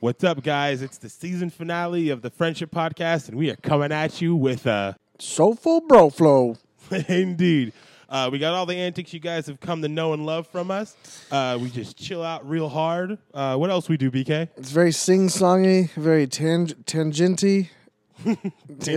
What's up, guys? It's the season finale of the Friendship Podcast, and we are coming at you with uh, Soulful Bro Flow. Indeed. Uh, we got all the antics you guys have come to know and love from us. Uh, we just chill out real hard. Uh, what else we do, BK? It's very sing songy, very tang- tangenty, if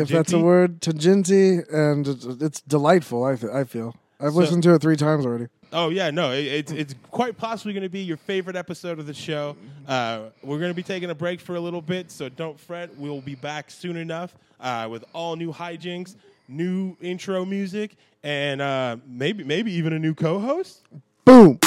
that's a Tangenty? word. Tangenty, and it's, it's delightful, I, fe- I feel. I've listened to it three times already. Oh yeah, no, it, it's it's quite possibly going to be your favorite episode of the show. Uh, we're going to be taking a break for a little bit, so don't fret. We'll be back soon enough uh, with all new hijinks, new intro music, and uh, maybe maybe even a new co-host. Boom!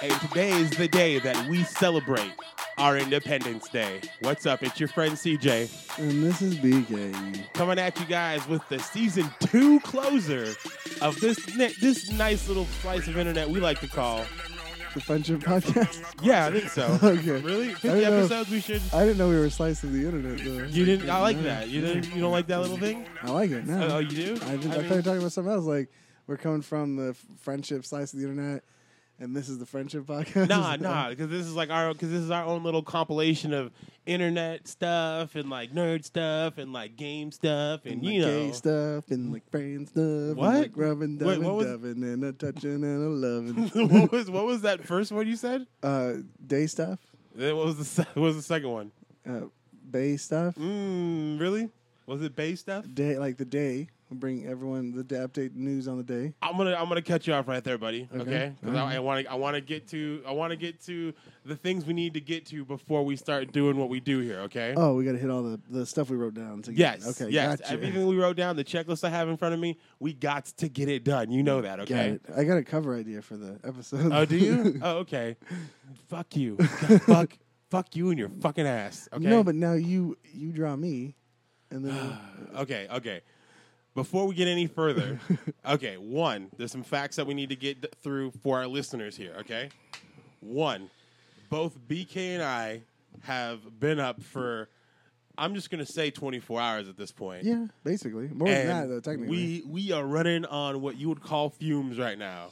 And today is the day that we celebrate our Independence Day. What's up? It's your friend CJ And this is BK. coming at you guys with the season two closer of this ni- this nice little slice of internet we like to call. The Friendship Podcast. Yeah, I think so. Okay. Really? I 50 don't know. episodes we should. I didn't know we were slicing the internet though. You didn't. I like that. You didn't. You don't like that little thing? I like it now. Oh, oh, you do? I, just, I, I thought you were mean- talking about something else. Like we're coming from the f- friendship slice of the internet, and this is the friendship podcast. Nah, nah. Because this is like our. Because this is our own little compilation of internet stuff and like nerd stuff and like game stuff and, And you like know. gay stuff and like brain stuff. What? And like rubbing, Wait, dubbing, what was- dubbing, and a touching and a loving. what was what was that first one you said? uh, day stuff, Then What was the se- what was the second one? uh, bay stuff, Mm, really? Was it Bay stuff? day like the day. We bring everyone the day, update news on the day. I'm gonna I'm gonna cut you off right there, buddy. Okay. Okay. 'Cause I- I want to I want to get to I want to get to the things we need to get to before we start doing what we do here. Okay. Oh, we got to hit all the, the stuff we wrote down. To Yes. Okay. Yes. Gotcha. Everything we wrote down, the checklist I have in front of me, we got to get it done. You know that, Got okay? it. I got a cover idea for the episode. Oh, do you? oh, okay. Fuck you. God, fuck. Fuck you and your fucking ass. Okay. No, but now you you draw me, and then we'll- okay. Okay. Before we get any further, okay. One, there's some facts that we need to get th- through for our listeners here. Okay. One, both BK and I have been up for. I'm just gonna say 24 hours at this point. yeah, basically more than that And though. Technically, We we are running on what you would call fumes right now.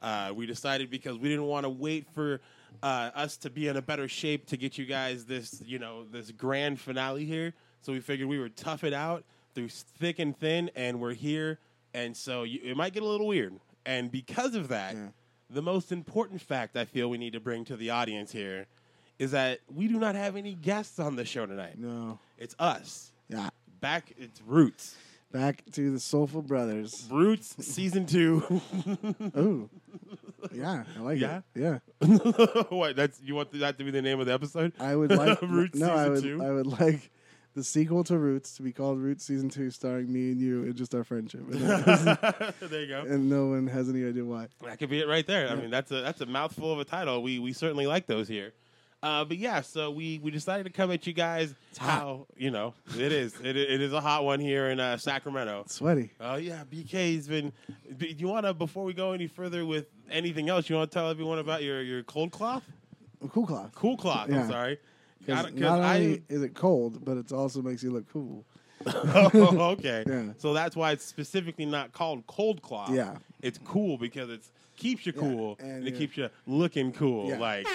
Uh, we decided because we didn't want to wait for uh, us to be in a better shape to get you guys this you know this grand finale here. So we figured we would tough it out through thick and thin, and we're here. And so you, it might get a little weird. And because of that, Yeah. the most important fact I feel we need to bring to the audience here is that we do not have any guests on the show tonight. no, It's us yeah. back. It's roots. Back to the Soulful Brothers. Roots season two. Oh, yeah, I like Yeah? it. Yeah, what? That's you want that to be the name of the episode? I would like Roots No, I season would. two? I would like the sequel to Roots to be called Roots Season Two, starring me and you, and just our friendship. And, there you go. and no one has any idea why. That could be it right there. I mean, that's a that's a mouthful of a title. We we certainly like those here. Uh, but yeah, so we we decided to come at you guys. how you know it is it, it is a hot one here in uh, Sacramento. Sweaty. Oh yeah, BK's been. B- You want to before we go any further with anything else? You want to tell everyone about your your cold cloth, Cool cloth. cool cloth? Yeah. I'm sorry. I Because don't- not only is it cold, but it also makes you look cool. oh, okay. Yeah. So that's why it's specifically not called cold cloth. Yeah. It's cool because it's keeps you Yeah, cool and and, it you're- keeps you looking cool. Yeah. Like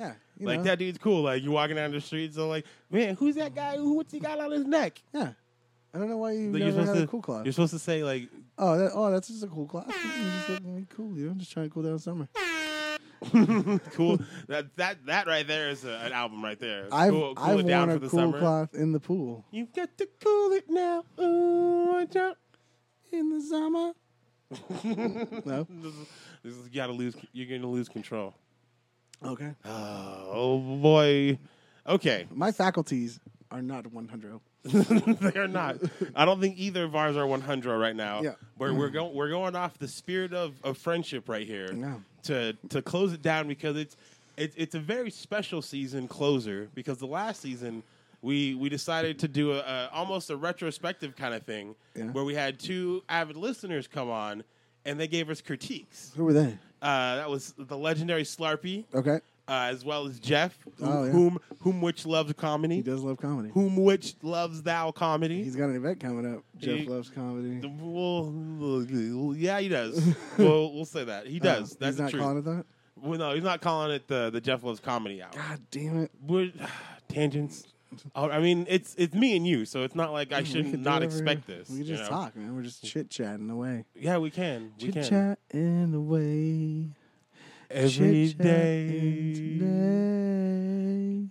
Yeah, you like know. that dude's cool. Like you walking down the street, so like, man, who's that guy? Who what's he got on his neck? Yeah. I don't know why you Like, never had to, a cool cloth. You're supposed to say like Oh, that, oh, that's just a cool cloth. You just look really cool. You know, just trying to cool down summer. cool. that that that right there is a, an album right there. It's I've cool, cool I've it worn down a for the cool summer. cloth in the pool You've got to cool it now. Ooh, watch out. in the summer. no. This is, this is, you gotta lose. You're gonna lose control. Okay. oh boy. Okay. Uh, My faculties are not 100. they are not. I don't think either of ours are 100 right now. Yeah. We're, we're, going, we're going off the spirit of, of friendship right here Yeah. to, to close it down because it's, it, it's a very special season closer because the last season we, we decided to do a, a, almost a retrospective kind of thing Yeah. where we had two avid listeners come on and they gave us critiques. Who were they? Uh, that was the legendary Slarpy Okay. uh, as well as Jeff, who- Oh, yeah. whom whom which loves He comedy, does love comedy. whom which loves thou comedy. He's got an event coming up. Jeff He- loves comedy. Uh, The- well, yeah, he does. well, we'll say that he does. Oh, That's he's the not truth. calling it that. Well, no, he's not calling it the the Jeff loves comedy hour. God damn it! We're, tangents. Oh, I mean, it's it's me and you, so it's not like I We should could do not whatever- expect this. We you just know? talk, man. We're just chit chatting away. Yeah, we can. We Chit can. chatting away. Every Chit-chatting day. today.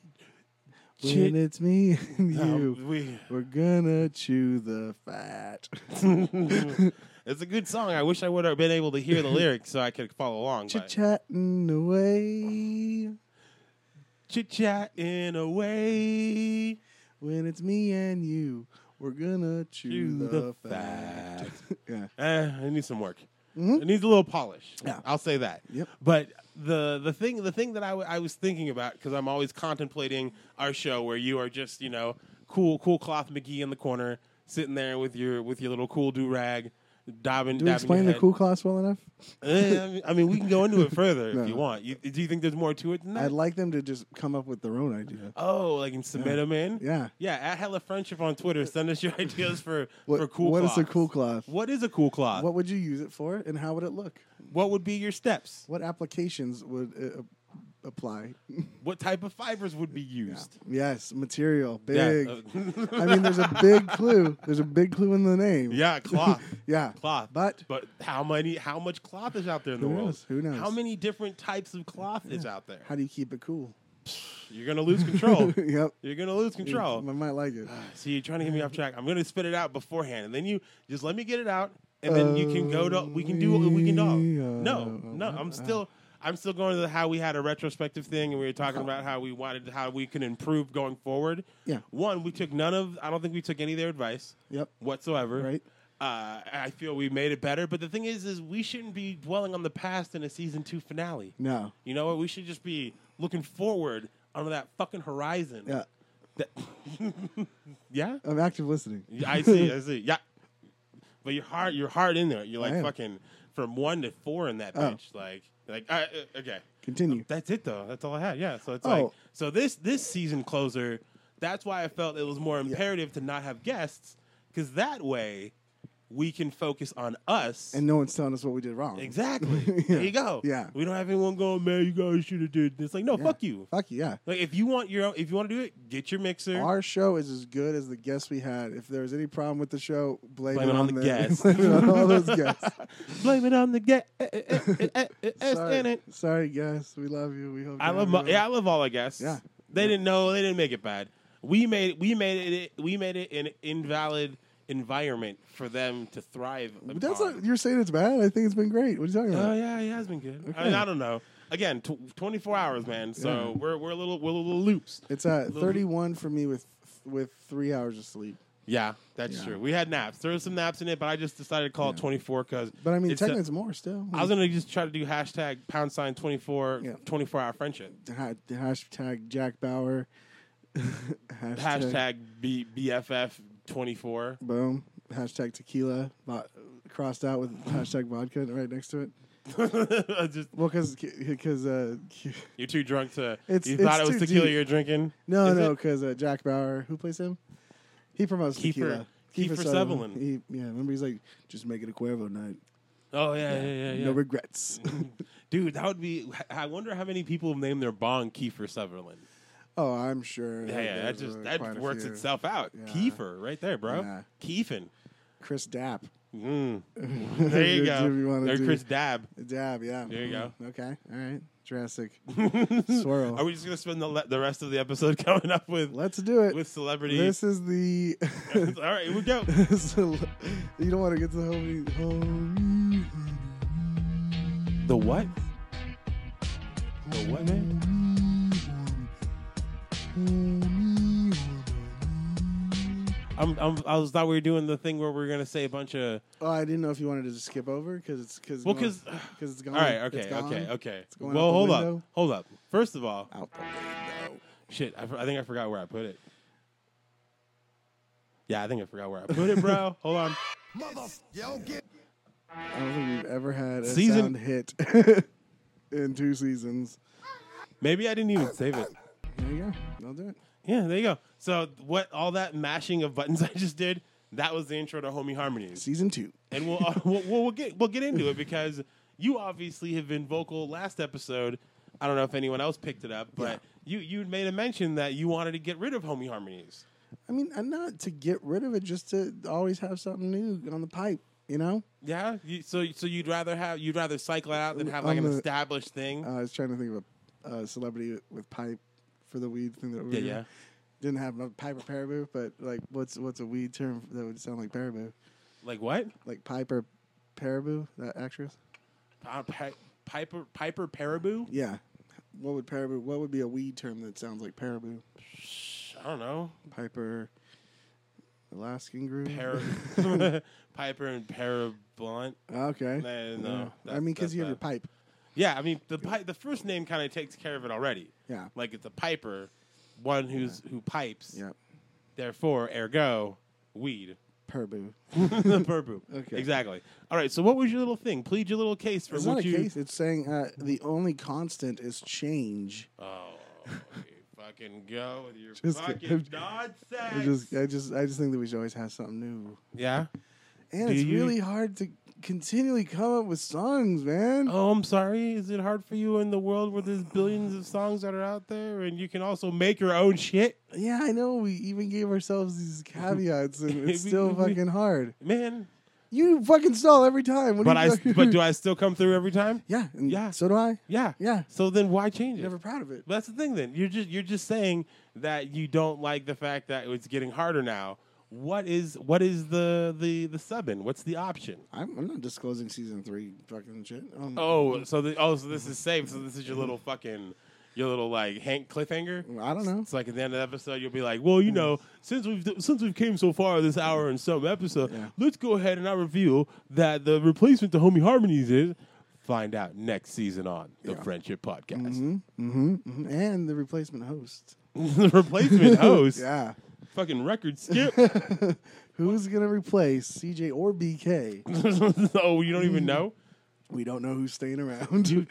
Chit- When it's me and you, Um, we- we're gonna chew the fat. it's a good song. I wish I would have been able to hear the lyrics so I could follow along. Chit chatting away. Chit chat in a way. When it's me and you, we're gonna chew, Chew the, the fat. yeah. Eh, it needs some work. Mhm. It needs a little polish. Yeah. I'll say that. Yep. But the the thing the thing that I, w- I was thinking about because I'm always contemplating our show where you are just you know cool cool cloth McGee in the corner sitting there with your with your little cool do rag. Dabbing, dabbing Do we explain your the head. cool class well enough? Eh, I mean- I mean, we can go into it further No. if you want. You, do you think there's more to it than that? I'd like them to just come up with their own idea. oh, like in submit them in. Yeah. Yeah, at Hella Friendship on Twitter, send us your ideas for What, for cool. what is cloths. a cool cloth? What is a cool cloth? What, What would you use it for, and how would it look? would be your steps? What applications would it a- apply? What type of fibers would be used? Yes, material Yeah, big. uh, I mean, there's a big clue. There's a big clue in the name. yeah, cloth, yeah. cloth. But But how many? How much cloth is out there in the Who world? knows? Who knows? How many different types of cloth is out there? how do you keep it cool? You're gonna lose control. yep. You're gonna lose I control. might like it. So you're trying to get me off track. I'm gonna spit it out beforehand, and then you just let me get it out, and then you can go to. We can do what we can do. Oh, No, Uh, no, I'm still. I'm still going to the how we had a retrospective thing, and we were talking about how we wanted how we can improve going forward. Uh-huh. Yeah. One, we took none of. I don't think we took any of their advice Yep. whatsoever. Right. Uh, I feel we made it better, but the thing is, is we shouldn't be dwelling on the past in a season two finale. No. You know what? We should just be looking forward onto that fucking horizon. Yeah. That- yeah. I'm active listening. I see. I see. Yeah. But your heart, your heart in there. You're I like am. fucking from one to four in that Oh. bitch. Like, like uh, uh, okay. Continue. That's it though. That's all I had. Yeah. So it's Oh. like so this this season closer. That's why I felt it was more imperative to not have guests because that way we can focus on us. And no one's telling us what we did wrong. exactly. Yeah. There you go. Yeah. We don't have anyone going, man. You guys should have did. this. like no, Yeah. fuck you. Fuck you, yeah. Like if you want your own, if you want to do it, get your mixer. Our show is as good as the guests we had. If there was any problem with the show, blame, Blame it on the guests. blame it on all those guests. Blame it on the guest. in Sorry, it. sorry, guests. We love you. We hope. I you love have my, you. yeah, I love all our guests. Yeah. They didn't know they didn't make it bad. We made we made it we made it an invalid environment for them to thrive. But that's upon. not, you're saying it's bad. I think it's been great. What are you talking Oh about? yeah, he has been good. I, Okay. mean, I don't know. Again, tw- 24 hours, man. So Yeah. we're we're a little we're a little loops. It's at Little- 31 for me with with three hours of sleep. Yeah, that's Yeah. true. We had naps. There was some naps in it, but I just decided to call it 24 because. But I mean, It's a- technically, it's more still. I was gonna just try to do hashtag pound sign 24 Yeah. 24 hour friendship. Ha- hashtag Jack Bauer. hashtag, Hashtag B, BFF 24. boom. Hashtag tequila vo- crossed out with hashtag vodka right next to it. just Well, because because uh, You're too drunk to. It's- you thought it's it was too tequila deep. you're drinking. no Is no it? because uh, Jack Bauer who plays him, he promotes Kiefer- tequila. Kiefer Sutherland. He, yeah, remember he's like just make it a Cuervo night. Oh yeah, yeah, yeah, yeah. No regrets. Dude, that would be. I wonder how many people have named their bong Kiefer Sutherland. oh, I'm sure. Yeah, yeah, that there's, just uh, that quite a works few. itself out. Yeah. Kiefer, right there, bro. Yeah. Keefin. Chris Dapp. Mm. There you If you go. wanna Or do- Chris Dab. Dab, yeah. There you Mm, go. Okay, all right. Jurassic Swirl. Are we just gonna spend the, le- the rest of the episode coming up with Let's do it. with celebrities? This is the. All right, here we go. so, you don't want to get to the homie. homie. The what? The what, man? I'm, I'm, I was thought we were doing the thing where we are gonna say a bunch of. Oh, I didn't know if you wanted to just skip over because it's because Well, 'cause- because it's gone. All right, okay, It's gone. okay, okay. going Well, out the hold up, window. hold up. First of all, Out the window. shit, I, for- I think I forgot where I put it. Yeah, I think I forgot where I put it, bro. hold on. I don't think we've ever had a Season- sound hit in two seasons. Maybe I didn't even save it. There you go. I'll do it. Yeah, there you go. So what all that mashing of buttons I just did, that was the intro to Homie Harmonies. Season two. And we'll, uh, we'll we'll get we'll get into it because you obviously have been vocal last episode. I don't know if anyone else picked it up, but you you made a mention that you wanted to get rid of Homie Harmonies. I mean, uh, not to get rid of it, just to always have something new on the pipe. You know, Yeah, you, so so you'd rather have you'd rather cycle it out than have like On an the- established thing. uh, I was trying to think of a uh, celebrity with pipe for the weed thing that we yeah, were- yeah. didn't have a pipe or paraboo, but like, what's what's a weed term that would sound like paraboo? Like what? Like pipe or paraboo? That actress? Uh, Pi- Piper Piper Paraboo? Yeah. What would paraboo? What would be a weed term that sounds like paraboo? I don't know. Piper, Alaskan groove. Para- Piper and Para Blunt. okay. No, no, no. Yeah. I That's- mean, because that's you have your bad. pipe. Yeah, I mean the pi- the first name kind of takes care of it already. Yeah. Like it's a piper, one who's who pipes. Yeah. Therefore, ergo, weed. Paraboo. the purpoo. Okay. Exactly. All right. So what was your little thing? Plead your little case for It's what not a you. case. It's saying uh, the only constant is change. Oh, you fucking go with your Just fucking kidding. I nonsense. just, I just, I just think that we should always have something new. yeah. And Do it's you- really hard to continually come up with songs, man. Oh, I'm sorry. Is it hard for you in the world where there's billions of songs that are out there, and you can also make your own shit? Yeah, I know. We even gave ourselves these caveats, and it's We- still we- fucking hard. You Man, fucking stall every time. What but do I you but do I still come through every time? Yeah, and Yeah. So do I. Yeah. Yeah. So then why change it? Never proud of it. But that's the thing. Then you're just you're just saying that you don't like the fact that it's getting harder now. What is what is the the the sub in? What's the option? I'm, I'm not disclosing season three fucking shit. Um, Oh, so the, oh, so this is safe. So this is your little fucking your little like Hank cliffhanger. I don't know. It's like at the end of the episode, you'll be like, "Well, Mm. you know, since we've since we've came so far this hour and some episode, Yeah. let's go ahead and I reveal that the replacement to Homie Harmonies is." Find out next season on the Yeah. Friendship Podcast. Mm-hmm, hmm And the replacement host. the replacement host, Mm-hmm. Yeah. fucking record skip. Who's gonna replace CJ or BK? oh, you don't even know? We don't know who's staying around. Dude,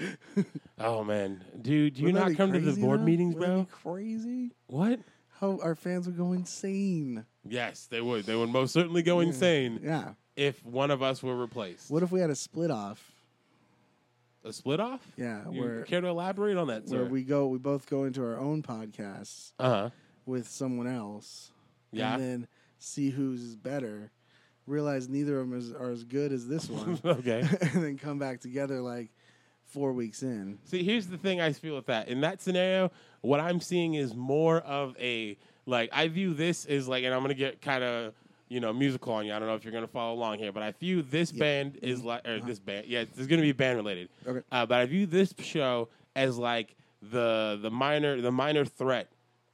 Oh man, dude, do you not come to the board meetings, bro? crazy. What? How our fans would go insane. Yes, they would. They would most certainly go insane Yeah. if one of us were replaced. What if we had a split off? A split off? Yeah, You where care to elaborate on that, where sir? we go, we both go into our own podcasts uh huh. with someone else. Yeah. And then see who's better. Realize neither of them is, are as good as this one. okay. and then come back together like four weeks in. See, here's the thing I feel with that. In that scenario, what I'm seeing is more of a like I view this as like, and I'm gonna get kind of you know musical on you. I don't know if you're gonna follow along here, but I view this band is like or this band. Yeah, this is gonna be band related. Mm-hmm. Uh-huh. Okay. Uh, but I view this show as like the the minor the minor threat.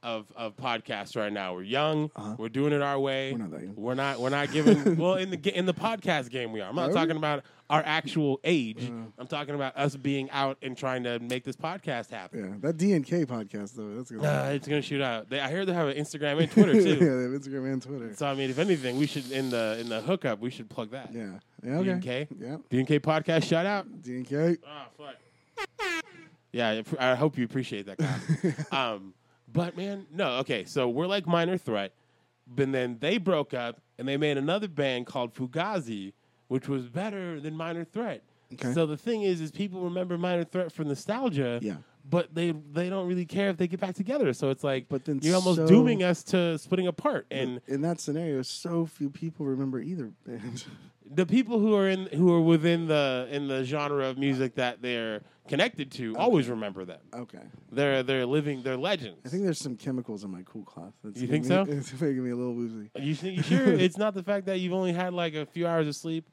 Of, of podcasts right now, we're young. We're doing it our way. Uh-huh. We're not that young. We're not. We're not giving. well, in the ga- in the podcast game, we are. I'm not Are we? Mm. talking about our actual age. I'm talking about us being out and trying to make this podcast happen. Yeah, that D and K podcast though. That's good. Uh, it's gonna shoot out. They, I hear they have an Instagram and Twitter yeah, too. they have Instagram and Twitter. So I mean, if anything, we should in the in the hookup we should plug that. yeah. Yeah. Okay. D&K? Yeah. D and K podcast shout out. D and K. Oh fuck. Yeah, I appre- I hope you appreciate that, Kyle. um, but man, no, okay. So we're like Minor Threat, but then they broke up and they made another band called Fugazi, which was better than Minor Threat. Okay. So the thing is, is people remember Minor Threat for nostalgia. Yeah. But they they don't really care if they get back together. So it's like, But then you're almost so- dooming us to splitting apart. And In that scenario, so few people remember either band. the people who are in who are within the in the genre of music that they're connected to always remember them. okay. They're they're living. They're I legends. think there's some chemicals in my cool cloth. That's You getting think me- so? It's making me a little woozy. you, think, you sure it's not the fact that you've only had like a few hours of sleep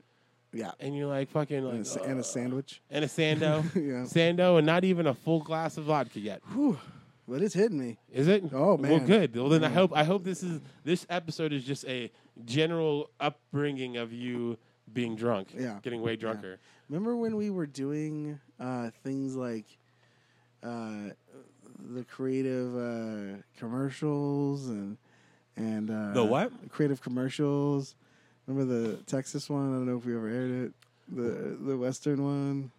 Yeah. and you're like fucking like And a, sa- and a "Ugh." sandwich. and a sando, Yeah. sando, and not even a full glass of vodka yet. Whew. But it's hitting me. Is it? Oh, Well, man. good. Well, then I hope I hope this is this episode is just a general upbringing of you being drunk. Yeah. Getting way drunker. Remember when we were doing uh, things like uh, the creative uh, commercials and and uh, The what? Creative commercials. Remember the Texas one? I don't know if we ever aired it. The the Western one.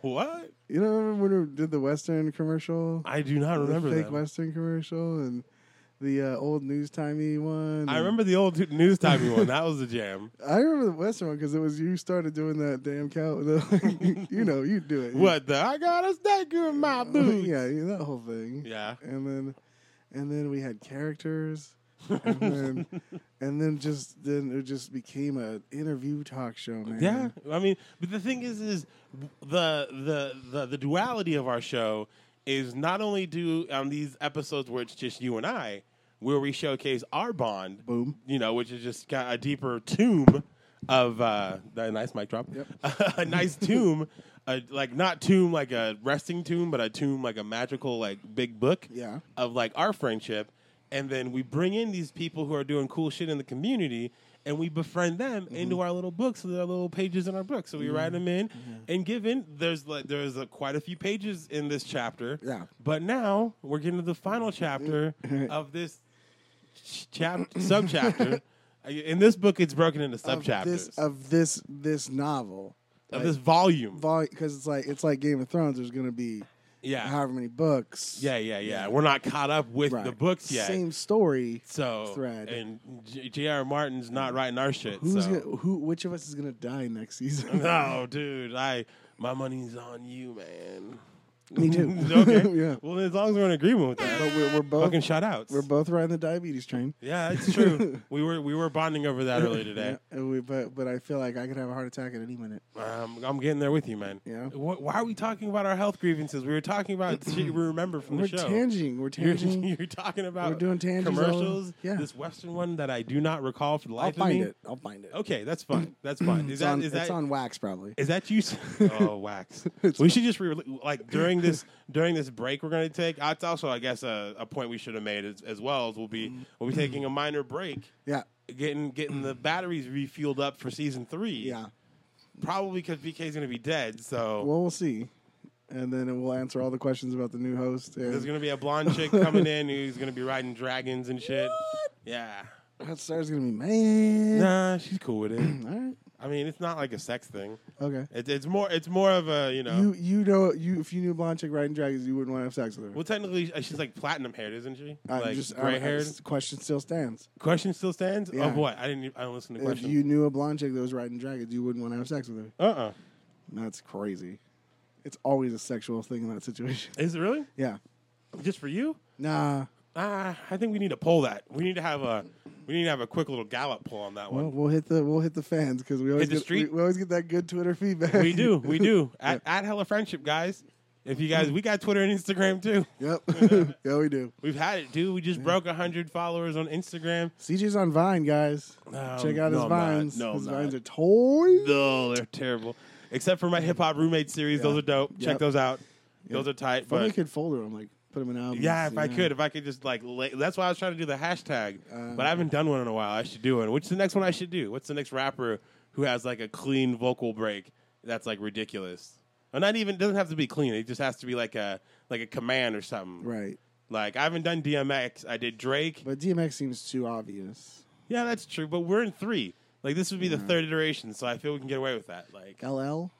what? You know, remember when we did the Western commercial? I do not The remember fake that. Western commercial and the uh, old news timey one. I and- remember the old news timey one. That was the jam. I remember the Western one because it was you started doing that damn cow. the- you know, you do it. What the? I got a snake in my boot. yeah, you know, that whole thing. Yeah. And then, and then we had characters, and then, and then just then it just became an interview talk show, man. Yeah, I mean, but the thing is, is the the the, the duality of our show is not only do on these episodes where it's just you and I, where we showcase our bond, Boom. you know, which is just got a deeper tomb of uh, a nice mic drop, a nice tomb, a, like not tomb like a resting tomb, but a tomb like a magical like big book, Yeah. of like our friendship, and then we bring in these people who are doing cool shit in the community, and we befriend them Mm-hmm. into our little books, their little pages in our book. So we write them in, Mm-hmm. and given there's like there's uh quite a few pages in this chapter. Yeah. But now we're getting to the final chapter of this ch- chap subchapter. Uh, In this book, it's broken into Of this subchapters of, of this this novel, like, this volume. because it's like it's like Game of Thrones. There's gonna be yeah. however many books. yeah, yeah, yeah. We're not caught up with Right. the books yet. Same story. So thread. and J- J.R. Martin's not writing our shit. Mm. Who's so. Oh. gonna, who? Which of us is gonna die next season? No, dude, I my money's on you, man. Me too. okay. yeah. Well, as long as we're in agreement with that, But we're, we're both fucking shout outs. we're both riding the diabetes train. yeah, it's true. we were we were bonding over that earlier today. Yeah, and we, but but I feel like I could have a heart attack at any minute. Um, I'm getting there with you, man. Yeah. Wh- why are we talking about our health grievances? We were talking about shit we remember from We're the show. tanging. We're You're, tanging. you're talking about We're doing tangents all- commercials. yeah. This Western one that I do not recall for the I'll life of find me. it. I'll find it. Okay, that's fine. That's fine. Oh, Is It's, that on, is it's that on wax probably. Is that you? s- Oh, wax. we should just re- like during this during this break we're going to take. That's also, I guess, a, a point we should have made as, as well. Is we'll be Mm-hmm. we'll be taking a minor break, Yeah. getting getting the batteries refueled up for season three. Yeah. probably because BK's going to be dead. So Well, we'll see, and then we'll answer all the questions about the new host. there's And going to be a blonde chick coming in who's going to be riding dragons and shit. Yeah. that star's gonna be man. Nah, she's cool with it. All right. I mean, it's not like a sex thing. Okay. It, it's more it's more of a you know. You you know you if you knew blonde chick riding dragons you wouldn't want to have sex with her. well, technically, she's like platinum haired, isn't she? I'm like just I'm- gray I'm haired. just- question still stands. Question still stands. Yeah. Of what? I didn't. e, I don't listen to If questions. you knew a blonde chick that was riding dragons, you wouldn't want to have sex with her. uh uh That's crazy. It's always a sexual thing in that situation. Is it really Yeah. just for you? Nah. Ah, I think we need to poll that. We need to have a. We need to have a quick little gallop poll on that Well, one. we'll hit the we'll hit the fans because we always the get, we, street? we always get that good Twitter feedback. we do. We do. At, at Hella Friendship, guys. If you guys, we got Twitter and Instagram too. Yep. yeah, we do. We've had it, dude. We just broke broke hundred followers on Instagram. CJ's on Vine, guys. No, Check Um, no, out his I'm not. vines. No, I'm his not. vines are toys. Oh, they're terrible. Except for my hip hop roommate series, Yeah. those are dope. Check Yep. those out. Those are tight. If only I But could folder them, like put them in albums. Yeah, if I you know. could, if I could just like, la- that's why I was trying to do the hashtag, Uh, but I haven't done one in a while. I should do one. What's the next one I should do? What's the next rapper who has like a clean vocal break that's like ridiculous? Or not even doesn't have to be clean. It just has to be like a like a command or something. Right, Like I haven't done DMX. I did Drake. but DMX seems too obvious. Yeah, that's true. But we're in three. Like this would be the third iteration, so I feel we can get away with that. Like, LL.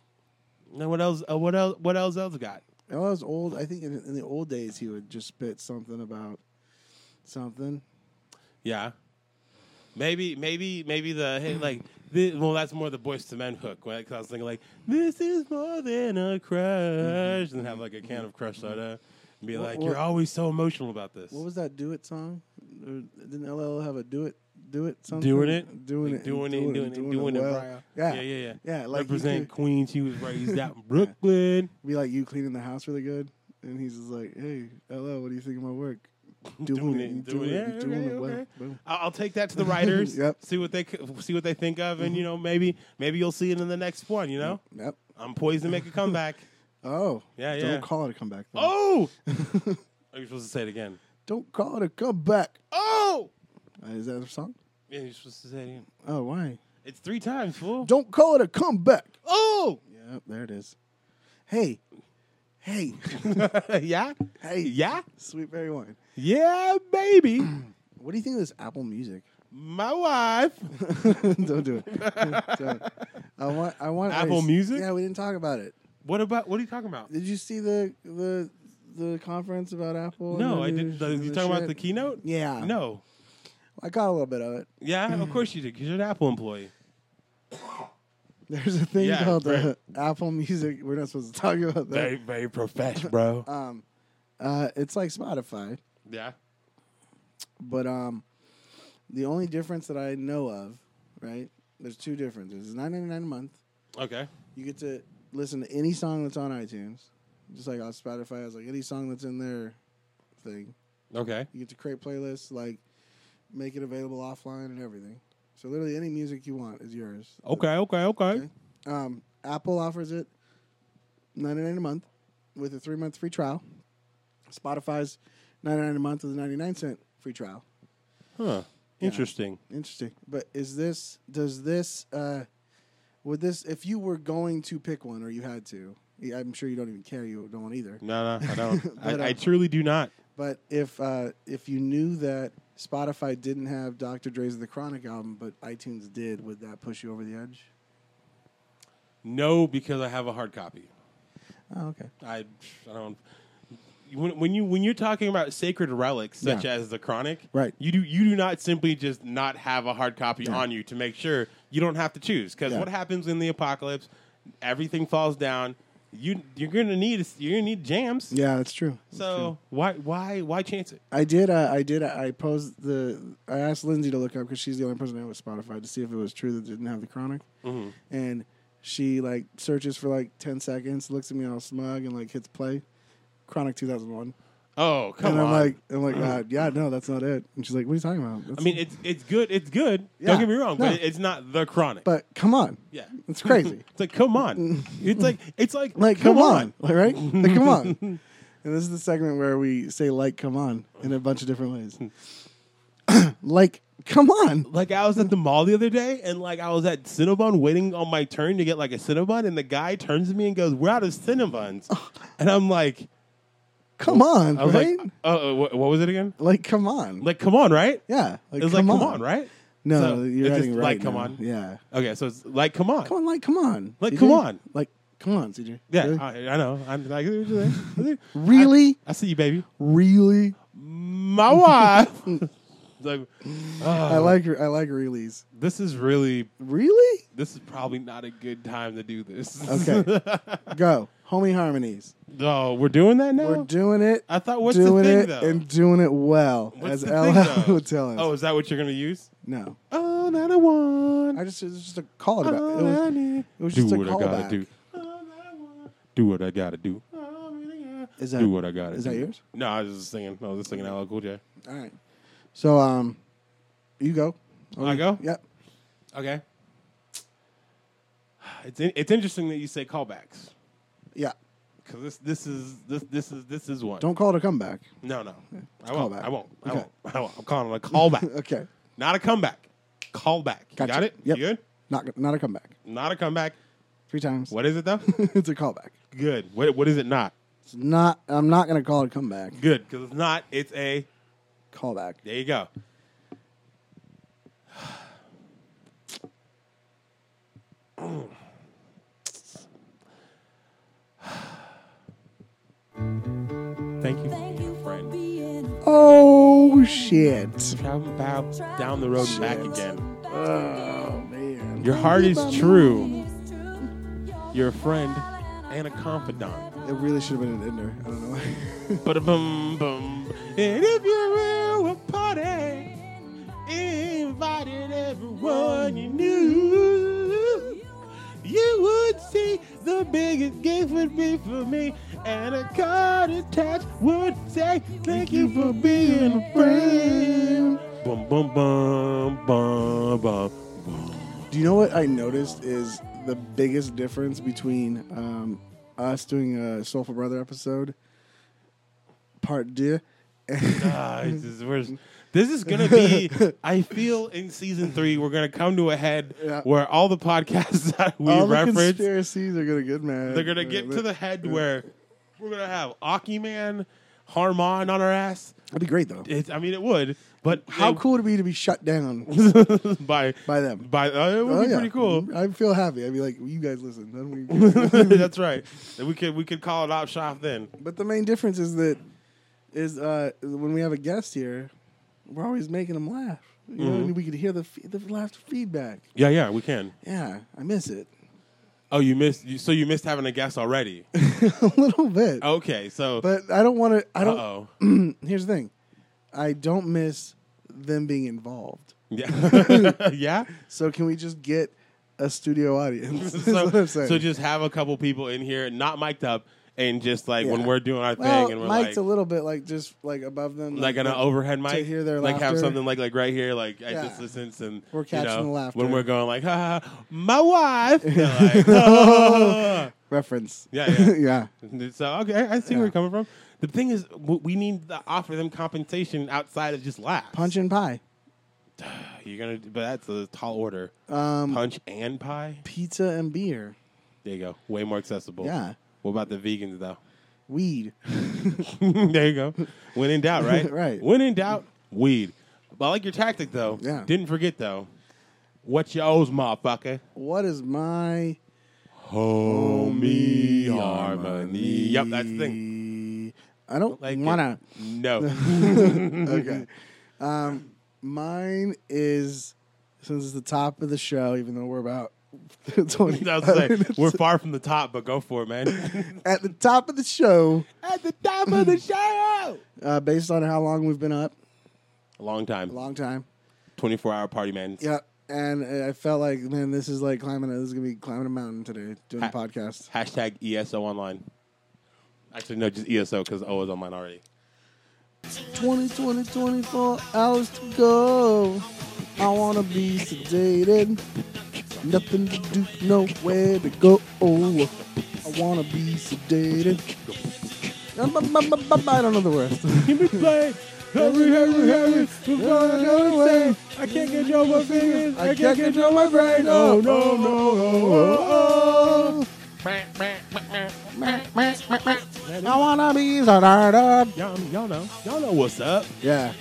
now what else? Uh, what else? What else? Else got? LL's old. I think in, in the old days he would just spit something about something. Yeah. Maybe, maybe, maybe the hey, like. This, well, that's more the boys to men hook. Right? 'Cause I was thinking like, this is more than a crush, and then have like a can of crush soda, and be What- like, what- you're always so emotional about this. What was that Do It song? Or didn't LL have a Do It, Do It something? doing it, Doing Like, it. doing it, doing it, doing it. well. Yeah, yeah, Yeah. yeah. Yeah, like you Represent could- Queens. She was raised out in Brooklyn. Be like you cleaning the house really good. And he's just like, hey, LL, what do you think of my work? Doing, it, you doing it, you doing yeah, it well. okay. Boom. I- I'll take that to the writers. Yep. Mm-hmm. See what they c- see what they think of, and you know maybe maybe you'll see it in the next one. You know, Yep. I'm poised to make a comeback. Oh. Yeah, Don't yeah. call it a comeback. Though. Oh! Are you supposed to say it again? Don't call it a comeback. Oh! Uh, is that a song? Yeah, you're supposed to say it again. Oh, why? It's three times, fool. Don't call it a comeback. Oh! Yep, there it is. Hey. Hey. yeah? hey. Yeah? Sweet Berry Wine. Yeah, baby. What do you think of this Apple Music? My wife. Don't do it. Don't. I want. I want. Apple I- Music? Yeah, we didn't talk about it. What about? What are you talking about? Did you see the the the conference about Apple? and No, the I new did. sh- not and You talking about the shit? keynote? Yeah. No. I got a little bit of it. Yeah, of course you did. Because you're an Apple employee. There's a thing Yeah, called right. uh, Apple Music. We're not supposed to talk about that. very professional, bro. Um, uh, it's like Spotify, Yeah. but um, the only difference that I know of, right? There's two differences. It's nine ninety nine a month. Okay. You get to listen to any song that's on iTunes, just like on Spotify. It's like any song that's in their thing. Okay. You get to create playlists, like make it available offline and everything. So literally any music you want is yours. Okay. Okay. Okay. Okay. Um, Apple offers it ninety nine a month with a three month free trial. Spotify's ninety nine a month with a ninety nine cent free trial. Huh. Yeah. Interesting. Interesting. But is this does this uh would this if you were going to pick one or you had to, yeah, I'm sure you don't even care, you don't want either. No, no, I don't. But, I, I uh, truly do not. But if uh if you knew that Spotify didn't have Dr. Dre's The Chronic album, but iTunes did, would that push you over the edge? No, because I have a hard copy. Oh, okay. I, I don't. When, when you when you're talking about sacred relics such Yeah. as the chronic, Right. You do you do not simply just not have a hard copy on you to make sure you don't have to choose because Yeah. what happens in the apocalypse, everything falls down. You you're gonna need you're gonna need jams. Yeah, that's true. That's true. So why why why chance it? I did. Uh, I did. I posed the. I asked Lindsay to look up because she's the only person I know with Spotify to see if it was true that it didn't have the chronic. Mm-hmm. And she like searches for like ten seconds, looks at me all smug, and like hits play. Chronic 2001. Oh come and I'm on! like, I'm like, uh, yeah, no, that's not it. And she's like, what are you talking about? That's- I mean it's it's good it's good. Yeah. Don't get me wrong, No. but it, it's not the chronic. but come on, yeah, it's crazy. It's like come on. it's like it's like like, come, on, Like, right? Like, come on. And this is the segment where we say like, come on, in a bunch of different ways. like, come on. Like I was at the mall the other day, and like I was at Cinnabon waiting on my turn to get like a Cinnabon, and the guy turns to me and goes, "We're out of Cinnabons," and I'm like, Come on, I was Oh. right? like, uh, uh, what, what was it again?" Like, come on. Like, come on, right? yeah. It was like, "Come on, right?" No, So, you're it's writing just right. like, come now. on. Yeah. Okay, so it's like, "Come on, Come on, like, come on. Like, CJ. come on. Like, come on, CJ. yeah, Really? I, I know." I'm like, I, really? I see you, baby. Really? My wife. like, I uh, like, I like Reallys. this is really, Really? this is probably not a good time to do this. Okay. Go. Homie Harmonies. oh, we're doing that now. We're doing it. I thought what's doing the thing it though? and doing it well, What's as the thing, LL though? would tell us. Oh, is that what you're gonna use? No. Oh, not a one. I just, it was just a call. About, All it Oh, I was, need. it was do just a what I gotta callback. do. All I want. Do what I gotta do. All I got. Is that- do what I gotta is do. that yours? No, I was just singing. I was just singing LL Cool J. All right. So, um, you go. I go? Yep. Okay. It's in, it's interesting that you say callbacks Yeah. because this this is this this is this is one. Don't call it a comeback. no no. I won't. callback. I won't. I Okay. won't. I won't. I'm calling it a callback, Okay. not a comeback. Callback. You Gotcha. Got it? Yep. You good? Not not a comeback. Not a comeback. Three times. What is it though? it's a callback. Good. What what is it not? It's not. I'm not gonna call it a comeback. Good, because it's not. It's a. Callback. There you go. Thank you, Thank you for friend. being a Oh shit. Travel bow down the road and back Shit. again. Oh man. Your heart is true. friend. Ah. You're a friend and a confidant. It really should have been an ender. I don't know. why. Ba-da-bum, bum. And if you were a party, invited everyone you knew, you would see the biggest gift would be for me. And a card attached would say, Thank you for being a friend. Bum, bum, bum, bum, bum. Do you know what I noticed is the biggest difference between um, us doing a Soulful Brother episode, part deux, Ah, this is worse. This is gonna be. I feel in season three we're gonna come to a head Yeah. where all the podcasts that we all the reference, conspiracies are gonna get mad. they're gonna get to the head where we're gonna have Aki Man, Harmon on our ass. That'd be great though. It's, I mean, it would, But How they- cool would it be to be shut down by by them? by uh, it would Oh, be yeah. pretty cool. I'd feel happy. I'd be like, you guys listen. Then we That's right. And We could we could call it op shop then. But the main difference is that is uh, when we have a guest here, we're always making them laugh. You know, Mm-hmm. and we could hear the fe- the laughter feedback. Yeah, yeah, we can. Yeah, I miss it Oh, you missed. You, so you missed having a guest already. Oh. a little bit. Okay, so uh But I don't want to. I don't. oh, Here's the thing, I don't miss them being involved. yeah, yeah. So can we just get a studio audience? That's what So, I'm saying. so just have a couple people in here, not mic'd up, and just like when Yeah. we're doing our well, thing, and we're Mike's like, a little bit like just like above them, like an overhead mic, hear their like have laughter. something like like right here, like at Yeah. this distance, and We're you catching know, the laughter. when we're going like, ha, ha, my wife. They're like, "Ah." reference. Yeah, yeah. yeah. So okay, I see where Yeah. you're coming from. The thing is, w- we need to offer them compensation outside of just laughs. Punch and pie. You're gonna, but that's a tall order. Um, Punch and pie. pizza and beer. There you go. Way more accessible. Yeah. What about the vegans though? Weed. there you go. When in doubt, right? Right. When in doubt, weed. But I like your tactic though. Yeah. Didn't forget though. What yours, motherfucker? What is my Homie harmony. Yep, that's the thing. thing. I don't Like wanna. it. No. okay. Um, mine is since it's the top of the show, even though we're about twenty. I was like, we're far from the top, but go for it, man. At the top of the show, At the top of the show. uh, based on how long we've been up, A long a time. long time. 24 hour party, man. Yeah, and uh, I felt like, man, this is like climbing. A, this is gonna be climbing a mountain today, doing a Ha- podcast. Hashtag ESO online. Actually, no, just ESO because O is online already. 20, 20, 24 hours to go. I wanna be sedated. Nothing to do, nowhere to go. I wanna be sedated. I don't know the rest. Give me play. Hurry, hurry, hurry. Before I go away. I can't control my fingers. I can't control my brain. Oh, no, no, oh, I wanna be sedated. Y'all, y'all know. Y'all know what's up. Yeah,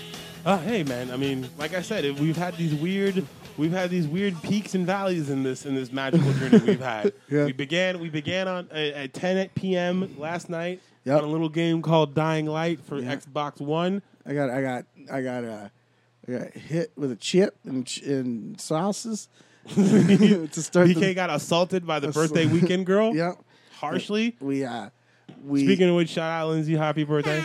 Uh, hey, man. I mean, like I said, we've had these weird. We've had these weird peaks and valleys in this in this magical journey we've had. Yeah. We began we began on uh, at 10 p.m. last night Yep. on a little game called Dying Light for Yeah. Xbox One. I got, I got, I got, uh, I got hit with a chip and, ch- and sauces to start. BK the, got assaulted by the Assault- birthday weekend girl. yeah, Harshly. we uh, we Speaking of which, shout out Lindsay, happy birthday.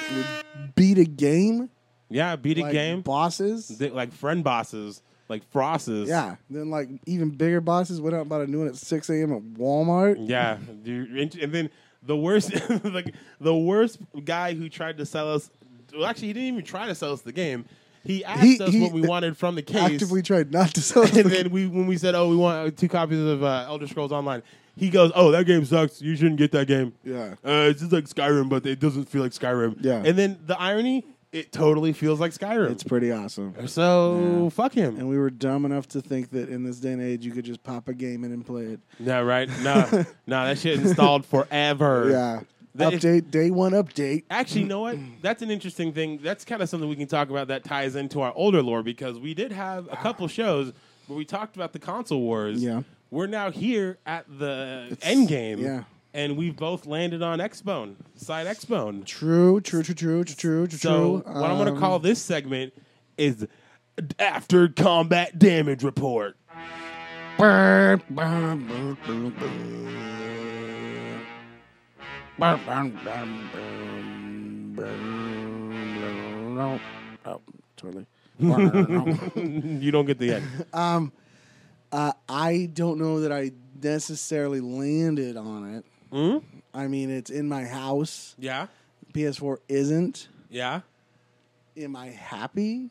beat a game. Yeah, beat a like game. Bosses. They- like friend bosses, like frosses. Yeah. Then like even bigger bosses went out about a noon at six a.m. at Walmart. Yeah. dude. And then the worst, like the worst guy who tried to sell us. Well, actually, he didn't even try to sell us the game. He asked He- us he what we wanted from the case, Actively tried not to sell. and then we when we said, "Oh, we want uh, two copies of uh, Elder Scrolls Online," he goes, "Oh, that game sucks. You shouldn't get that game. Yeah. uh, it's just like Skyrim, but it doesn't feel like Skyrim. Yeah. And then the irony, it totally feels like Skyrim. it's pretty awesome. so Yeah. fuck him. And we were dumb enough to think that in this day and age you could just pop a game in and play it. No, right? No, no, that shit installed forever. Yeah. That is- update day one update. Actually, you know what? That's an interesting thing. That's kind of something we can talk about that ties into our older lore because we did have a couple shows where we talked about the console wars. Ah. Yeah. We're now here at the end game. yeah. And we've both landed on Xbone, side Xbone. True, true, true, true, true, true, true. So, what I'm going Um, to call this segment is After Combat Damage Report. Oh, totally. you don't get the end. Um, uh, I don't know that I necessarily landed on it. Hmm? I mean, it's in my house. Yeah? PS4 isn't. Yeah? Am I happy?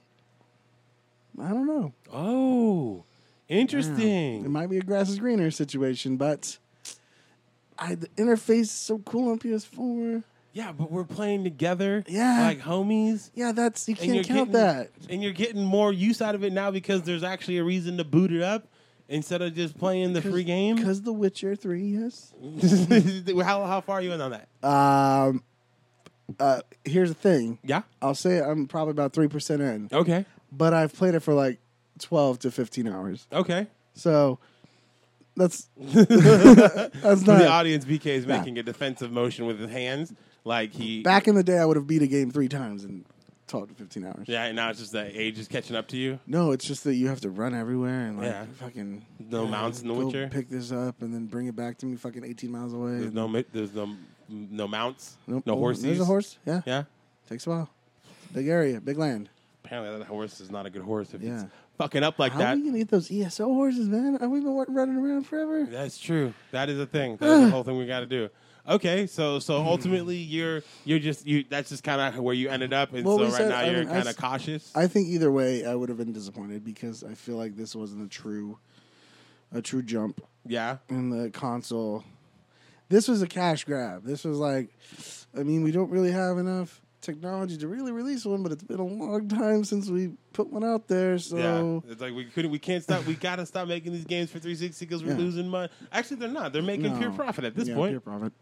I don't know. Oh, It interesting. might be a grass is greener situation, but I the interface is so cool on PS4. Yeah, but we're playing together. Yeah. Like homies. Yeah, that's you And you're can't count getting- that. And you're getting more use out of it now because there's actually a reason to boot it up instead of just playing the free game. because The Witcher Three. Yes. how, how far are you in on that? Um. Uh. Here's the thing. Yeah. I'll say I'm probably about three percent in, Okay. but I've played it for like twelve to fifteen hours. Okay. So that's that's For the not audience, BK is making a defensive motion with his hands, like he. back in the day. I would have beat a game three times in twelve to fifteen hours. Yeah, and now it's just that age is catching up to you. No, it's just that you have to run everywhere and like Yeah. fucking No mounts in the go Witcher? Pick this up and then bring it back to me, fucking eighteen miles away. There's and- no, mi- there's no, no mounts, Nope. no Oh, horses. There's a horse. Yeah. Yeah. Takes a while. Big area, big land. Apparently, that horse is not a good horse if it's Yeah. fucking up like How that. are we gonna get those ESO horses, man? Have we been wa- running around forever? That's true. That is a thing. That's the whole thing we got to do. Okay, so so ultimately you're you're just you. That's just kind of where you ended up, and Well, so we right said- now I you're mean, I kind of s- cautious. I think either way, I would have been disappointed because I feel like this wasn't a true, a true jump yeah, in the console. This was a cash grab. This was like, I mean, we don't really have enough technology to really release one, but it's been a long time since we put one out there. So yeah. It's like we couldn't, we can't stop. We gotta stop making these games for 360 because we're Yeah. losing money. Actually, they're not. They're making No. pure profit at this Yeah, point. pure profit.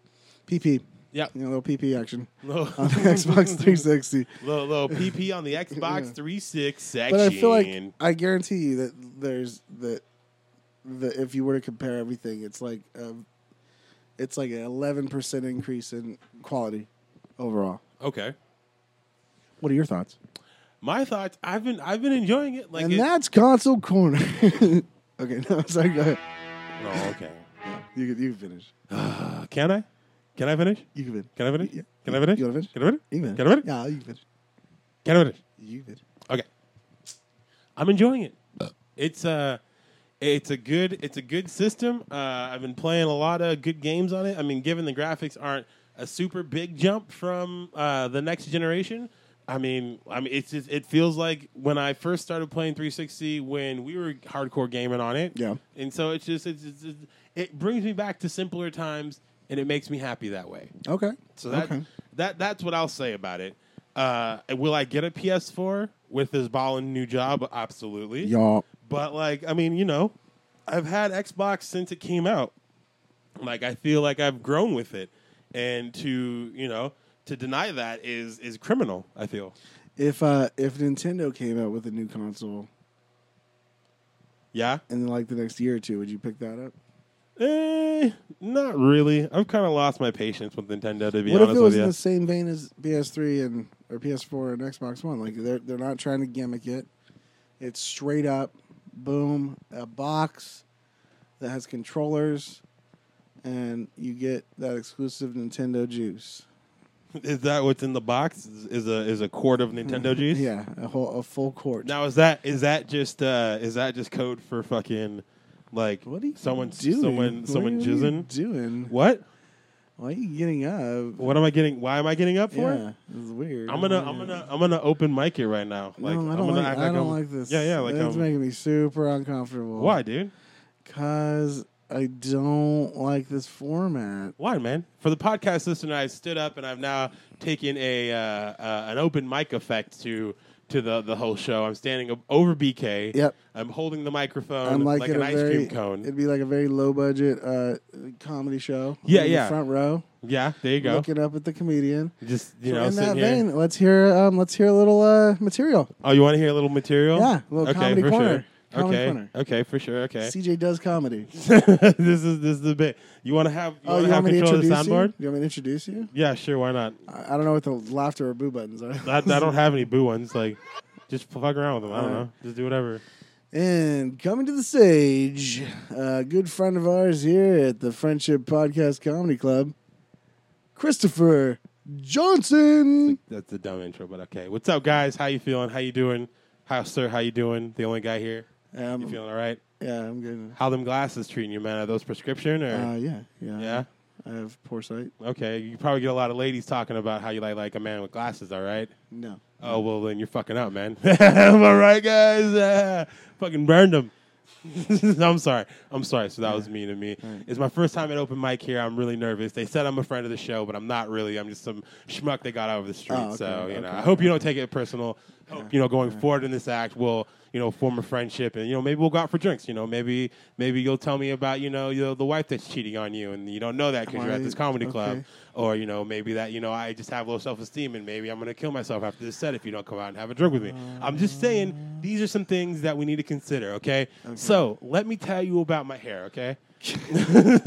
PP, Yeah, you know, little PP action on the Xbox Xbox 360. little, little PP on the Xbox Yeah. 360 section. But I feel like I guarantee you that there's that that if you were to compare everything, it's like a, it's like an eleven percent increase in quality overall. okay. What are your thoughts? My thoughts. I've been I've been enjoying it. Like and it- that's console corner. okay, no, sorry, go ahead. oh, okay. You can, you can finish. Uh, can I? Can I finish? You can finish. Can I finish? Yeah. Can I finish? You wanna finish? Can I finish? You can finish. Can I finish? Yeah, you can finish. Can I finish? You can finish. Okay. I'm enjoying it. It's uh it's a good it's a good system. Uh, I've been playing a lot of good games on it. I mean, given the graphics aren't a super big jump from uh, the next generation, I mean, I mean it's just, it feels like when I first started playing 360 when we were hardcore gaming on it. Yeah. And so it's just it's, it's, it brings me back to simpler times and it makes me happy that way. Okay. So that, okay. that that's what I'll say about it. Uh, will I get a PS4 with this ballin' new job? Absolutely. y'all. But like, I mean, you know, I've had Xbox since it came out. Like, I feel like I've grown with it, and to you know, to deny that is is criminal. I feel. If uh if Nintendo came out with a new console Yeah. in like the next year or two, would you pick that up? Eh, not really. I've kind of lost my patience with Nintendo. To be What if honest it was with you. in the same vein as PS3 and or PS4 and Xbox One? Like they're they're not trying to gimmick it. It's straight up, boom, a box that has controllers, and you get that exclusive Nintendo juice. is that what's in the box? Is- Is a is a quart of Nintendo juice? Yeah, a whole a full quart. Now is that is that just uh is that just code for fucking like what are you someone doing? someone What someone are you jizzing? doing? What? Why are you getting up? What am I getting? Why am I getting up for? Yeah, it's weird. I'm gonna I'm gonna I'm gonna open mic it right now. Like no, I I'm don't gonna like. act I like don't I'm- like this. Yeah, yeah. Like it's I'm, making me super uncomfortable. why, dude? Cause I don't like this format. Why, man? For the podcast listener, I stood up and I've now taken a uh, uh, an open mic effect to to the the whole show. I'm standing o- over BK. Yep. I'm holding the microphone I'm like, like at an a ice very, cream cone. It'd be like a very low budget uh, comedy show. I'm Yeah, in the yeah. front row, Yeah, there you go. looking up at the comedian. Just you So know, in sitting that here. vein, let's hear um, let's hear a little uh, material. Oh, you want to hear a little material? Yeah, a little comedy for corner. Sure. Comedy okay, corner. okay, for sure. Okay, CJ does comedy. this is this is the bit. You want to have you oh, want you to have want me to control of the introduce you? soundboard? You want me to introduce you? Yeah, sure. Why not? I, I don't know what the laughter or boo buttons are. I, I don't have any boo ones. Like, just fuck around with them. I don't All right. know. Just do whatever. And coming to the stage, uh, a good friend of ours here at the Friendship Podcast Comedy Club, Christopher Johnson. That's a dumb intro, but okay. What's up, guys? How you feeling? How you doing? How sir? How you doing? The only guy here. You Um, feeling all right? yeah, I'm good. How them glasses treating you, man? Are those prescription or? Uh, yeah, yeah, yeah. I have poor sight. Okay. You probably get a lot of ladies talking about how you like like a man with glasses. All right. No. Oh well, then you're fucking up, man. Am I right, guys? Ah, fucking burned them. I'm sorry. I'm sorry. So that was mean of me. It's my first time at open mic here. I'm really nervous. They said I'm a friend of the show, but I'm not really. I'm just some schmuck they got out of the street. Oh, okay, so you know, okay, I hope you don't take it personal. hope you know going forward in this act we'll you know form a friendship and you know maybe we'll go out for drinks. You know maybe maybe you'll tell me about you know your, the wife that's cheating on you and you don't know that because you're at this Right. comedy club Okay. or you know maybe that you know I just have low self esteem and maybe I'm gonna kill myself after this set if you don't come out and have a drink with me. I'm just saying these are some things that we need to consider. Okay, so let me tell you about my hair. Okay.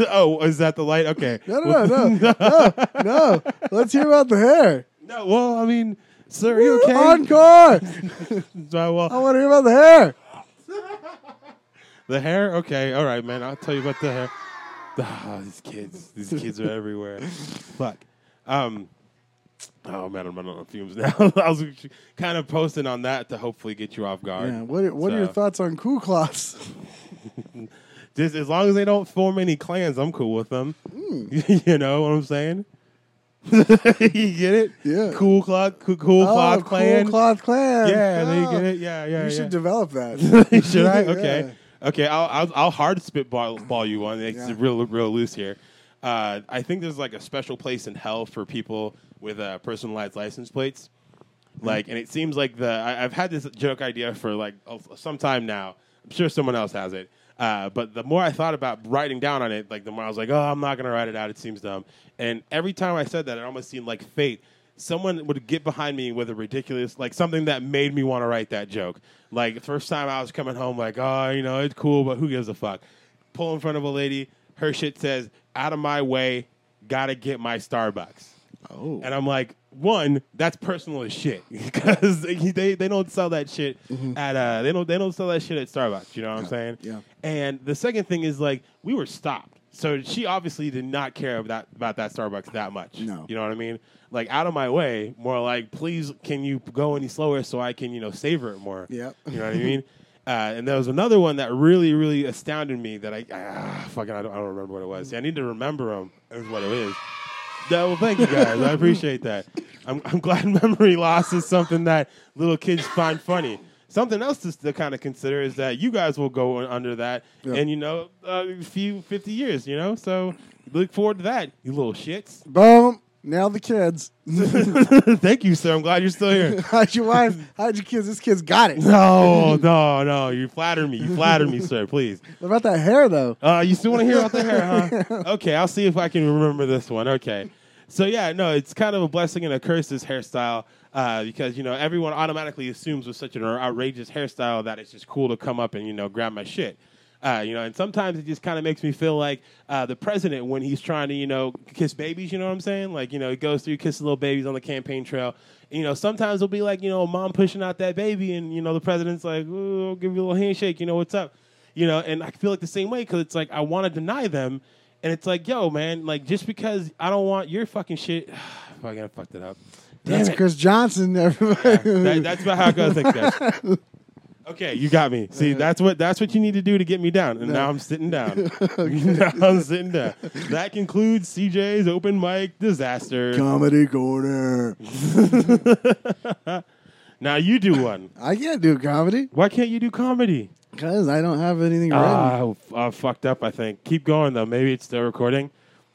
oh, is that the light? Okay. No, no, no, no, no, no. Let's hear about the hair. No, well, I mean, sir, are you okay? Encore. Sorry, I Oh. well, want to hear about the hair. the hair. Okay, all right, man. I'll tell you about the hair. Ah, these kids, these kids are everywhere. Fuck. Um. Oh man, I'm running on fumes now. I was kind of posting on that to hopefully get you off guard. Yeah. What are, What are your So, thoughts on Ku Klux? Just as long as they don't form any clans, I'm cool with them. Hmm. you know what I'm saying? you get it? Yeah. Cool cloth, cool, cool Oh, cloth clan. Cool cloth clan. Yeah, Oh, they get it. Yeah, yeah. You yeah. should develop that. should I? Okay. Okay, I'll, I'll I'll hard spitball ball you one. It's Yeah. real real loose here. Uh, I think there's like a special place in hell for people with uh, personalized license plates. Like, and it seems like the I, I've had this joke idea for like a- some time now. I'm sure someone else has it. Uh, but the more I thought about writing down on it, like the more I was like, oh, I'm not gonna write it out. It seems dumb. And every time I said that, it almost seemed like fate. Someone would get behind me with a ridiculous, like something that made me want to write that joke. Like first time I was coming home, like, oh, you know, it's cool, but who gives a fuck? Pull in front of a lady. Her shit says, out of my way. Gotta get my Starbucks. Oh. And I'm like, one, that's personal as shit because they, they don't sell that shit at uh they don't they don't sell that shit at Starbucks. You know what I'm saying? Mm-hmm. yeah. And the second thing is like we were stopped, so she obviously did not care about about that Starbucks that much. No. you know what I mean? Like out of my way, more like please can you go any slower so I can you know savor it more. Yep. You know what I mean? Uh, and there was another one that really, really astounded me that I, ah, fucking, I don't, I don't remember what it was. I need to remember them, is what it is. No, well, thank you guys. I appreciate that. I'm, I'm glad memory loss is something that little kids find funny. Something else to, to kind of consider is that you guys will go un- under that, and you know, a few fifty years, you know. So look forward to that, you little shits. Boom. Now the kids. thank you, sir. I'm glad you're still here. Hide your wife. Hide your kids. This kid's got it. What No, no, no. You flatter me. You flatter me, sir. Please. about that hair though? Uh, you still want to hear about the hair, huh? Okay, I'll see if I can remember this one. Okay. So, yeah, no, it's kind of a blessing and a curse, this hairstyle, uh, because, you know, everyone automatically assumes with such an outrageous hairstyle that it's just cool to come up and, you know, grab my shit. Uh, you know, and sometimes it just kind of makes me feel like uh, the president when he's trying to, you know, kiss babies. You know what I'm saying? Like, you know, he goes through kisses little babies on the campaign trail. You know, sometimes it'll be like, you know, a mom pushing out that baby, and you know, the president's like, "Ooh, I'll give you a little handshake. You know, what's up? you know and i feel like the same way because it's like i want to deny them and it's like yo man like just because i don't want your fucking shit fucking i fucked it up Damn That's it. Chris Johnson. Everybody. That- that's about how it goes like that okay you got me see that's what that's what you need to do to get me down and now i'm sitting down now i'm sitting down that concludes cj's open mic disaster Comedy corner. now you do one I can't do comedy why can't you do comedy because I don't have anything written. Ah, I fucked up. I think. Keep going though. Maybe it's still recording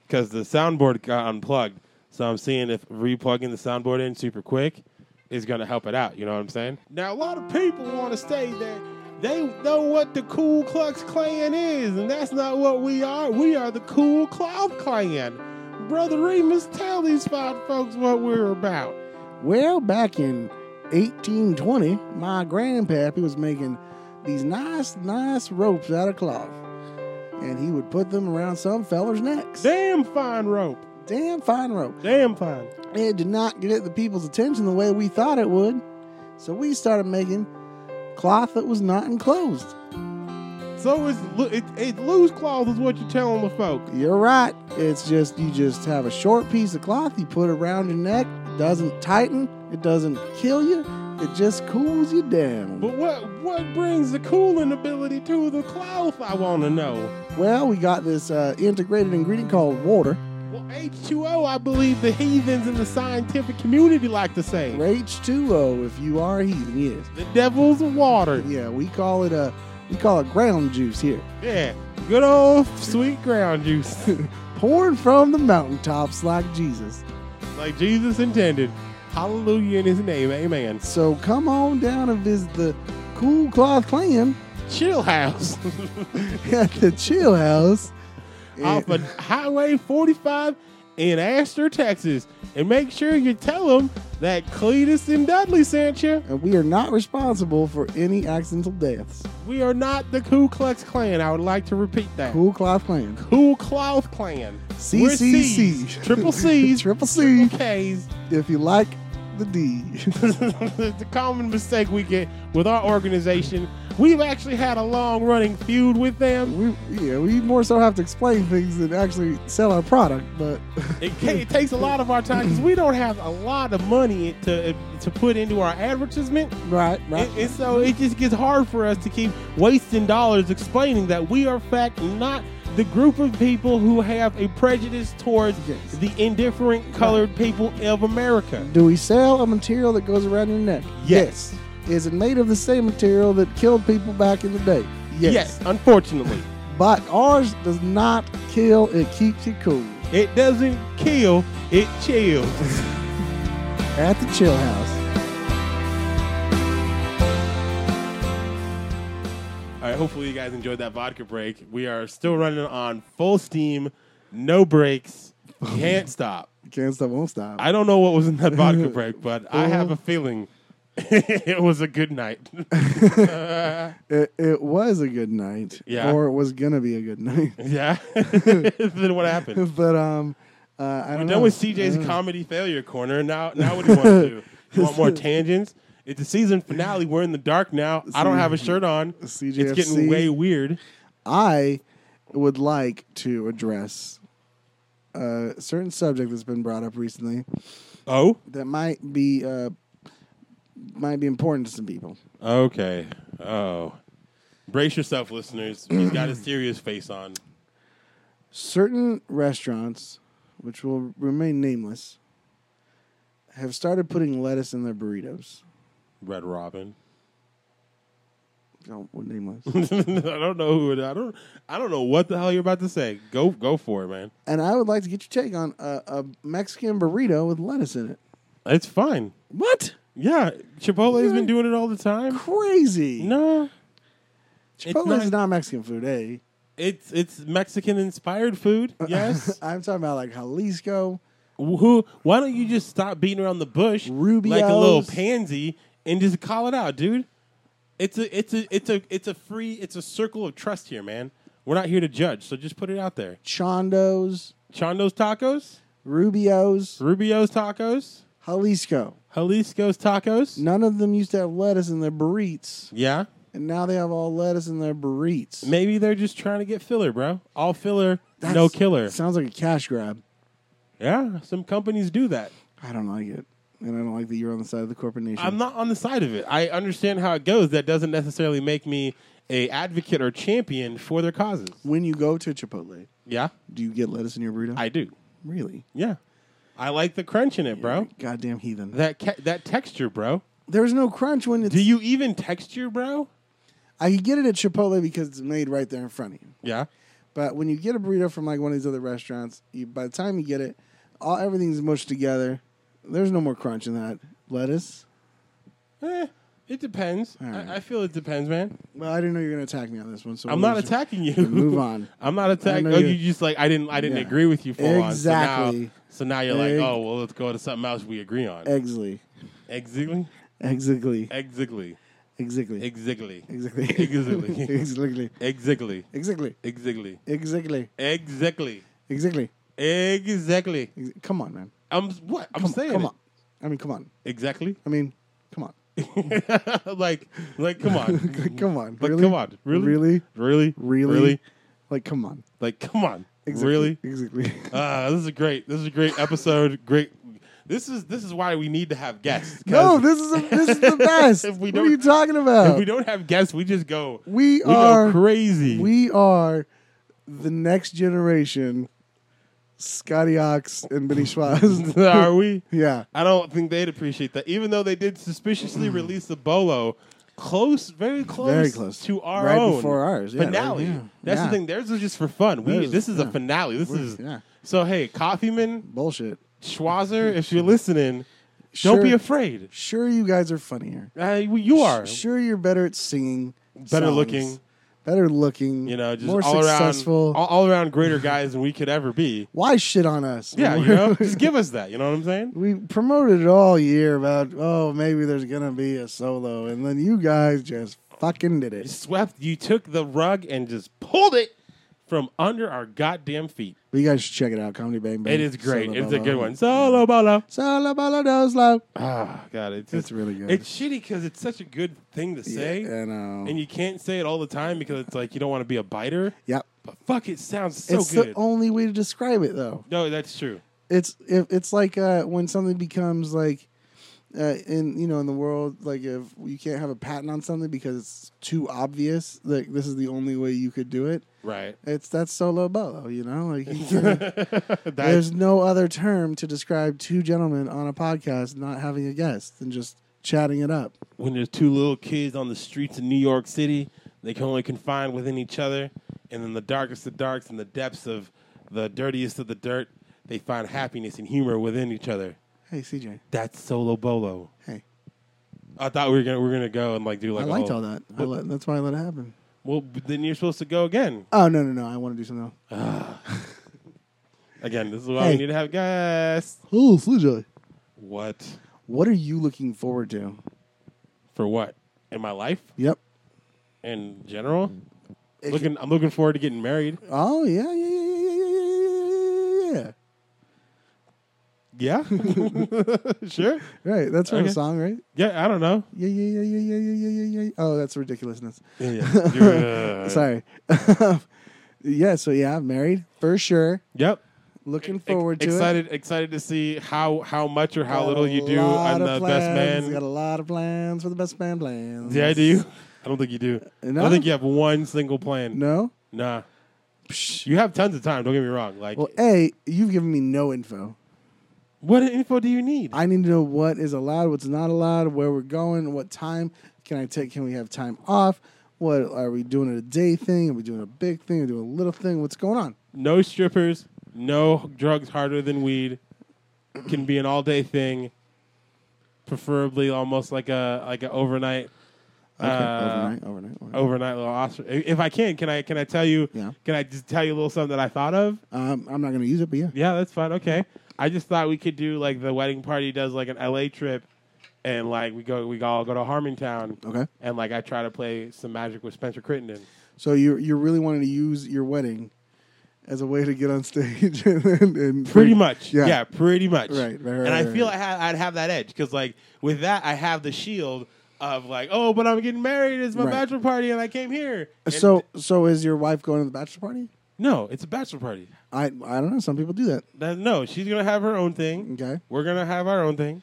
because the soundboard got unplugged. So I'm seeing if replugging the soundboard in super quick is going to help it out. You know what I'm saying? Now a lot of people want to say that they know what the Cool Klux Klan is, and that's not what we are. We are the Cool Cloth Klan. Brother Remus, tell these fine folks what we're about. Well, back in 1820, my grandpappy was making these nice, nice ropes out of cloth. And he would put them around some feller's necks. Damn fine rope. Damn fine rope. Damn fine. It did not get the people's attention the way we thought it would. So we started making cloth that was not enclosed. So it's, lo- it, it's loose cloth is what you're telling the folks. You're right. It's just you just have a short piece of cloth you put around your neck. It doesn't tighten. It doesn't kill you. It just cools you down. But what what brings the cooling ability to the cloth? I want to know. Well, we got this uh, integrated ingredient called water. Well, H2O, I believe the heathens in the scientific community like to say. H2O, if you are a heathen, yes. The devil's water. Yeah, we call it a we call it ground juice here, Yeah. Good old sweet ground juice. pouring from the mountaintops like Jesus. like Jesus intended. Hallelujah in his name. Amen. So come on down and visit the Cool Cloth Clan Chill House at the Chill House. off of Highway 45 in Astor, Texas. And make sure you tell them that Cletus and Dudley sent you. And we are not responsible for any accidental deaths. We are not the Ku Klux Klan. I would like to repeat that. Cool Cloth Clan. Cool Cloth Clan. CCC. We're C's. Triple C's. Triple C. Triple K's. If you like the D. the common mistake we get with our organization. We've actually had a long running feud with them. we, yeah, we more so have to explain things than actually sell our product, but It, ca- it takes a lot of our time because we don't have a lot of money to to put into our advertisement. right, right. And, and so it just gets hard for us to keep wasting dollars explaining that we are, in fact, not the group of people who have a prejudice towards Yes. the indifferent colored people of America. Do we sell a material that goes around your neck? Yes. Is it made of the same material that killed people back in the day? Yes, unfortunately. But ours does not kill, it keeps you cool. It doesn't kill, it chills. At the Chill House. All right, hopefully you guys enjoyed that vodka break. We are still running on full steam, no breaks, can't stop. Can't stop, won't stop. I don't know what was in that vodka break, but I have a feeling it was a good night. It, it was a good night. Yeah. Or it was going to be a good night. yeah. then what happened? but, um, uh, I don't We're know. done with CJ's comedy failure corner. Now, now what do you want to do? You want more tangents? It's the season finale. We're in the dark now. I don't have a shirt on. It's CJFC. getting way weird. I would like to address a certain subject that's been brought up recently Oh, that might be, uh, might be important to some people. okay. Oh, brace yourself, listeners. He's got a serious face on. certain restaurants, which will remain nameless, have started putting lettuce in their burritos. Red Robin. No, well, Oh, nameless. I don't know who it, I don't I don't know what the hell you're about to say. Go go for it, man. and I would like to get your take on a, a Mexican burrito with lettuce in it. It's fine. What? Yeah, Chipotle's been doing it all the time. Crazy. No, Chipotle not- is not Mexican food, eh? it's it's Mexican inspired food. Yes. I'm talking about like Jalisco. Who? Why don't you just stop beating around the bush, like a Rubio's. little pansy, and just call it out, dude? It's a it's a it's a it's a free it's a circle of trust here, man. We're not here to judge, so just put it out there. Chondos, Chondo's tacos, Rubios, Rubio's tacos, Jalisco. Jalisco's tacos. None of them used to have lettuce in their burritos, Yeah. and now they have all lettuce in their burritos. Maybe they're just trying to get filler, bro. All filler, That's- no killer. Sounds like a cash grab. Yeah, some companies do that. I don't like it, and I don't like that you're on the side of the corporate nation. I'm not on the side of it. I understand how it goes. That doesn't necessarily make me a advocate or champion for their causes. when you go to Chipotle, Yeah, do you get lettuce in your burrito? I do. really, Yeah, I like the crunch in it, bro. goddamn heathen. That ca- that texture, bro. There's no crunch when it's. Do you even texture, bro? I could get it at Chipotle because it's made right there in front of you. Yeah, But when you get a burrito from like one of these other restaurants, you, by the time you get it, all everything's mushed together. There's no more crunch in that lettuce. eh, it depends. right. I-, I feel it depends, man. Well, I didn't know you were gonna attack me on this one, so I'm we'll not just- attacking you. Move on. I'm not attacking. know Oh, you. you- just like I didn't. I didn't Yeah. agree with you for on. So now, Exactly. so now you're like, Ex- oh well, let's go to something else we agree on. Exactly, Exactly. exactly, Exactly. exactly, Exactly. exactly, Exactly. exactly, Exactly. Exactly. exactly, exactly, Exactly. exactly. Exactly. Ex- Come on, man. I'm what I'm Come, saying. come it. on. I mean, come on. Exactly. I mean, come on. like, like, come on. Like, come on. Like, really? come on. Really? Really? Really? Really? Like, come on. Like, come on. Exactly. Really? Exactly. Uh, this is great. This is a great episode. great. This is this is why we need to have guests. 'cause no, this is a, this is the best. If we what don't- are you talking if about? we don't have guests, we just go. We go are- crazy. We are the next generation Scotty Ox and Benny Schwaz. are we? yeah. I don't think they'd appreciate that, even though they did suspiciously release a bolo close, very close, Mm. Very close. to our Right own before ours, yeah, right, finale. yeah. That's the Yeah. thing. Theirs was just for fun. We Theirs- this is a yeah. finale. This We're- is yeah. so. Hey, Coffeeman Bullshit. Schwazer, if you're listening, Don't sure, be afraid. Sure, you guys are funnier. Uh, well, you are. Sure, you're better at singing. Better songs, looking. Better looking. You know, just more all successful. around, all, all around greater guys than we could ever be. Why shit on us? Yeah, you We're- know, just give us that. You know what I'm saying? we promoted it all year about oh maybe there's gonna be a solo, and then you guys just fucking did You it. swept. You took the rug and just pulled it from under our goddamn feet. But you guys should check it out, Comedy Bang Bang. It is great. Solo it's a Bolo. good one. Solo bolo. Solo bolo dos lo. Ah, God, it's It's just, really good. it's shitty because it's such a good thing to say, Yeah, um, I know. and you can't say it all the time because it's like you don't want to be a biter. yep. But fuck, it sounds so it's good. the only way to describe it though. no, that's true. It's if it's like uh, when something becomes like uh, in you know in the world like if you can't have a patent on something because it's too obvious like this is the only way you could do it. Right. It's that's solo bolo, you know. Like you can't- that's there's no other term to describe two gentlemen on a podcast not having a guest than just chatting it up. when there's two little kids on the streets of New York City, they can only confine within each other, and in the darkest of darks, in the depths of the dirtiest of the dirt, they find happiness and humor within each other. Hey CJ, That's solo bolo. hey, I thought we were gonna we were gonna go and like do like I a liked whole- all that. I let, that's why I let it happen. Well, but then you're supposed to go again. Oh no no no! I want to do something. else. Again, this is why we Hey. need to have guests. Oh, CJ. What What are you looking forward to? for what in my life Yep. in general? It Looking, I'm looking forward to getting married. Oh yeah yeah yeah yeah yeah yeah yeah yeah yeah. Yeah, sure. yeah. Right, that's from Okay. a song, right? Yeah, I don't know. Yeah yeah yeah yeah yeah yeah yeah yeah yeah. Oh, that's ridiculousness. Yeah, yeah. You're, uh, Sorry. yeah, so yeah, I'm married for sure. Yep. Looking forward Ex- to it. excited, excited to see how how much or how Got little a you do lot on of the plans. best Got a man. lot of plans for the best man plans. Yeah, do you? I don't think you do. I No? don't think you have one single plan. No. Nah. You have tons of time. Don't get me wrong. Like, Well, a you've given me no info. what info do you need? I need to know what is allowed, what's not allowed, where we're going, what time can I take? Can we have time off? What are we doing? A day thing? Are we doing a big thing? Are we doing a little thing? What's going on? no strippers, no drugs harder than weed. Can be an all day thing. Preferably, almost like a like an overnight. Okay, uh, overnight, overnight, overnight. Overnight little Oscar. If I can, can I can I tell you? Yeah. Can I just tell you a little something that I thought of? Um, I'm not going to use it, but yeah. Yeah, that's fine. Okay. I just thought we could do like the wedding party does like an LA trip and like we go we all go to Harmontown Okay. and like I try to play some magic with Spencer Crittenden. So you're you're really wanting to use your wedding as a way to get on stage and, and, and Pretty much. Yeah, Yeah. pretty much. Right, right, right, and I right, feel right. I ha- I'd have that edge cuz like with that I have the shield of like, "Oh, but I'm getting married. It's my Right. Uh, bachelor party and I came here." And So so is your wife going to the bachelor party? no, it's a bachelor party. I I don't know. Some people do that. That, no, she's going to have her own thing. Okay. We're going to have our own thing.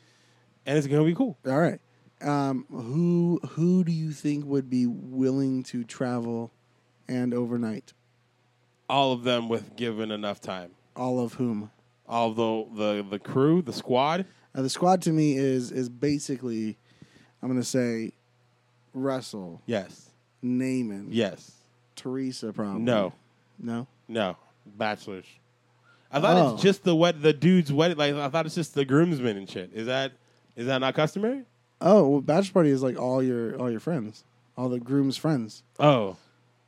And it's going to be cool. All right. Um, who who do you think would be willing to travel and overnight? All of them with given enough time. All of whom? all the the the crew, the squad. Uh, the squad to me is is basically, I'm gonna say, Russell, Yes. Naaman, Yes. Teresa, probably. No. no. No. Bachelors. I thought Oh. it's just the wet the dude's wedding. Like I thought it's just the groomsmen and shit. Is that is that not customary? Oh, well, bachelor party is like all your all your friends, all the groom's friends. Oh,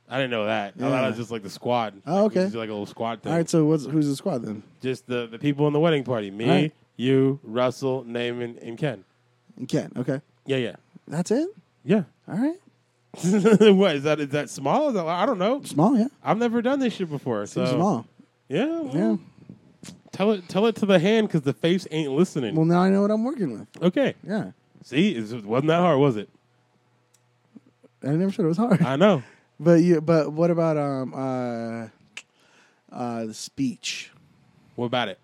I didn't know that. I thought it was Yeah. just like the squad. Oh, Like, we okay. just do, like a little squad thing. All right, so what's who's the squad then? Just the the people in the wedding party. Me, All right. you, Russell, Naaman, and Ken. Ken. Okay, Yeah, yeah, that's it. yeah. All right, what is that? Is that small? Is that, I don't know. small, yeah, I've never done this shit before. Seems so small. Yeah, well, Yeah. Tell it, tell it to the hand because the face ain't listening. Well, now I know what I'm working with. okay. Yeah, See, it wasn't that hard, was it? I never said it was hard. I know. But you, but what about um uh uh the speech? What about it?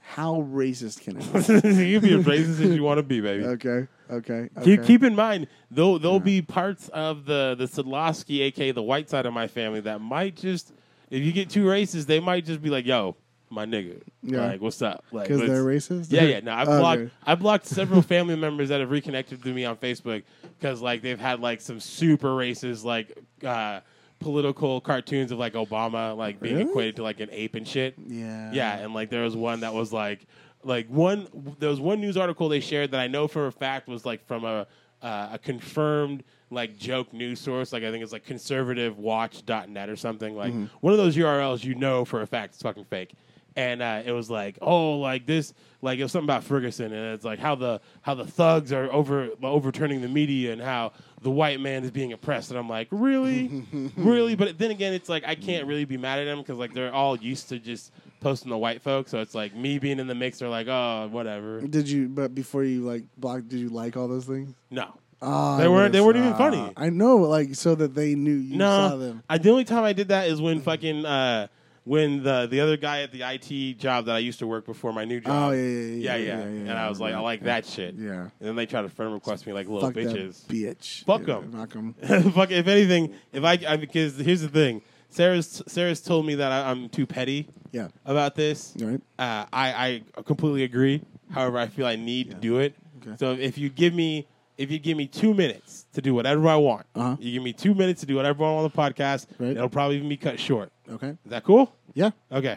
How racist can it? you can be as racist as you want to be, baby. be? okay, okay, okay. Keep, keep in mind, though, there'll be parts of the the Sadlowski, aka the white side of my family, that might just, if you get too racist, they might just be like, "Yo, my nigga, Yeah. like, what's up?" Like, because let's- they're racist. Yeah, yeah. No, I Okay. blocked. I blocked several family members that have reconnected to me on Facebook because like they've had like some super racist like uh, political cartoons of like Obama like being Really? equated to like an ape and shit. Yeah, Yeah, and like there was one that was like. like one there was one news article they shared that I know for a fact was like from a uh, a confirmed like joke news source like I think it's like conservativewatch.net or something like one of those URLs you know for a fact it's fucking fake and uh, it was like oh like this like it was something about Ferguson and it's like how the how the thugs are over overturning the media and how the white man is being oppressed and I'm like really really but then again it's like I can't really be mad at them because like they're all used to just posting the white folks so it's like me being in the mix they're like oh whatever Did you? But before you like blocked, did you like all those things? no Ah, They I weren't- they wish. weren't even Ah, funny. I know, like so that they knew you saw no them. I, the only time I did that is when fucking uh, when the the other guy at the IT job that I used to work before my new Oh job yeah, yeah, yeah, and I was like I like that shit Yeah. And then they try to friend request me like little Fuck bitches. that bitch. Fuck yeah, 'em. Knock 'em. Fuck. If anything, if I, I because here's the thing, Sarah's Sarah's told me that I, I'm too petty Yeah. about this. All right. Uh, I I completely agree. However, I feel I need to do it. Okay. So if you give me if you give me two minutes to do whatever I want, Uh-huh. you give me two minutes to do whatever I want on the podcast, Right. it'll probably even be cut short. Okay. Is that cool? Yeah. Okay.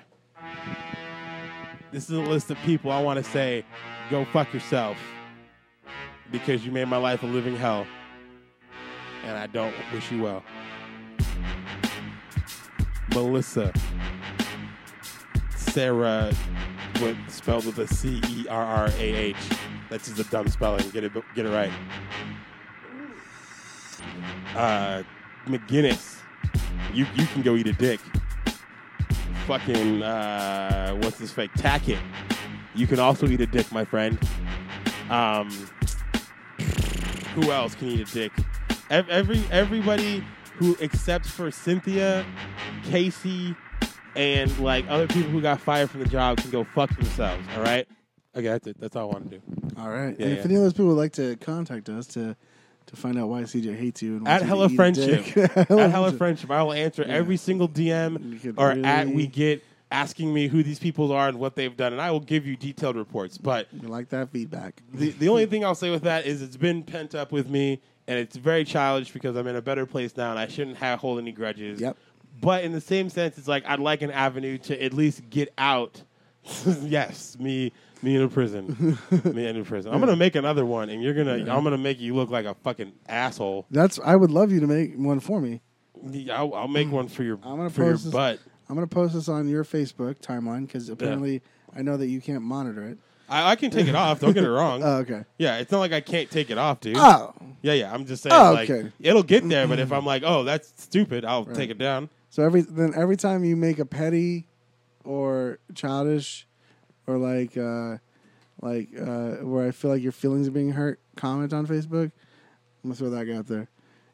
This is a list of people I want to say, go fuck yourself, because you made my life a living hell, and I don't wish you well. Melissa, Sarah, what spelled with a C E R R A H. That's just a dumb spelling. Get it, get it right. Uh, McGinnis, you you can go eat a dick fucking uh, what's this fake Tackett. You can also eat a dick, my friend. Um, who else can eat a dick? Ev- Every everybody who except for Cynthia, Casey, and like other people who got fired from the job can go fuck themselves. All right. Okay, that's it. That's all I want to do. All right. Yeah, and yeah. if any of those people would like to contact us to to find out why CJ hates you and wants At you to Hella eat a Friendship. dick. at Hella Friendship, I will answer every single You DM could or at really- we get asking me who these people are and what they've done, and I will give you detailed reports. But You like that feedback? the, the only thing I'll say with that is it's been pent up with me, and it's very childish because I'm in a better place now, and I shouldn't have hold any grudges. Yep. But in the same sense, it's like I'd like an avenue to at least get out. yes, me, me in a prison, me in a prison. I'm gonna make another one, and you're gonna, I'm gonna make you look like a fucking asshole. That's. I would love you to make one for me. I'll, I'll make one for your, I'm gonna for your post this- butt. I'm gonna post this on your Facebook timeline because apparently I know that you can't monitor it. I, I can take it off. Don't get it wrong. Oh, okay. yeah, it's not like I can't take it off, dude. Oh, Yeah, yeah. I'm just saying, Oh, like, okay. Mm-hmm. it'll get there. But if I'm like, oh, that's stupid, I'll take it down. so every then every time you make a petty, or childish, or like uh, like uh, where I feel like your feelings are being hurt, comment on Facebook. I'm gonna throw that guy out there.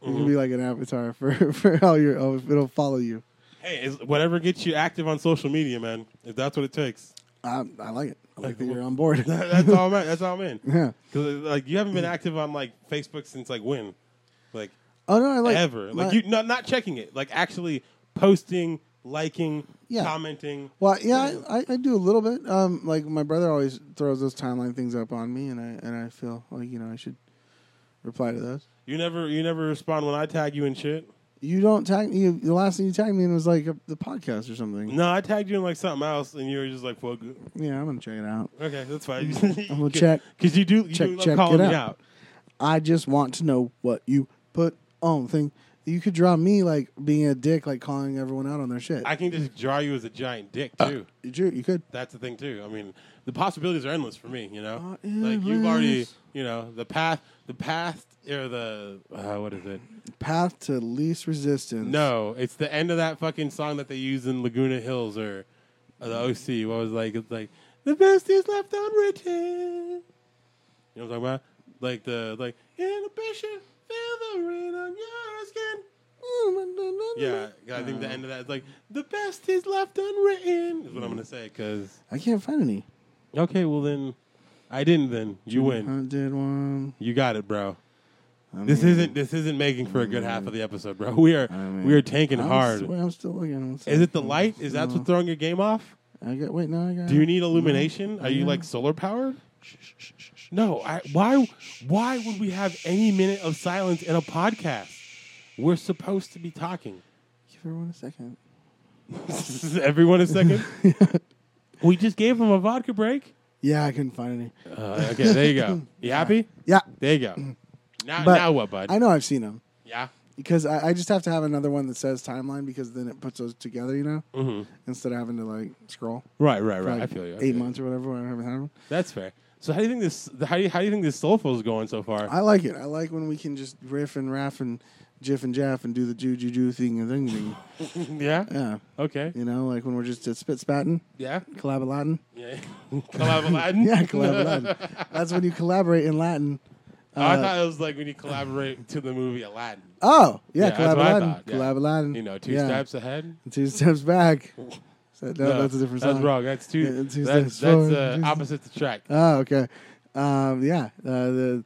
You can be like an avatar for for all your. Oh, it'll follow you. Hey, is whatever gets you active on social media, man. If that's what it takes, I, I like it. I like that you're on board. that's all. I'm at, that's all I'm in. yeah. Because like you haven't been active on like Facebook since like when, like Oh no, I like ever. Like my- you not not checking it. Like actually posting, liking, Yeah. commenting. Well, yeah, I, I, I do a little bit. Um, like my brother always throws those timeline things up on me, and I and I feel like you know I should reply to those. You never you never respond when I tag you in shit. You don't tag me. The last thing you tagged me in was like a, the podcast or something. No, I tagged you in like something else, and you were just like, "Well, good. Yeah, I'm gonna check it out. okay, that's fine." I'm gonna check. because you do you Check- do love check calling it me out. out. I just want to know what you put on thing. You could draw me like being a dick, like calling everyone out on their shit. I can just draw you as a giant dick too. you, drew- you could. that's the thing too. I mean, the possibilities are endless for me. You know, Are like you've endless. already, you know, the path, the path, or the uh, what is it? Path to least resistance. No, it's the end of that fucking song that they use in Laguna Hills or, or the OC. What was it like it's like the best is left unwritten. You know what I'm talking about? Like the like inhibition, feel the rain on your skin. Yeah, I think the end of that is like the best is left unwritten. Is what I'm gonna say because. I can't find any. Okay, well then, I didn't. Then you win. I did one. You got it, bro. I This mean, isn't this isn't making for a good half of the episode, bro. We are mean, we are tanking I'm hard. still- I'm still looking. I'm still Is it the looking. light? Is that No. what's throwing your game off? I got. Wait, no, I got. Do you need illumination? Are you Yeah. like solar powered? No. I, why why would we have any minute of silence in a podcast? We're supposed to be talking. Give everyone a second. Everyone a second. we just gave them a vodka break. Yeah, I couldn't find any. Uh, okay, there you go. You happy? Yeah, There you go. Now, But now what, bud? I know I've seen them yeah. because I, I just have to have another one that says timeline because then it puts those together, you know, Mm-hmm. instead of having to like scroll. Right, right, for, right. I like, feel you. I feel Eight you. months or whatever. when I haven't had one. That's fair. So how do you think this? How do you, how do you think this soulful is going so far? I like it. I like when we can just riff and raff and jiff and jaff and do the ju ju ju thing and thing. thing. yeah. yeah, Okay. you know, like when we're just at spit spatting, Yeah. collab Latin. Yeah. collab in Latin. Yeah, collab Latin. That's when you collaborate in Latin. oh, I Uh, thought it was like when you collaborate to the movie Aladdin. Oh, yeah, Yeah, collab that's what I Aladdin. thought, yeah. Collab Aladdin. You know, two Yeah. steps ahead. Two steps back. So that- that's a different song. That's wrong. That's two. Yeah, two that's that's steps forward, uh, two opposite the track. Oh, okay. Um, yeah. Uh, the,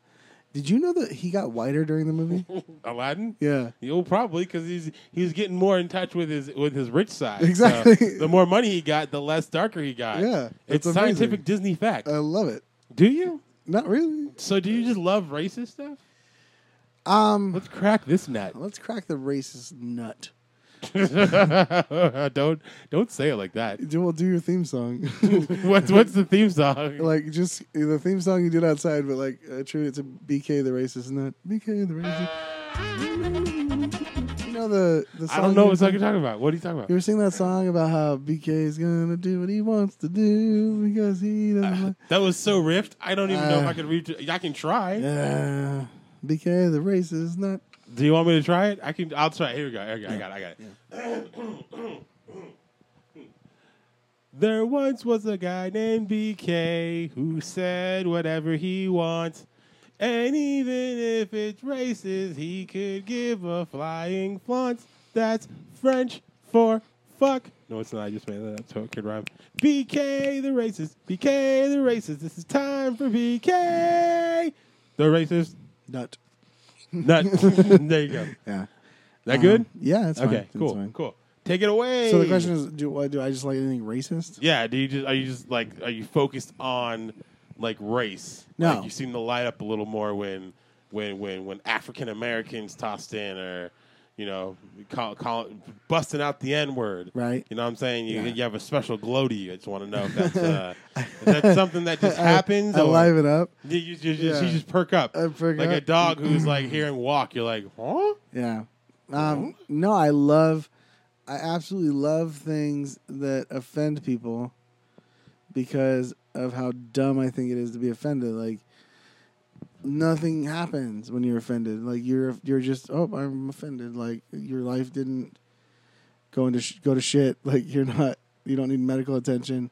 did you know that he got whiter during the movie? Aladdin. yeah. You'll probably because he's he's getting more in touch with his with his rich side. So Exactly. the more money he got, the less darker he got. Yeah, It's that's amazing. Uh, scientific Disney fact. I love it. do you? Not really. So do you just love racist stuff? Um, Let's crack this nut. let's crack the racist nut. don't don't say it like that. Do well, do your theme song. What's what's the theme song? like just the theme song you did outside, but like attribute it to BK the racist nut. BK the racist. You know the the song. I don't know you- what song you're talking about. What are you talking You about? ever sing that song about how BK is gonna do what he wants to do because he doesn't. like That was so riffed. I don't even know if Uh, I can read. it. I can try. Uh, BK the racist nut. Do you want me to try it? I can. I'll try. it. Here we go. Here we go. I got. It, I got it. there once was a guy named BK who said whatever he wants, and even if it's racist, he could give a flying flaunt. That's French for fuck. No, it's not. I just made that up so it could rhyme. BK the racist. BK the racist. This is time for BK the racist. Nut. Nut. there you go. Yeah. Um, That good? Yeah, that's fine. okay, That's cool, fine. cool. Take it away. So the question is, do why do I just like anything racist? yeah, do you just are you just like are you focused on like race? No. like, you seem to light up a little more when when when when African Americans tossed in or you know call, call, busting out the N word. Right. You know what I'm saying? You, Yeah. you have a special glow to you. I just want to know if that's uh, if that's something that just happens. I, I or liven up. you, you just, you just- you Yeah. just perk up I perk like a up. dog who's like hearing walk. You're like, huh? Yeah. Um, no, I love, I absolutely love things that offend people because of how dumb I think it is to be offended. Like nothing happens when you're offended. Like you're you're just oh I'm offended. Like your life didn't go into sh- go to shit. Like you're not you don't need medical attention.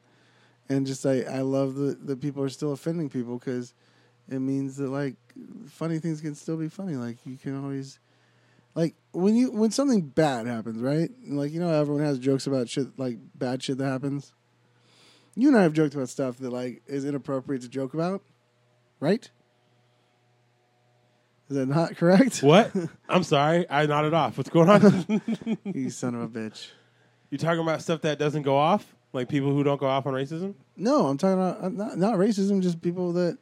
And just I I love that that people are still offending people because it means that like funny things can still be funny. Like you can always like when you when something bad happens, right? Like you know, how everyone has jokes about shit like bad shit that happens. You and I have joked about stuff that like is inappropriate to joke about, right? Is that not correct? What? I'm sorry, I nodded off. What's going on? you son of a bitch. You talking about stuff that doesn't go off, like people who don't go off on racism? No, I'm talking about uh, not not racism, just people that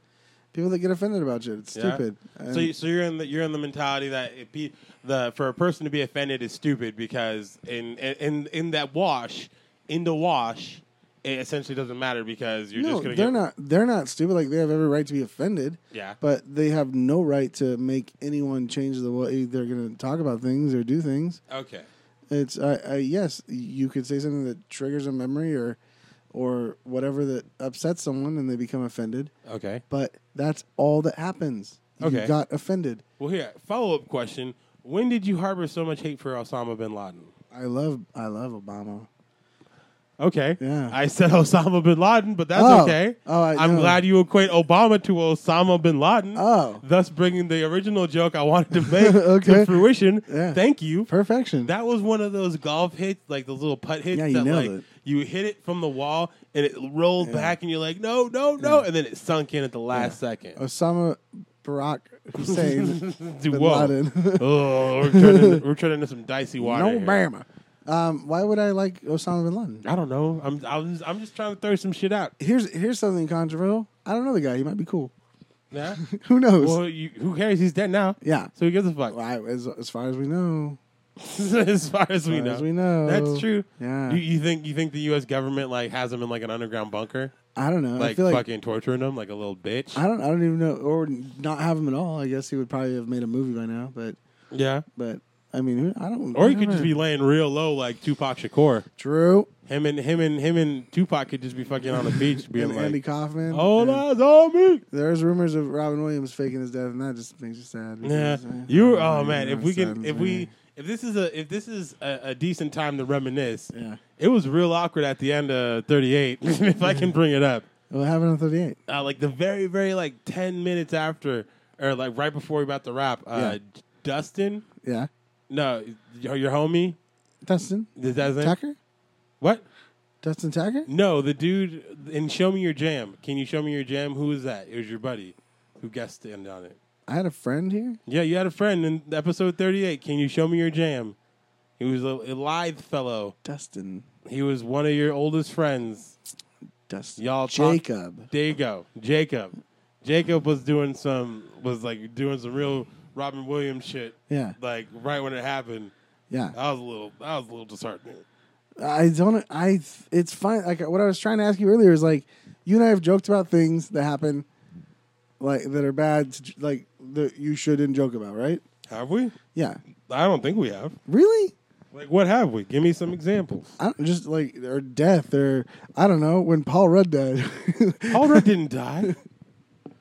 people that get offended about shit. It's Yeah. stupid. And so, you, so you're in the you're in the mentality that it be, the for a person to be offended is stupid because in in in that wash, in the wash, it essentially doesn't matter because you're no, just gonna they're get not they're not stupid. Like they have every right to be offended. yeah But they have no right to make anyone change the way they're going to talk about things or do things. okay It's I, I yes, you could say something that triggers a memory or or whatever that upsets someone and they become offended. okay. But that's all that happens. Okay. You got offended. Well, here follow up question: When did you harbor so much hate for Osama bin Laden? I love I love Obama. Okay. Yeah. I said Osama bin Laden, but that's Oh. okay. Oh, I am know. glad you equate Obama to Osama bin Laden. Oh. Thus bringing the original joke I wanted to make to Okay. fruition. Yeah. Thank you. Perfection. That was one of those golf hits, like those little putt hits Yeah, you that nailed like it. you hit it from the wall and it rolled Yeah. back and you're like, no, no, no, and then it sunk in at the last second. Osama Barack Hussein Dude, Oh, bin whoa. Laden. oh, we're turning, we're turning into some dicey water. no here. Bama. Um, why would I like Osama bin Laden? I don't know. I'm I'm just, I'm just trying to throw some shit out. Here's here's something controversial. I don't know the guy. He might be cool. Yeah. Who knows? well, you, who cares? He's dead now. yeah. So he gives a fuck. Well, I, as as far as we know, as far as we far know. as we know. That's true. Yeah. You, you think you think the U.S. government like has them in like an underground bunker, I don't know. I like, feel like fucking torturing them like a little bitch? I don't. I don't even know, or not have him at all. I guess he would probably have made a movie by now. But yeah. but I mean, who- I don't. Or he could whatever. just be laying real low like Tupac Shakur. Drew Him and him and him and Tupac could just be fucking on the beach, being and Andy like, Kaufman. "Hold and on, on me." There's rumors of Robin Williams faking his death, and that just makes you sad. Yeah, because, uh, you. I Oh don't man, know, if we can, saddens if me. we, if this is a, if this is a, a decent time to reminisce, yeah. it was real awkward at the end of 38. if I can bring it up, What happened on 38? uh, like the very, very like 10 minutes after, or like right before we about to wrap, uh, Dustin, Yeah, no, your, your homie, Dustin is that his name? Tucker. What? Dustin Tucker. No, the dude in Show Me Your Jam. Can you show me your jam? Who was that? It was your buddy who guessed in on it. I had a friend here. Yeah, you had a friend in episode 38. Can you show me your jam? He was a, a lithe fellow. Dustin. He was one of your oldest friends. Dustin. Y'all talk- Jacob. There you go, Jacob. Jacob was doing some was like doing some real Robin Williams shit. Yeah. Like right when it happened, Yeah. I was a little I was a little disheartened. I don't. I. It's fine. Like what I was trying to ask you earlier is like, you and I have joked about things that happen, like that are bad. To, j- like that you shouldn't joke about, right? Have we? Yeah. I don't think we have. Really? Like, what have we? Give me some examples. I don't, just like or death or I don't know when Paul Rudd died, Paul Rudd didn't die.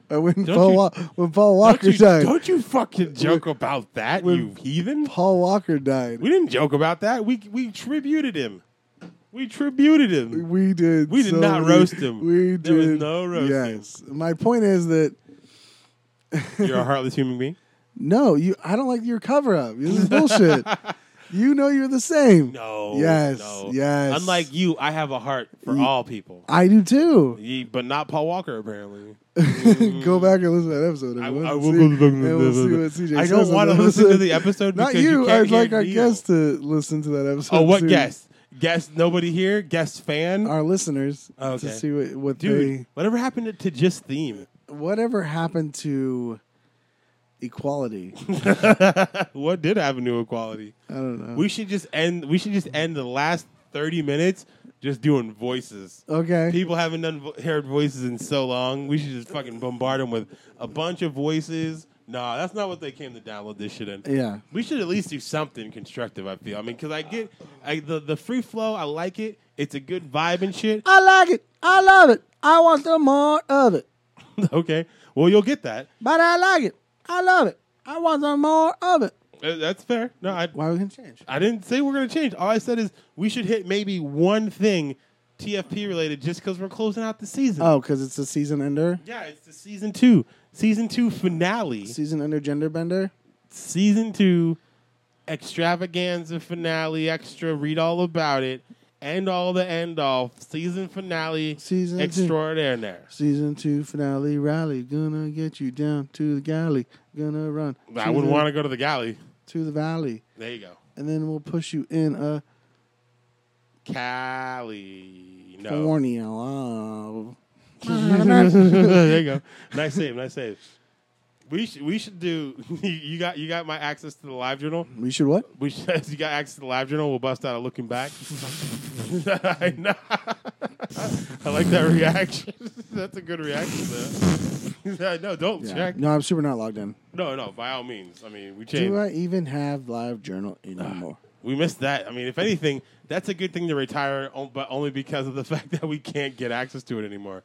Or when Don't Paul you- Wa- when Paul Don't Walker you, died, don't you fucking joke about that, you heathen. Paul Walker died. We didn't joke about that. We we tributed him. We tributed him. We did. We did so not many- roast him. We did. There was no roasting. Yes. My point is that You're a heartless human being. no, you. I don't like your cover up. This is bullshit. you know you're the same. No. Yes. no. Yes. Unlike you, I have a heart for all people. I do too. Ye- but not Paul Walker, apparently. go back and listen to that episode. Mm. I, everyone, I and will see- go back and and we'll see what CJ I says don't on want to that listen to episode. the episode Not because you. you I'd can't like hear our Neil. guests to listen to that episode. Oh, what too. guest? Guest nobody here? Guest fan? Our listeners Oh, Okay. to see what what Dude, whatever happened to, to just theme? they whatever happened to equality. what did happen to equality? I don't know. We should just end. We should just end the last thirty minutes just doing voices. okay. People haven't done vo- heard voices in so long. We should just fucking bombard them with a bunch of voices. Nah, that's not what they came to download this shit in. yeah. We should at least do something constructive. I feel. I mean, because I get I, the the free flow. I like it. It's a good vibe and shit. I like it. I love it. I want some more of it. okay. Well, you'll get that. But I like it. I love it. I want some more of it. Uh, That's fair. No, I Why we gonna change? I didn't say we're gonna change. All I said is we should hit maybe one thing TFP related just because we're closing out the season. Oh, because it's a season ender. Yeah, it's the season two, season two finale, Season ender gender bender. season two extravaganza finale extra. Read all about it. End all the end all season finale Season two. extraordinaire. Season two finale rally. Gonna get you down to the galley. Gonna run. I would want to go to the galley. to to the valley, There you go, and then we'll push you in a Cali. No, Borneo. Oh. there you go. Nice save, nice save. We should we should do. you got you got my access to the live journal. We should what? We should, you got access to the live journal. We'll bust out a looking back. I know. I like that reaction. That's a good reaction. Though. no, don't Yeah. check. No, I'm super not logged in. No, no. By all means. I mean, we Do changed. I even have live journal anymore? We missed that. I mean, if anything, that's a good thing to retire, o- but only because of the fact that we can't get access to it anymore.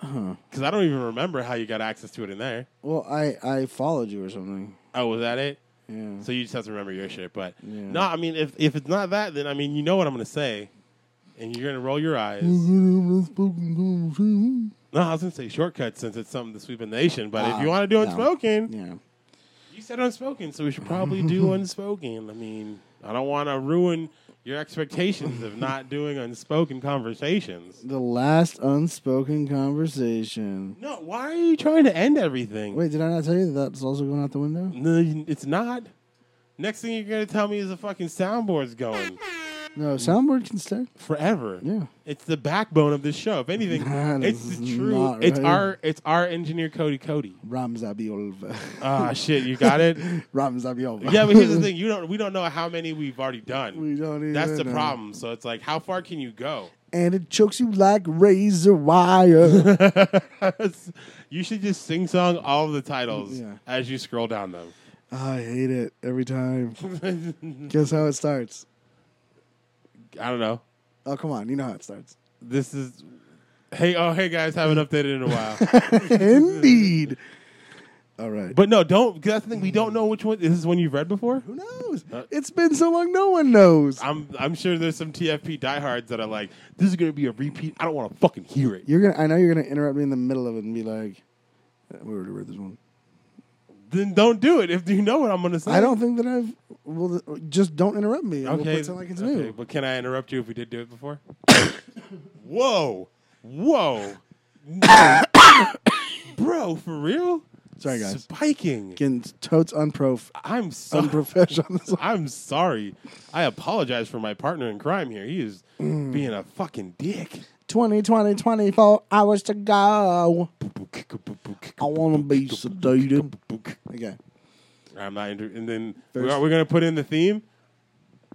Uh-huh. Because I don't even remember how you got access to it in there. Well, I I followed you or something. Oh, was that it? Yeah. So you just have to remember your shit. But Yeah. no, I mean, if if it's not that, then I mean, you know what I'm gonna say, and you're gonna roll your eyes. No, I was gonna say shortcut since it's something to sweep in the nation. But if Ah, you want to do no. unspoken, Yeah. you said unspoken, so we should probably do unspoken. I mean, I don't want to ruin your expectations of not doing unspoken conversations. The last unspoken conversation. No, why are you trying to end everything? Wait, did I not tell you that that's also going out the window? No, you- it's not. Next thing you're gonna tell me is the fucking soundboard's going. No, soundboard can stay. forever. Yeah. It's the backbone of this show. If anything, That it's is the true. not It's right. our it's our engineer Cody Cody. Ramza Biolva. Ah, shit, you got it. Ramza Biolva. Yeah, but here's the thing: you don't. We don't know how many we've already done. We don't even That's the know. problem. So it's like, how far can you go? And it chokes you like razor wire. you should just sing song all of the titles Yeah. as you scroll down them. I hate it every time. Guess how it starts? I don't know. Oh, come on. You know how it starts. This is. Hey, oh, hey, guys, haven't updated in a while. Indeed. All right. but no, don't. 'cause that's the thing. We don't know which one. Is this one you've read before? Who knows? Uh, it's been so long, no one knows. I'm I'm sure there's some TFP diehards that are like, this is gonna be a repeat. I don't want to fucking hear it. You're gonna. I know you're gonna interrupt me in the middle of it and be like, "Uh, "We already read this one." Then don't do it if you know what I'm gonna say. I don't think that I've. Well, th- just don't interrupt me. I will Okay, pretend like it's okay, new. But can I interrupt you if we did do it before? Whoa, whoa, bro, for real? Sorry, guys. Spiking. Getting totes unprof I'm Oh. sorry. unprofessional. I'm sorry. I apologize for my partner in crime here. He is Mm. being a fucking dick. 2020, 24 hours to go. I want to be sedated. Okay. I'm not. Inter- and then First- are we gonna put in the theme?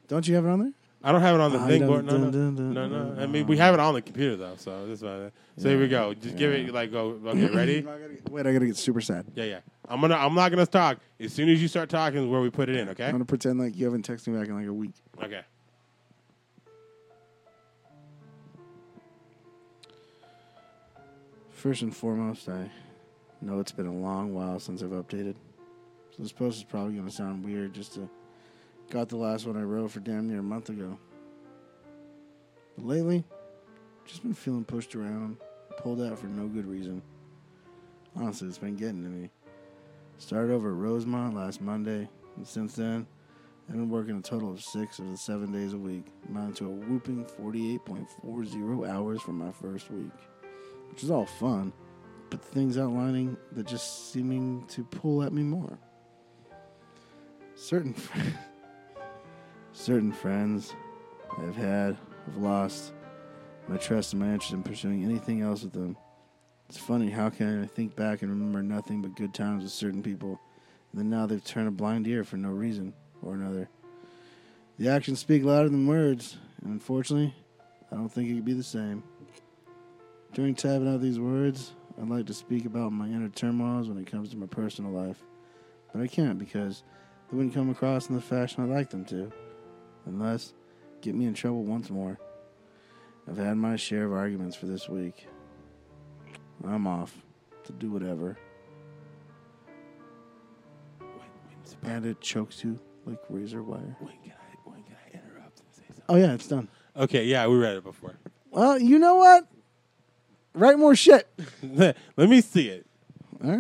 Don't you have it on there? I don't have it on the I thing dun- board. No, no, dun- dun- dun- no, no. I mean, we have it on the computer though, so that's about it. So here we go. Just give it like go. Okay, ready? Wait, I gotta get super sad. Yeah, yeah. I'm gonna. I'm not gonna talk. As soon as you start talking, is where we put it in. I'm Okay. gonna pretend like you haven't texted me back in like a week. Okay. First and foremost, I know it's been a long while since I've updated. So this post is probably going to sound weird just to got the last one I wrote for damn near a month ago. But lately, just been feeling pushed around, pulled out for no good reason. Honestly, it's been getting to me. Started over at Rosemont last Monday, and since then, I've been working a total of six of the seven days a week, amounting to a whooping 48.40 hours for my first week which is all fun, but things outlining that just seeming to pull at me more. Certain, fr- certain friends I've had have lost my trust and my interest in pursuing anything else with them. It's funny how can I think back and remember nothing but good times with certain people, and then now they've turned a blind ear for no reason or another. The actions speak louder than words, and unfortunately, I don't think it could be the same. During tapping out these words, I'd like to speak about my inner turmoils when it comes to my personal life, but I can't because they wouldn't come across in the fashion I'd like them to, unless get me in trouble once more. I've had my share of arguments for this week. I'm off to do whatever, and it chokes you like razor wire. When can I? When can I interrupt and say something? Oh yeah, it's done. Okay. Yeah, we read it before. Well, you know what? Write more shit. Let me see it. All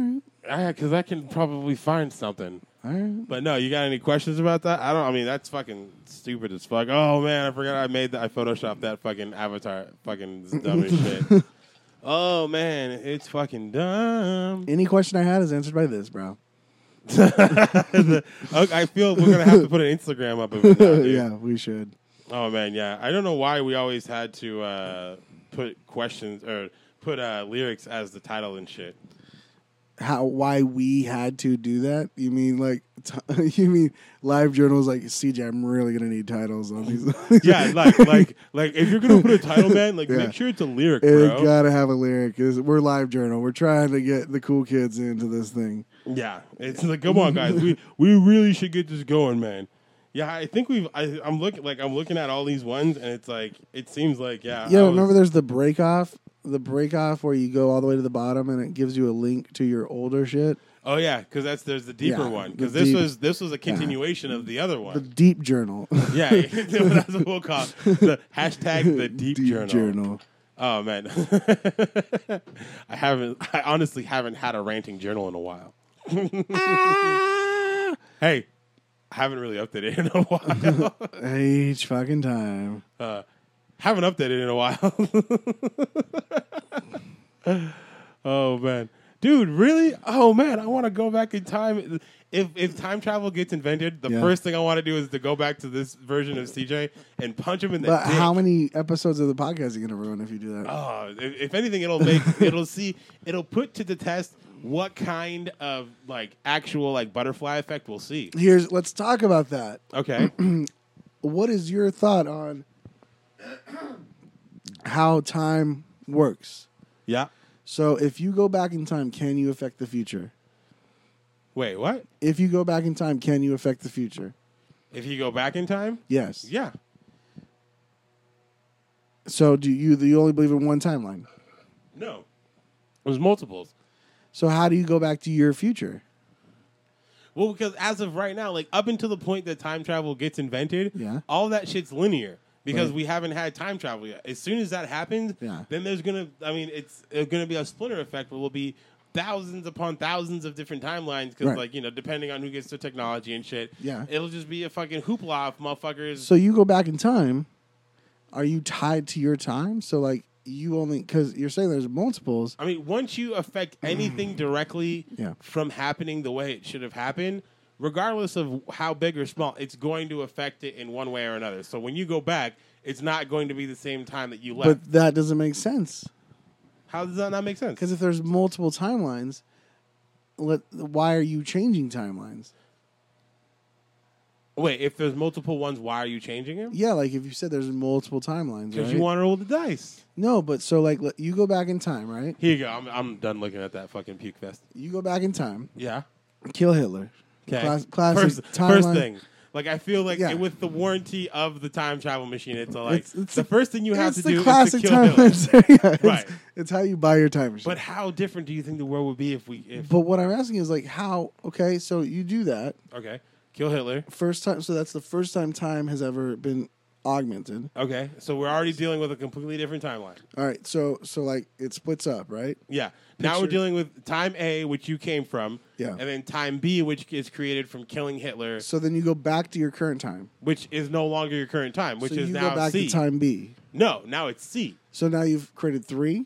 right, Because I can probably find something. all right. But no, you got any questions about that? I don't. I mean, that's fucking stupid as fuck. Oh man, I forgot I made that. I photoshopped that fucking avatar. Fucking dumb as shit. Oh man, it's fucking dumb. Any question I had is answered by this, bro. The- okay, I feel we're gonna have to put an Instagram up. Of it now, dude. yeah, we should. Oh man, yeah. I don't know why we always had to uh, put questions or put uh, lyrics as the title and shit. How? Why we had to do that? You mean like? T- you mean live journals? Like CJ, I'm really gonna need titles on these. Yeah, like like like if you're gonna put a title, man, like Yeah. make sure it's a lyric, It bro. gotta have a lyric. It's- We're live journal. We're trying to get the cool kids into this thing. Yeah, it's like come on, guys, we we really should get this going, man. Yeah, I think we've. I, I'm looking like I'm looking at all these ones, and it's like it seems like yeah. Yeah, I was- remember there's the break off, the break off where you go all the way to the bottom and it gives you a link to your older shit. Oh yeah, because that's there's the deeper Yeah, one the because this deep- was this was a continuation of the other The one. deep journal. yeah, that's what we'll call it. the hashtag the deep, journal. Oh man, I haven't. I honestly haven't had a ranting journal in a while. hey, I haven't really updated in a while. Each fucking time. uh, haven't updated in a while. oh man, dude, really? Oh man, I want to go back in time. if if time travel gets invented, the Yeah. first thing I want to do is to go back to this version of CJ and punch him in the But dick. how many episodes of the podcast are you gonna ruin if you do that? Oh, if, if anything, it'll make it'll see it'll put to the test what kind of like actual like butterfly effect we'll see. Here's let's talk about that. Okay, What is your thought on how time works? yeah. So if you go back in time, can you affect the future? Wait, what? If you go back in time, can you affect the future? If you go back in time, Yes. yeah. So do you you only believe in one timeline? No, there's multiples. So how do you go back to your future? Well, because as of right now, like up until the point that time travel gets invented, Yeah. all that shit's linear because Right. we haven't had time travel yet. As soon as that happens, Yeah. then there's gonna, I mean, it's, it's gonna be a splinter effect where we'll be thousands upon thousands of different timelines because, Right. like, you know, depending on who gets the technology and shit, Yeah. it'll just be a fucking hoopla if motherfuckers. So you go back in time. Are you tied to your time? So like you only because you're saying there's multiples. I mean, once you affect anything directly Mm. Yeah. from happening the way it should have happened, regardless of how big or small, it's going to affect it in one way or another. So when you go back, it's not going to be the same time that you left. But that doesn't make sense how does that not make sense? because if there's multiple timelines, let, why are you changing timelines? Wait, if there's multiple ones, why are you changing them? Yeah, like if you said there's multiple timelines, Because right? you want to roll the dice. no, but so like let- you go back in time, right? Here you go. I'm, I'm done looking at that fucking puke fest. You go back in time, Yeah. kill Hitler. Okay. Class, classic first, timeline. first thing. Like I feel like Yeah. it- with the warranty of the time travel machine, it's a, like It's- it's the a- first thing you have it's to the do is to classic kill time Hitler. machine. yeah, it's, Right. it's how you buy your time machine. But how different do you think the world would be if we if But what I'm asking is like how okay, so you do that okay kill Hitler? first time so that's the first time time has ever been augmented. Okay, so we're already dealing with a completely different timeline. All right, so so like it splits up, right? Yeah, now we're Picture- dealing with time A, which you came from, Yeah. and then time B, which is created from killing Hitler, So then you go back to your current time. which is no longer your current time, which so is you now go back C. to time B. No, now it's C. So now you've created 3.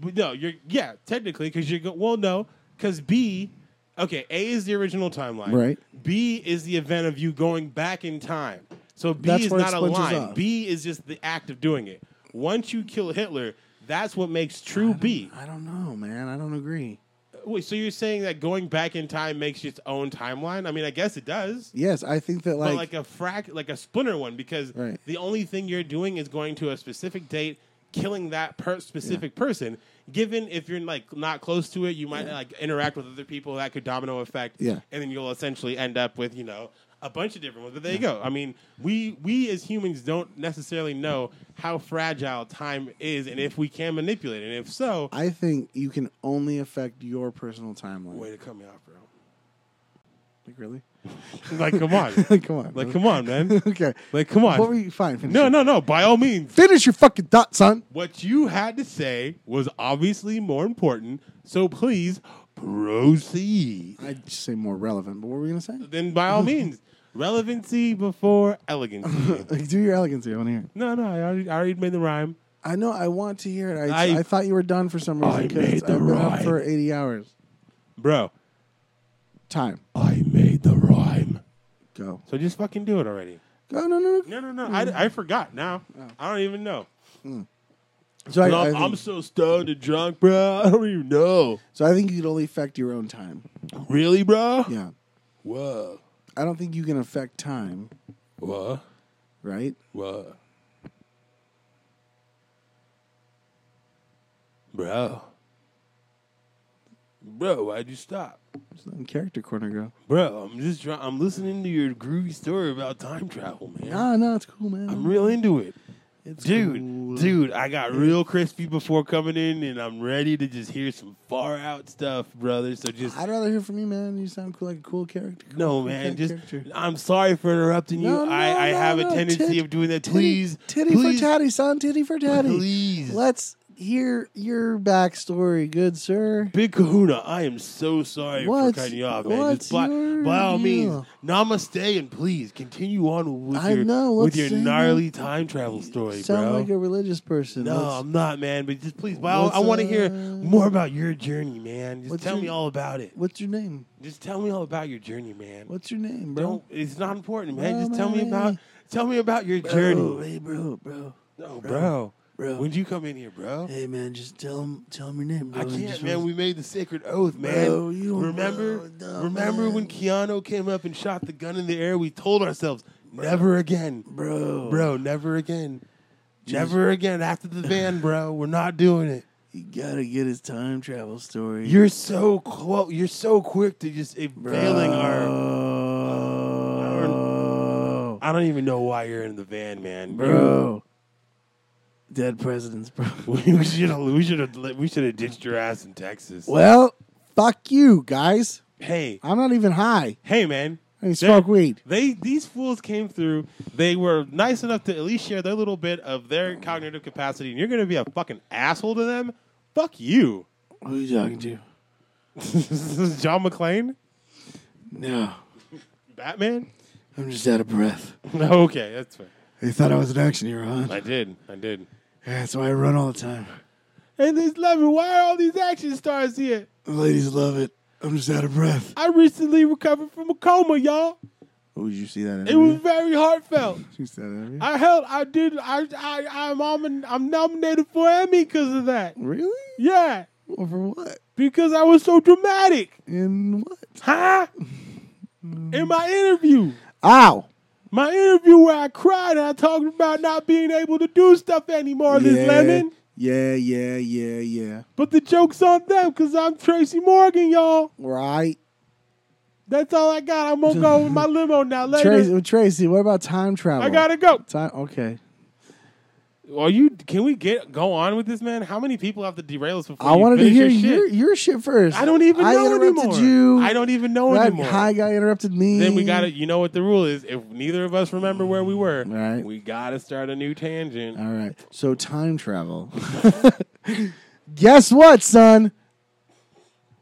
But no, you're yeah, technically because you're go- well, no, because B, okay, A is the original timeline, Right. B is the event of you going back in time. So B That's is where it not a splinters line. off. B is just the act of doing it. Once you kill Hitler, that's what makes true B. I don't know, man. I don't agree. Wait, so you're saying that going back in time makes its own timeline? I mean, I guess it does. Yes, I think that like, but like uh, a frac like a splinter one because Right. the only thing you're doing is going to a specific date killing that per- specific person given if you're like not close to it you might like interact with other people that could domino effect Yeah. and then you'll essentially end up with you know a bunch of different ones but there you go i mean we we as humans don't necessarily know how fragile time is and if we can manipulate it and if so I think you can only affect your personal timeline. way to cut me off bro Like really? like come on come on. like bro. come on man okay. like come on What were you fine? Finish no it. no no by all means Finish your fucking thought, son. What you had to say was obviously more important, so please proceed. I'd just say more relevant, but what were we gonna say? Then, by all means, relevancy before elegancy. Like, do your elegance here. I want to hear. it. no, no, I already, I already made the rhyme. I know. I want to hear it. I, I- I, thought you were done for some reason I because made I've the been up rhyme. for eighty hours. Bro, Time. I made the rhyme. Go. So just fucking do it already. Go. No. No. No. No, no, no. I, I forgot now. I don't even know. So I, I I'm, think, I'm so stoned and drunk, bro. I don't even know. so I think you can only affect your own time. Really, bro? Yeah. Whoa. I don't think you can affect time. Whoa. Right. Whoa. Bro. Bro, why'd you stop? Just letting character corner go. Bro, I'm just trying, I'm listening to your groovy story about time travel, man. Ah, no, it's cool, man. I'm real into it. It's Dude, cool. dude, I got real crispy before coming in and I'm ready to just hear some far out stuff, brother. So just I'd rather hear from you, man. You sound cool, like a cool character. no, Cool man. cat Just character. I'm sorry for interrupting you. No, no, I, I no, have no, a tendency tit- of doing that. Titty- Please, titty please, for tatty, son. Titty for tatty. please. Let's hear your backstory, good sir. Big Kahuna, I am so sorry What's- for cutting you off, man. what's Just by, your by all means, deal? namaste and please continue on with I your know, with what's your in gnarly time travel story, Sound bro. like a religious person. no, What's- I'm not, man. But just please, but I, what's, I want to hear uh, more about your journey, man. Just what's tell your- me all about it. What's your name? Just tell me all about your journey, man. What's your name, bro? Don't. It's not important, man. Bro, just tell me man. about. Tell me about your Bro, journey. Oh, hey, bro, bro, No, bro. bro. When'd you come in here, bro? hey, man, just tell him, tell him your name, bro. I He can't, just man. wants- We made the sacred oath, man. Bro, you don't remember, know, no, remember man. when Keanu came up and shot the gun in the air? We told ourselves, never again, bro, bro, never again, never again. After the van, bro, we're not doing it. you gotta get his time travel story. You're so close. You're so quick to just failing our. Bro. I don't even know why you're in the van, man. Bro. Dead presidents, bro. we should have. We should have. We should have ditched your ass in Texas. Well, fuck you, guys. Hey, I'm not even high. hey, man. I mean, smoke weed. They these fools came through. They were nice enough to at least share their little bit of their cognitive capacity, and you're gonna be a fucking asshole to them. Fuck you, Who are you talking to? This is John McClane, No, Batman. I'm just out of breath. okay, that's fair. They thought I was an action hero, huh? I did, I did. That's why I run all the time. And this level, why are all these action stars here? The ladies love it. I'm just out of breath. I recently recovered from a coma, y'all. Oh, did you see that? It was very heartfelt. You said that. I held, I did, I, I, I'm, I'm, I'm nominated for Emmy because of that. really? Yeah, Well, for what? because I was so dramatic. In what? Huh? In my interview, Ow! my interview where I cried and I talked about not being able to do stuff anymore, this lemon. Yeah, yeah, yeah, yeah. But the joke's on them because I'm Tracy Morgan, y'all. Right. That's all I got. I'm going to go with my limo now. Later. Tracy, Tracy, what about time travel? I got to go. Time, okay. Are you? Can we get go on with this, man? How many people have to derail us before I you wanted to finish hear your your, shit? your shit first. I don't even I know interrupted anymore. You. I don't even know that anymore. high guy interrupted me. Then we got to, you know what the rule is. If neither of us remember where we were, Right. Uh, we got to start a new tangent. All right. So time travel. Guess what, son?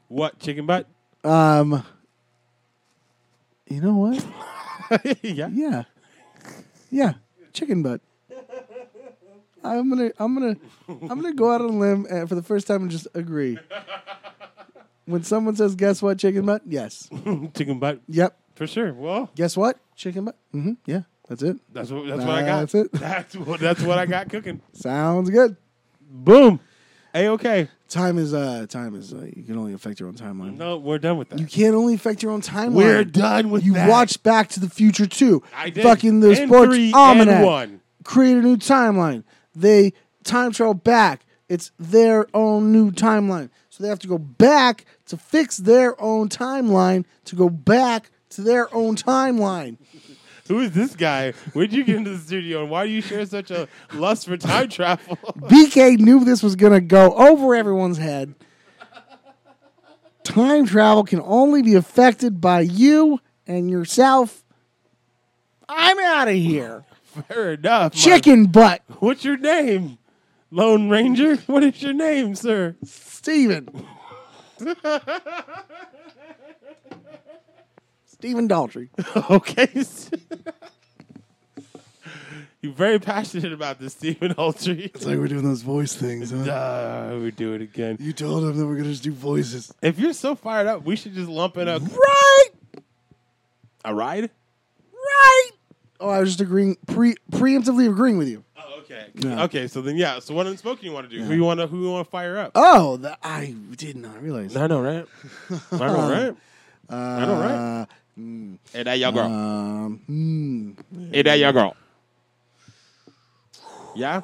What, chicken butt? Um, you know what? yeah. Yeah, yeah. Chicken butt. I'm gonna, I'm gonna, I'm gonna go out on a limb and for the first time and just agree. When someone says, "Guess what, chicken butt?" Yes. chicken butt Yep. for sure. Well, Guess what, chicken butt? Mm-hmm. Yeah, that's it. that's what that's what I got. That's it. That's what that's what I got cooking. Sounds good. Boom. Hey, okay. Time is uh time is uh, you can only affect your own timeline. No, we're done with that. You can't only affect your own timeline. we're done with You that. watched Back to the Future too. I did. Fucking the And sports three almanac. and one. Create a new timeline. They time travel back. It's their own new timeline. So they have to go back to fix their own timeline to go back to their own timeline. Who is this guy? Where'd you get into the studio, and why do you share such a lust for time travel? BK knew this was going to go over everyone's head. Time travel can only be affected by you and yourself. I'm out of here. Fair enough. my- Chicken butt, What's your name, Lone Ranger? What is your name, sir? Steven. Steven Daltrey. okay. You're very passionate about this, Stephen Ultry. It's like we're doing those voice things, Duh, Uh, we do it again. You told him that we're going to just do voices. If you're so fired up, we should just lump it up. Right, A ride? right. Oh, I was just agreeing, pre- preemptively agreeing with you. Oh, okay. Yeah. Okay, so then yeah. So what unspoken you want to do? Who you want to who you want to fire up? Oh, the, I did not realize. I know, right? I know, right? Um, I know, right? Uh, Hey, that your girl. Um, hmm. hey, that your girl. Yeah.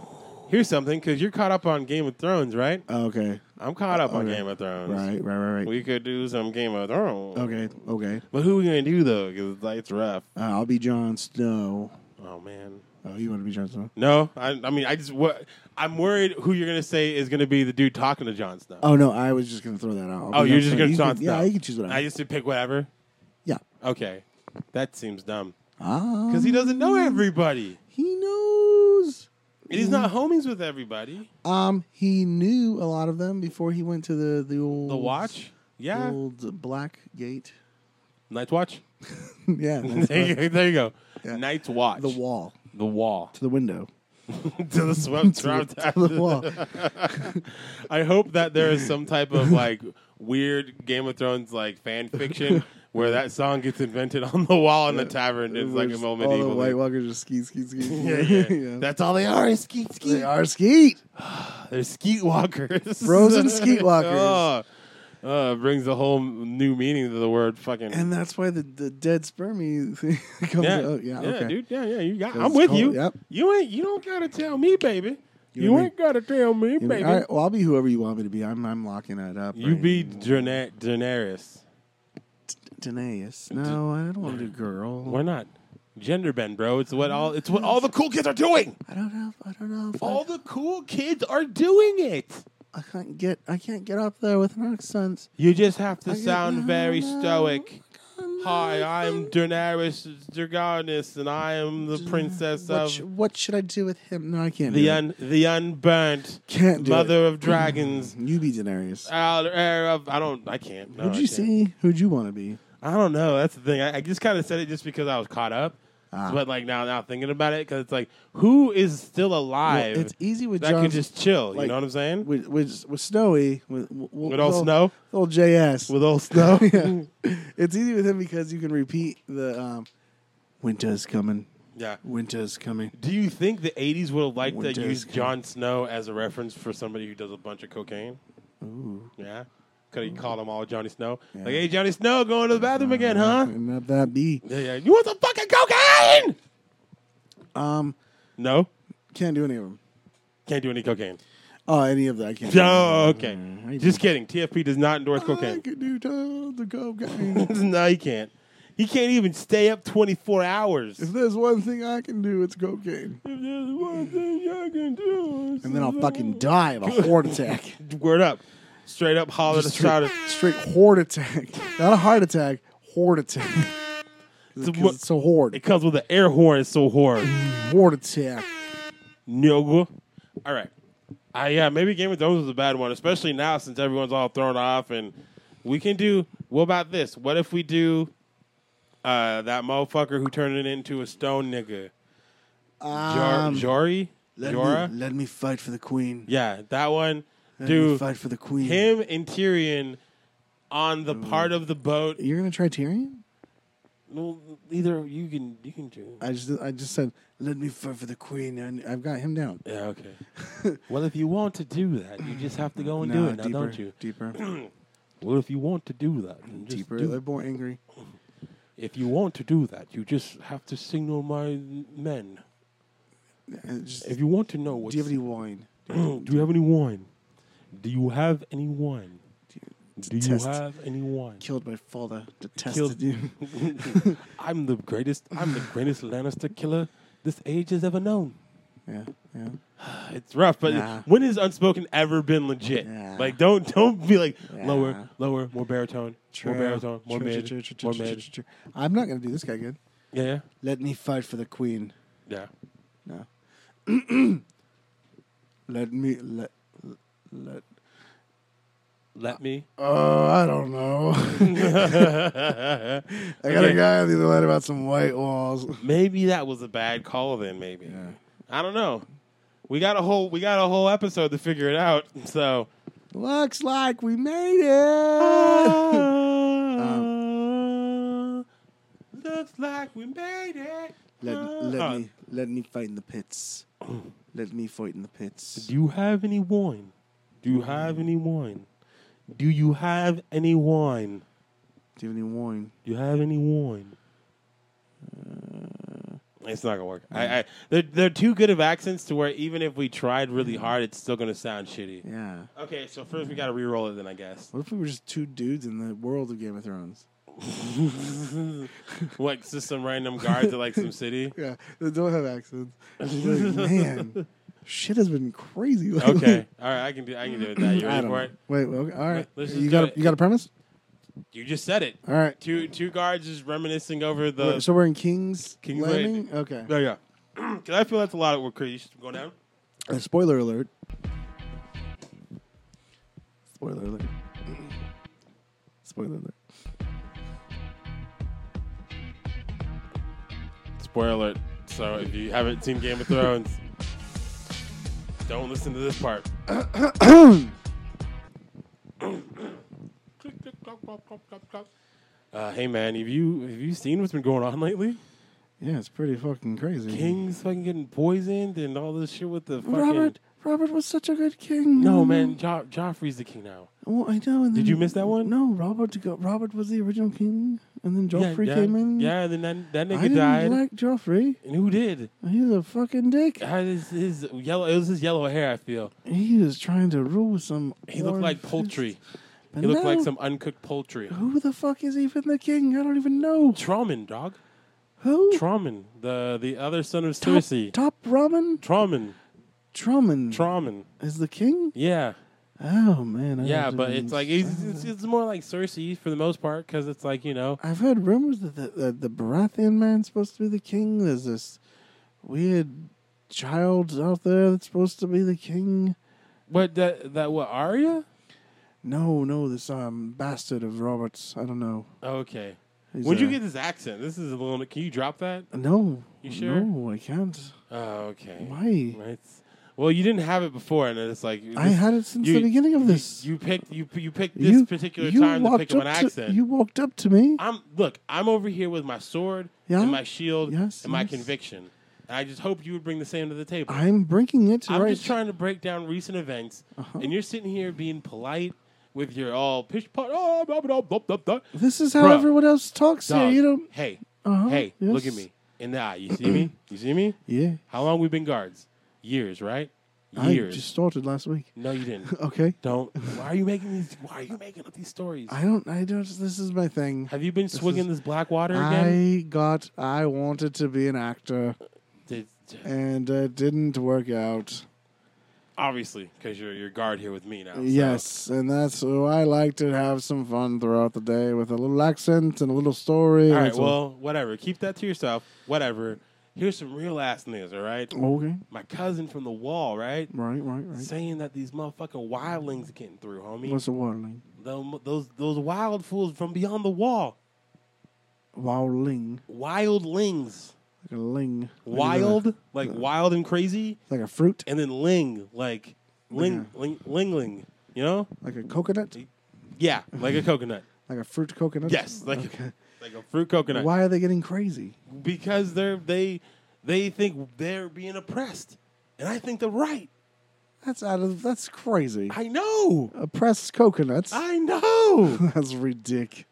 Here's something because you're caught up on Game of Thrones, right? Oh, Okay. I'm caught up on Okay. Game of Thrones. Right. Right. Right. Right. We could do some Game of Thrones. okay. Okay. But who we gonna do though? Because like, it's rough. Uh, I'll be Jon Snow. Oh man. Oh, you want to be Jon Snow? No, I, I mean, I just what I'm worried who you're gonna say is gonna be the dude talking to Jon Snow. Oh no, I was just gonna throw that out. I'll Oh, be you're just Jon Snow. gonna You Jon can- Yeah, Snow. you can choose what I I. used to pick whatever. yeah. Okay, that seems dumb Ah. because he doesn't know everybody. He knows And he's not homies with everybody. Um, he knew a lot of them before he went to the the old The watch, yeah, old black gate. Night watch. yeah, that's there, right. you, there you go. Yeah. Night's watch. the wall The wall. to the window. to the swept To drop the, to the wall. I hope that there is some type of like weird Game of Thrones like fan fiction where that song gets invented on the wall in the tavern. It's like a Where's moment All the evil. White Walkers are skeet, skeet, skeet. yeah, yeah. Yeah. That's all they are is skeet They skeet. are skeet. They're skeet walkers. Frozen skeet oh, walkers. uh, brings a whole new meaning to the word fucking. And that's why the, the dead spermy thing comes yeah, out. Yeah, yeah, okay. dude. Yeah, yeah. You got. Because I'm it's with cold. you. Yep. You ain't. You don't gotta tell me, baby. You, You and me. ain't gotta tell me, You know, baby. all right, well, I'll be whoever you want me to be. I'm, I'm locking it up. You right be now. Dana- Daenerys. Daenerys. No, I don't want to do girl. Why not? Gender bend, bro. It's what all. It's what all the cool kids are doing. I don't know. I don't know. If All the cool kids are doing it. I, I can't get. I can't get up there with an accent. You just have to I get- sound very no, no. stoic. Oh, no, Hi, I I'm can't. Daenerys Dragonis, and I am the princess What, of sh- what should I do with him? No, I can't. um, the do it. un, the unburnt Can't do mother of dragons. it. You be Daenerys. Elder heir of I don't I can't. No, Who'd I you can't. see? Who'd you want to be? I don't know. That's the thing. I, I just kind of said it just because I was caught up. Ah. But like now, now thinking about it, because it's like who is still Well, alive it's easy with that can John. just chill. you like, know what I'm saying? with, with with Snowy with with, With old Snow? old JS With old Snow? Yeah. It's easy with him because you can repeat the um, winter's coming, yeah. winter's coming. Do you think the '80s would have liked to Winter is use coming. Jon Snow as a reference for somebody who does a bunch of cocaine? Ooh, Yeah. Could have called him all Johnny Snow. Yeah. Like, hey, Johnny Snow, going to the bathroom again, huh? And Let that be. Yeah, yeah. You want some fucking cocaine? Um, No, can't do any of them. can't do any cocaine. Oh, any of that I can't. do No, any of okay. them. I Just kidding. TFP does not endorse can- I cocaine. can do tons of cocaine. no, he can't. He can't even stay up 24 hours. if there's one thing I can do, it's cocaine. there's one thing I can do, And then I'll fucking die of a heart attack. word up, straight up holler to Just straight, shout straight heart attack, not a heart attack, heart attack. It's a 'Cause mo- it's so hard. It comes with an air horn. It's so hard. Heart attack. No. All right. I yeah, maybe Game of Thrones was a bad one, especially now since everyone's all thrown off and we can do what about this? What if we do uh that motherfucker who turned it into a stone nigga? Jor- Um, Jory? let, Jorah? me, let me fight for the queen. yeah, that one. let me Dude, fight for the queen. him and Tyrion on the part of the boat. You're gonna try Tyrion? Well, either you can you can do. I just, I just said, let me fight for the queen, and I've got him down. Yeah, okay. well, if you want to do that, you just have to go and Nah, do it, now, deeper, don't you? Deeper, Well, if you want to do that, then just deeper. do They're more angry. If you want to do that, you just have to signal my men. And Just, If you want to know what, do you have any wine? do you have any wine? Do you have any wine? Do you Detest- have any wine? Killed my father. Detested Killed- you. I'm the greatest. I'm the greatest Lannister killer this age has ever known. yeah, yeah. It's rough, but Nah. when has unspoken ever been legit? Yeah. Like, don't don't be like Yeah. lower, lower, more baritone, True. more baritone, more True, mid, true, true, true, more true, mid. true, true, true. I'm not gonna do this guy good. Yeah, Let me fight for the queen. yeah. No. let me let let. Let me. Oh, I don't know. I got Okay. a guy on the other line about some white walls. Maybe that was a bad call then. Maybe I don't know. We got a whole we got a whole episode to figure it out. So Looks like we made it. looks like we made it. Um, let let Uh, me let me fight in the pits. Let me fight in the pits. Oh. Do you have any wine? Do you have any wine? Do you have any wine? Do you have any wine? Do you have any wine? Uh, It's not gonna work. I, I they're they're too good of accents to where even if we tried really hard, it's still gonna sound shitty. Yeah. Okay, so first we gotta re-roll it then, I guess. What if we were just two dudes in the world of Game of Thrones? like just some random guards at like some city. Yeah, they don't have accents. Like, man, shit has been crazy. lately. Okay, all right, I can do. I can do it. That you I ready don't for know. it? Wait, okay, all right. Let's just you do got it. a, you got a premise? You just said it. All right. Two two guards just reminiscing over the. so oh, we're in King's, Uh, King's Landing. Okay. yeah, yeah. Because I feel that's a lot of work. You should go down. And Uh, spoiler alert. Spoiler alert. Spoiler alert. Spoiler alert. So if you haven't seen Game of Thrones, don't listen to this part. Uh, hey man, have you have you seen what's been going on lately? Yeah, it's pretty fucking crazy. King's fucking getting poisoned and all this shit with the fucking. Robert. Robert was such a good king. No man, jo- Joffrey's the king now. Well, I know. and Did then- you miss that one? No, Robert. go- Robert was the original king, and then Joffrey yeah, came in. Yeah, and then that, that I nigga didn't died. like Joffrey. and who did? He's a fucking dick. Had his, his yellow. It was his yellow hair. I feel He was trying to rule some. he looked foreign like fist. poultry. But He looked like now, some uncooked poultry. Who the fuck is even the king? I don't even know. Trauman, dog. Who? Trauman, the the other son of top, Cersei. top Ramen Trauman, Truman Trauman. is the king. Yeah, Oh man. I yeah, don't but even- it's like it's, it's, it's more like Cersei for the most part because it's like you know. I've heard rumors that the, that the Baratheon man's supposed to be the king. There's this weird child out there that's supposed to be the king. What that that what Arya? No, no, this um bastard of Roberts. I don't know. Okay. He's When'd you a- get this accent? This is a little. Can you drop that? No. You sure? No, I can't. Oh, okay. Why? It's- well, you didn't have it before, and it's like I this- had it since you- the beginning of you- this. You, picked you you picked this You- particular you time to pick walked up an up to- accent. You walked up to me. I'm look. I'm over here with my sword Yeah? and my shield Yes, and my yes. conviction. And I just hoped you would bring the same to the table. I'm bringing it to I'm right. just trying to break down recent events, Uh-huh. and you're sitting here being polite with your all pitch pot. Oh, blah, blah, blah, blah, blah. This is how Bruh. everyone else talks here. Dog, You don't. Hey, Uh-huh, hey, look at yes. me in the eye. You see me? You see me? Yeah. How long we been guards? Years, right? I Years. just started last week. No, you didn't. Okay. Don't. Why are you making these? Why are you making up these stories? I don't. I don't. This is my thing. Have you been swigging this black water again? I got. I wanted to be an actor, Did- and it didn't work out. obviously, because you're your guard here with me now. so- Yes, and that's why I like to have some fun throughout the day with a little accent and a little story. All right. That's Well, whatever. Keep that to yourself. Whatever. Here's some real ass news. All right. okay. My cousin from the wall, right? Right. Right. Right. Saying that these motherfucking wildlings are getting through, homie. What's the wildling? Them- those those wild fools from beyond the wall, Wildling. wildlings, Like a ling. Like a- wild like wild and crazy, Like a fruit. and then ling like ling ling ling ling. You know? Like a coconut. Yeah, like a coconut. Like a fruit coconut. Yes, like Okay. like a fruit coconut. Why are they getting crazy? Because they're they they think they're being oppressed, and I think they're right. That's out of. That's crazy. I know, Oppressed coconuts. I know. That's ridiculous.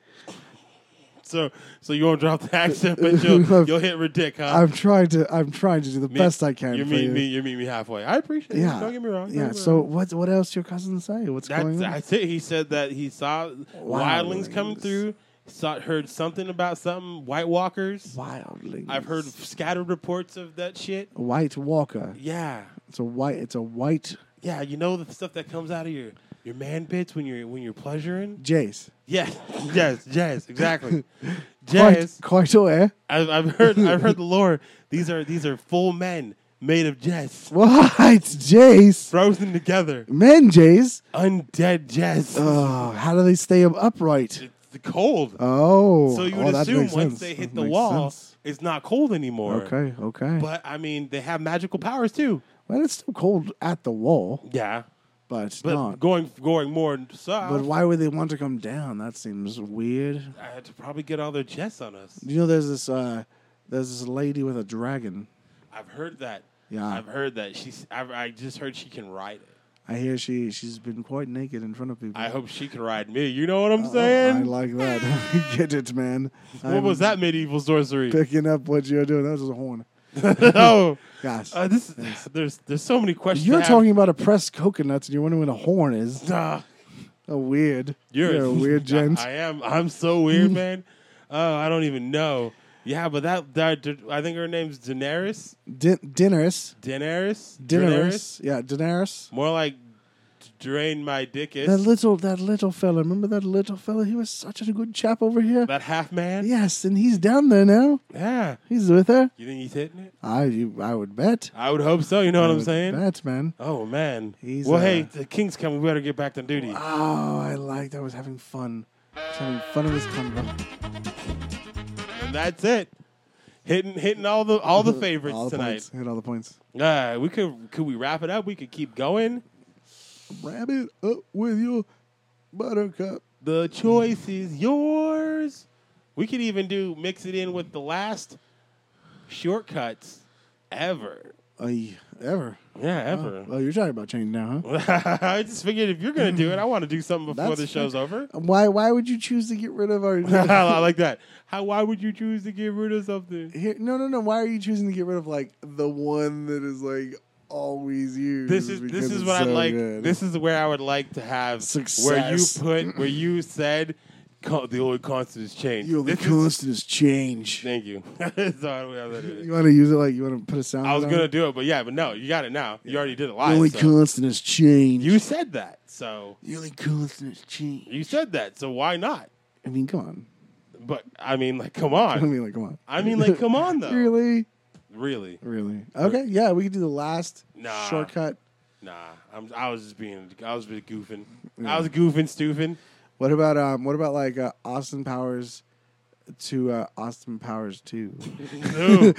so so you won't drop the accent, but you'll you'll hit ridic, huh? I'm trying to. I'm trying to do the Meet- best I can Uh, You for meet you. me. You meet me halfway. I appreciate Yeah. it. Don't get me wrong. don't Yeah. get me So wrong. what? What else your cousin say? What's that's going on? that's it. He said that he saw wildlings coming Wildlings. through. Saw, heard something about something White Walkers. Wildlings. I've heard scattered reports of that shit. White Walker. Yeah, It's a white. It's a white yeah. You know the stuff that comes out of your your man bits when you're when you're pleasuring. Jace. Yes, yes, yes, exactly. Quite, Jazz. quite aware. I've, I've heard. I've heard the lore. These are these are full men made of jazz, What? Jace. frozen together, Men, Jace. undead jazz. Oh, how do they stay upright? it's cold. Oh. so you oh, would that assume makes once sense. they That hit the makes wall, sense. it's not cold anymore. Okay. Okay. But I mean, they have magical powers too. well, it's still cold at the wall, Yeah. but it's But not. going going more south, But why would they want to come down? That seems weird. I had to probably get all their jets on us. You know, there's this uh, there's this lady with a dragon. I've heard that. Yeah. I've heard that. She's. I've, I just heard she can ride it. I hear she she's been quite naked in front of people. I hope she can ride me. You know what I'm Oh, I saying? like that. Get it, man. what was that medieval sorcery? Picking up what you're doing. That was a horn. oh, Gosh, uh, this there's there's so many questions. you're I have. talking about oppressed coconuts, and you're wondering what a horn is. Nah, A weird. you're, a weird gent. I, I am. I'm so weird, man. Oh, I don't even know. Yeah, but that, that I think her name's Daenerys. Din- dinners. Daenerys. Dinners. Yeah, dinners. More like drain my That dickus. little that little fella, remember that little fella? He was such a good chap over here. That half man. Yes, and he's down there now. Yeah. He's with her. You think he's hitting it? I you, I would bet. I would hope so. You know I what I'm would saying? Bet, man. Oh man. He's, well, uh, hey, the king's coming. We better get back to duty. Oh, I liked. I was having fun. I was having fun in this convo. And that's it. Hitting, hitting all the all the favorites all the tonight. Points. Hit all the points. Uh, we could could we wrap it up? We could keep going. Wrap it up with your buttercup. The choice is yours. We could even do mix it in with the last shortcuts ever. Ay, ever. Yeah, ever. Oh, you're talking about change now, huh? I just figured if you're gonna do it, I want to do something before That's the show's over. Why? Why would you choose to get rid of our? I like that. How? Why would you choose to get rid of something? Here, no, no, no. Why are you choosing to get rid of like the one that is like always used? This is Because this is it's what I so like. good. This is where I would like to have Success. where you put where you said "Co- the only constant is change. your only This is- constant is change. Thank you. Sorry, I don't know how that is. You want to use it like you want to put a sound. I was on gonna It? do it, but yeah, but no, you got it now. You already did it The live. only so- constant is change. you said that, so the only constant is change. you said that, so why not? I mean, come on. But I mean, like, come I on. mean, like, come on. I mean, like, come on, though. Really, Really? really. Okay, yeah, we can do the last Nah. shortcut. Nah, I'm, I was just being, I was just goofing. I was goofing, stoofing. What about um? What about like uh, Austin Powers to uh, Austin Powers two? Ooh,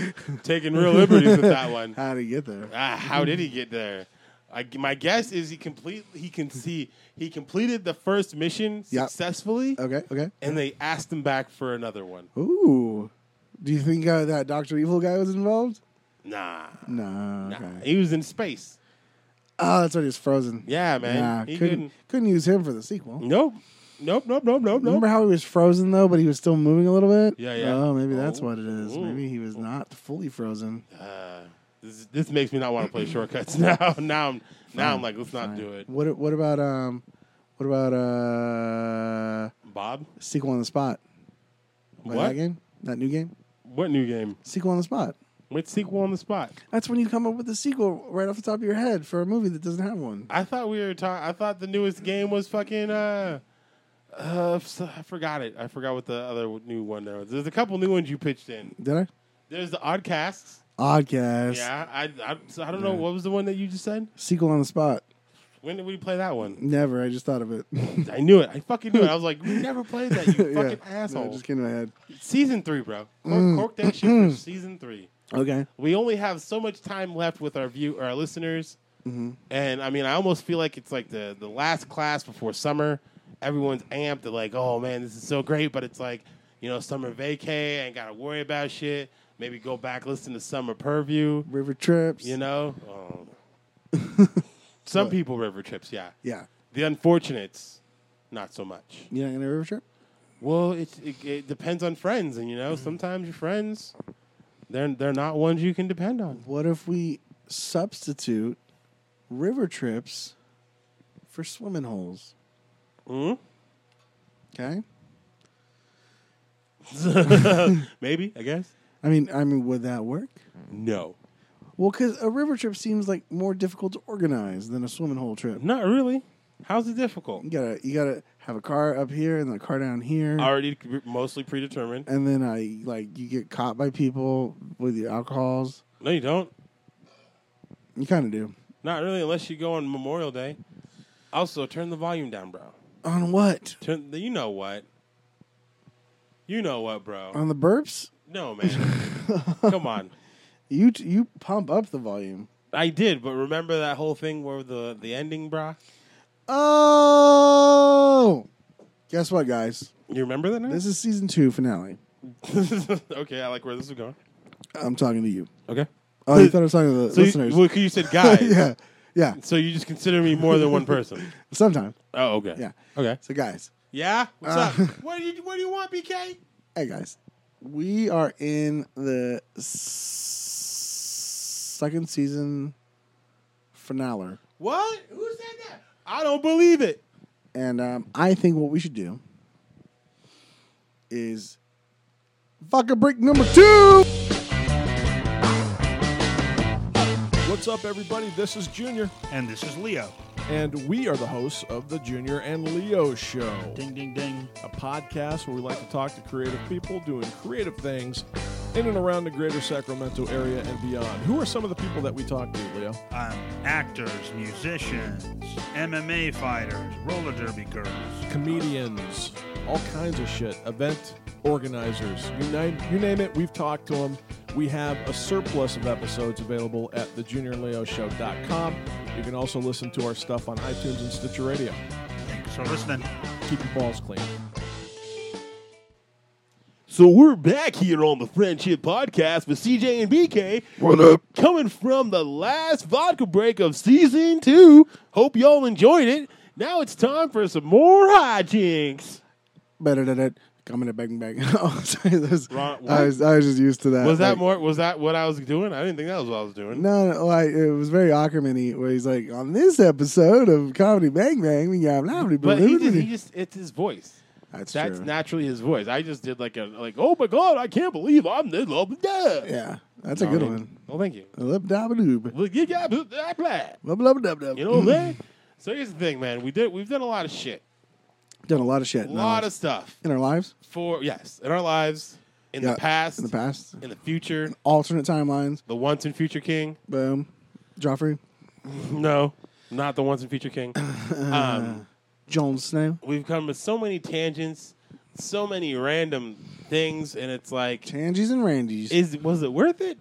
taking real liberties with that one. How to get there? Ah, how did he get there? I, my guess is he complete. He can see he completed the first mission Yep. Uh, successfully, Okay, okay. and they asked him back for another one. Ooh. Do you think uh, that Doctor Evil guy was involved? Nah, No. nah. Okay. He was in space. Oh, that's right. He's frozen. Yeah, man. Nah, he Mm-hmm. couldn't, couldn't. couldn't use him for the sequel. Nope. Nope. Nope. Nope. Nope. Nope. Remember how he was frozen though, but he was still moving a little bit. Yeah, yeah. Oh, maybe that's Oh. what it is. Ooh. Maybe he was not fully frozen. Uh, this, this makes me not want to play shortcuts now. now I'm now I'm like, let's not do it, What? What about um? What about uh? Bob. Sequel on the spot. Remember What? That game? That new game? What new game? Sequel on the spot. What sequel on the spot? That's when you come up with a sequel right off the top of your head for a movie that doesn't have one. I thought we were talking. I thought the newest game was fucking. Uh, uh, f- so- I forgot it. I forgot what the other new one there was. There's a couple new ones you pitched in. Did I? There's the Oddcasts. Oddcast. Yeah, I I, so I don't know what was the one that you just said. Sequel on the spot. When did we play that one? Never. I just thought of it. I knew it. I fucking knew it. I was like, we never played that. You Yeah. fucking No, asshole. it just Mm. came to my head. Season three, bro. Cork, cork that shit for season three. Okay. We only have so much time left with our view, our listeners, and I mean, I almost feel like it's like the the last class before summer. Everyone's amped. They're like, "Oh man, this is so great," but it's like, you know, summer vacay. Ain't gotta worry about shit. Maybe go back listen to summer purview. River trips. You know, um, some people river trips. Yeah, Yeah. the unfortunates, not so much. You not gonna river trip? Well, it, it it depends on friends, and you know sometimes your friends, they're they're not ones you can depend on. What if we substitute river trips for swimming holes? Mm? Okay. Maybe I guess. I mean, I mean, would that work? No, Well, because a river trip seems like more difficult to organize than a swimming hole trip. not really. How's it difficult? You gotta, you gotta have a car up here and then a car down here, Already pre- mostly predetermined. and then I like you get caught by people with your alcohols. No, you don't. You kind of do. Not really, unless you go on Memorial Day. Also, turn the volume down, bro. On what? Turn the, you know what. You know what, bro? On the burps? No, man. Come on. You you pump up the volume. I did, but remember that whole thing where the the ending, bro? Oh, guess what, guys? You remember that? now? This is season two finale. okay, I like where this is going. I'm talking to you. Okay. Oh, you thought I was talking to the So listeners? You, well, 'cause you said guys. yeah, yeah. So you just consider me more than one person. Sometime. Oh, okay. Yeah. Okay. So, guys, Yeah. What's Uh, up? What do you What do you want, BK? hey guys, we are in the s- second season finale, What? Who said that? I don't believe it. and um, I think what we should do is fuck a break number two. What's up, everybody? This is Junior. And this is Leo. and we are the hosts of the Junior and Leo Show, Ding, ding, ding. a podcast where we like to talk to creative people doing creative things in and around the greater Sacramento area and beyond. Who are some of the people that we talk to, Leo? Um, actors, musicians, MMA fighters, roller derby girls. comedians, all kinds of shit, event organizers, you name, you name it, we've talked to them. We have a surplus of episodes available at thejuniorleoshow.com. You can also listen to our stuff on iTunes and Stitcher Radio. Thanks for listening. Keep your balls clean. So we're back here on the Friendship Podcast with CJ and BK. What up? Coming from the last vodka break of season two. Hope y'all enjoyed it. Now it's time for some more hijinks. Better than that. Coming back and back. oh, sorry, that was- Ron- I was I was just used to that. Was that like- more? Was that what I was doing? I didn't think that was what I was doing. No, no, like it was very Ackerman-y, where he's like, on this episode of Comedy Bang Bang, we got blah, blah, blah, but he blah, just, blah." he just it's his voice. That's, That's true. naturally his voice. I just did like a like. Oh my god! I can't believe I'm the love. Yeah, yeah, that's a good one. Well, thank you. Lip dab doob. Well, you got- blah, blah. Blah, blah, blah, blah. You know what I'm saying? So here's the thing, man. We did we've done a lot of shit, Done a lot of shit. a in our lot lives. of stuff in our lives for yes in our lives, in Yeah, the past, in the past, in the future, alternate timelines. the once and future king. Boom, Joffrey, No, not the once and future king. Um, Jones Snail, we've come with so many tangents, so many random things, and it's like, Tangies and Randys. is was it worth it?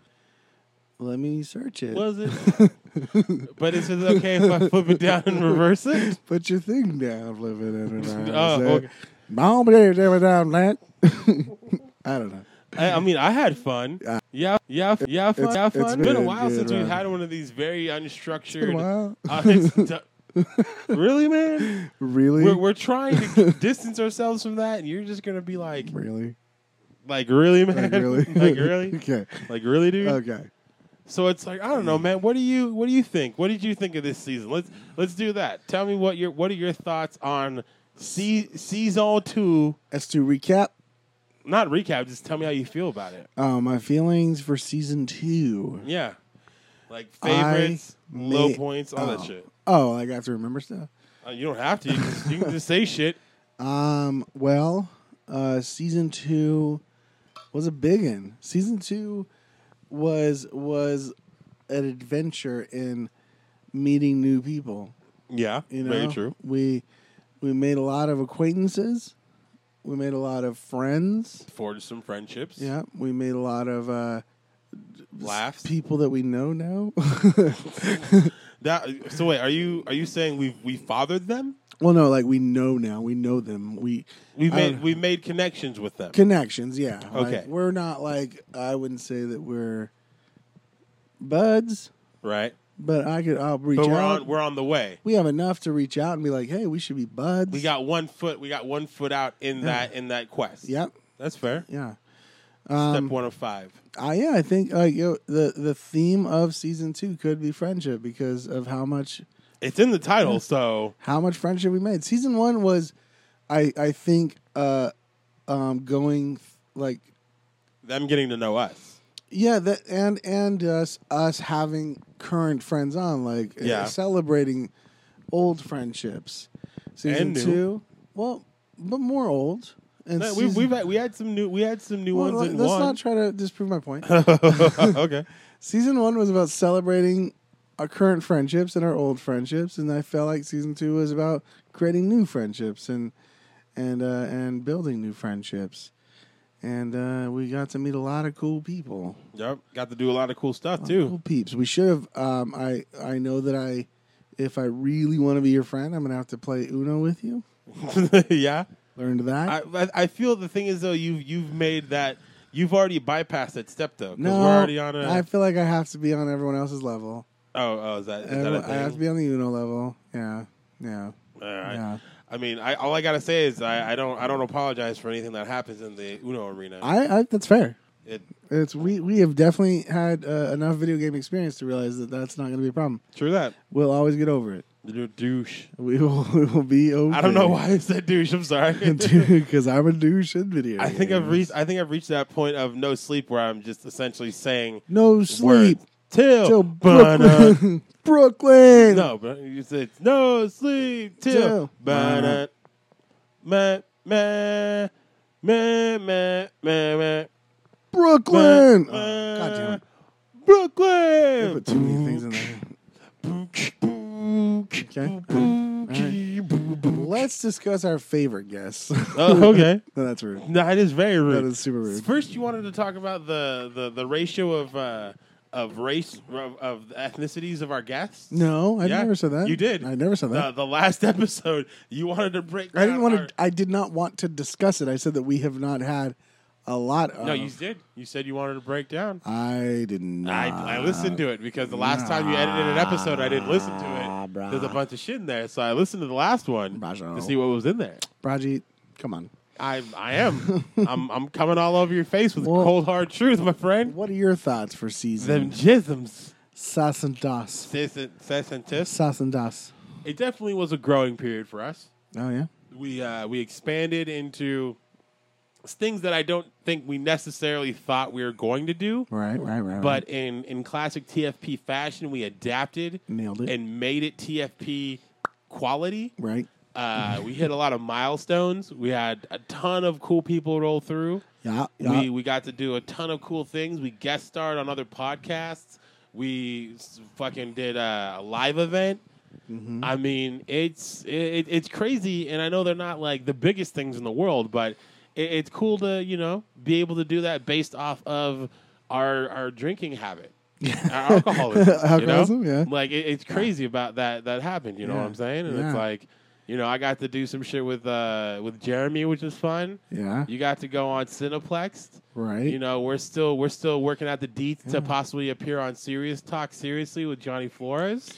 Let me search it. Was it? but is it okay if I flip it down and reverse it? Put your thing down, flip it in and Oh, around. Say, okay. "My own day, day, down, that. I don't know. I, I mean, I had fun. Yeah, yeah, yeah, yeah. Fun, It's- yeah, fun. it's It's been a been while good, since we've Ryan. had one of these very unstructured. Wow, Uh, it's du- really, man? really, We're, we're trying to distance ourselves from that, and you're just gonna be like, really, like really, man, like really, like really, okay, like really, dude. okay. So it's like I don't know, man. What do you what do you think? What did you think of this season? Let's let's do that. Tell me what your what are your thoughts on se- season two? As to recap, Not recap. Just tell me how you feel about it. uh, my feelings for season two. Yeah, like I favorites, low may- points, all that oh. shit. Oh, like I have to remember stuff. Uh, you don't have to. You can, just, you can just say shit. Um, well, uh, season two was a big one. Season two was was an adventure in meeting new people. Yeah, You know, very true. We we made a lot of acquaintances. We made a lot of friends. Forge some friendships. Yeah, we made a lot of uh, laughs. people that we know now. That so wait, are you are you saying we we fathered them? well, no, like we know now. We know them. We We I made don't- we made connections with them. connections. Yeah. Like, Okay. we're not like I wouldn't say that we're buds, right. but I could. I'll reach But we're out. on we're on the way. we have enough to reach out and be like, hey, we should be buds. We got one foot we got one foot out in that in that quest. Yep. That's fair. Yeah. Um, Step one of five. I yeah, I think uh, you know, the the theme of season two could be friendship because of how much It's in the title, so how much friendship we made. Season one was, I I think, uh, um, going like them getting to know us. yeah that and and us us having current friends on like uh, Yeah. celebrating old friendships. Season And new. two, well, but more old. And No, we, season- we've had, we had some new we had some new well, ones in let's one. not try to disprove my point. okay. season one was about celebrating our current friendships and our old friendships, and I felt like season two was about creating new friendships and and uh, and building new friendships. And uh, we got to meet a lot of cool people. Yep. Got to do a lot of cool stuff Cool too. peeps. We should have. Um, I I know that I, if I really want to be your friend, I'm gonna have to play Uno with you. yeah. Learned that. I, I I feel the thing is though you've you've made that you've already bypassed that step though. Because no, we're already on a I feel like I have to be on everyone else's level. Oh, oh, is that, is that a Everyone- thing? I have to be on the Uno level. Yeah, yeah, All right. yeah. I mean, I, all I gotta say is I, I don't I don't apologize for anything that happens in the Uno arena. I, I that's fair. it, It's we we have definitely had uh, enough video game experience to realize that that's not going to be a problem. true that We'll always get over it. you douche. We will we will be okay. I don't know why I said douche. I'm sorry. because I'm a douche in video. I think I've games. reached I think I've reached that point of no sleep where I'm just essentially saying no sleep. till, Till Ba-na. Brooklyn. Brooklyn. uh, No, but you said no sleep till Till- Uh-huh. man man man man man man Brooklyn. uh, Oh, God damn it. They Brooklyn. put too many things in there. Okay. Let's discuss our favorite guests. Oh, okay. No, that's rude. That is very rude. That is super rude. First, you wanted to talk about the the, the ratio of uh, of race of, of the ethnicities of our guests. No, I Yeah, never said that. You did. Uh, I never said The, that. the last episode, you wanted to break. I didn't down want our- to. I did not want to discuss it. I said that we have not had a lot of. No, you did. You said you wanted to break down. Ah. I did not. I, I listened to it because the last time you edited an episode, I didn't listen to it. Ah, bruh. There's a bunch of shit in there, so I listened to the last one Brazo. to see what was in there. Rajit, come on. I I am. I'm I'm coming all over your face with Well- cold hard truth, my friend. What are your thoughts for Them season? jisms. Sass and Das. Sis and- sis and tis. Sass and Das. It definitely was a growing period for us. Oh yeah. We uh, we expanded into things that I don't think we necessarily thought we were going to do. Right. Right. Right. But right. in, in classic TFP fashion, we adapted Nailed it. and made it TFP quality. right. Uh, we hit a lot of milestones. We had a ton of cool people roll through. Yeah. We, Yeah. we got to do a ton of cool things. We guest starred on other podcasts. We s- fucking did a, a live event. Mm-hmm. I mean, it's it, it's crazy, and I know they're not like the biggest things in the world, but it, it's cool to you know be able to do that based off of our our drinking habit, our alcoholism. Alcoholism, you know? yeah. Like it, it's crazy about that that happened. You know Yeah. what I'm saying? And Yeah. it's like, you know, I got to do some shit with uh with Jeremy, which was fun. yeah. You got to go on Cineplex. Right. You know, we're still we're still working out the deets to possibly appear on Serious Talk seriously with Johnny Flores.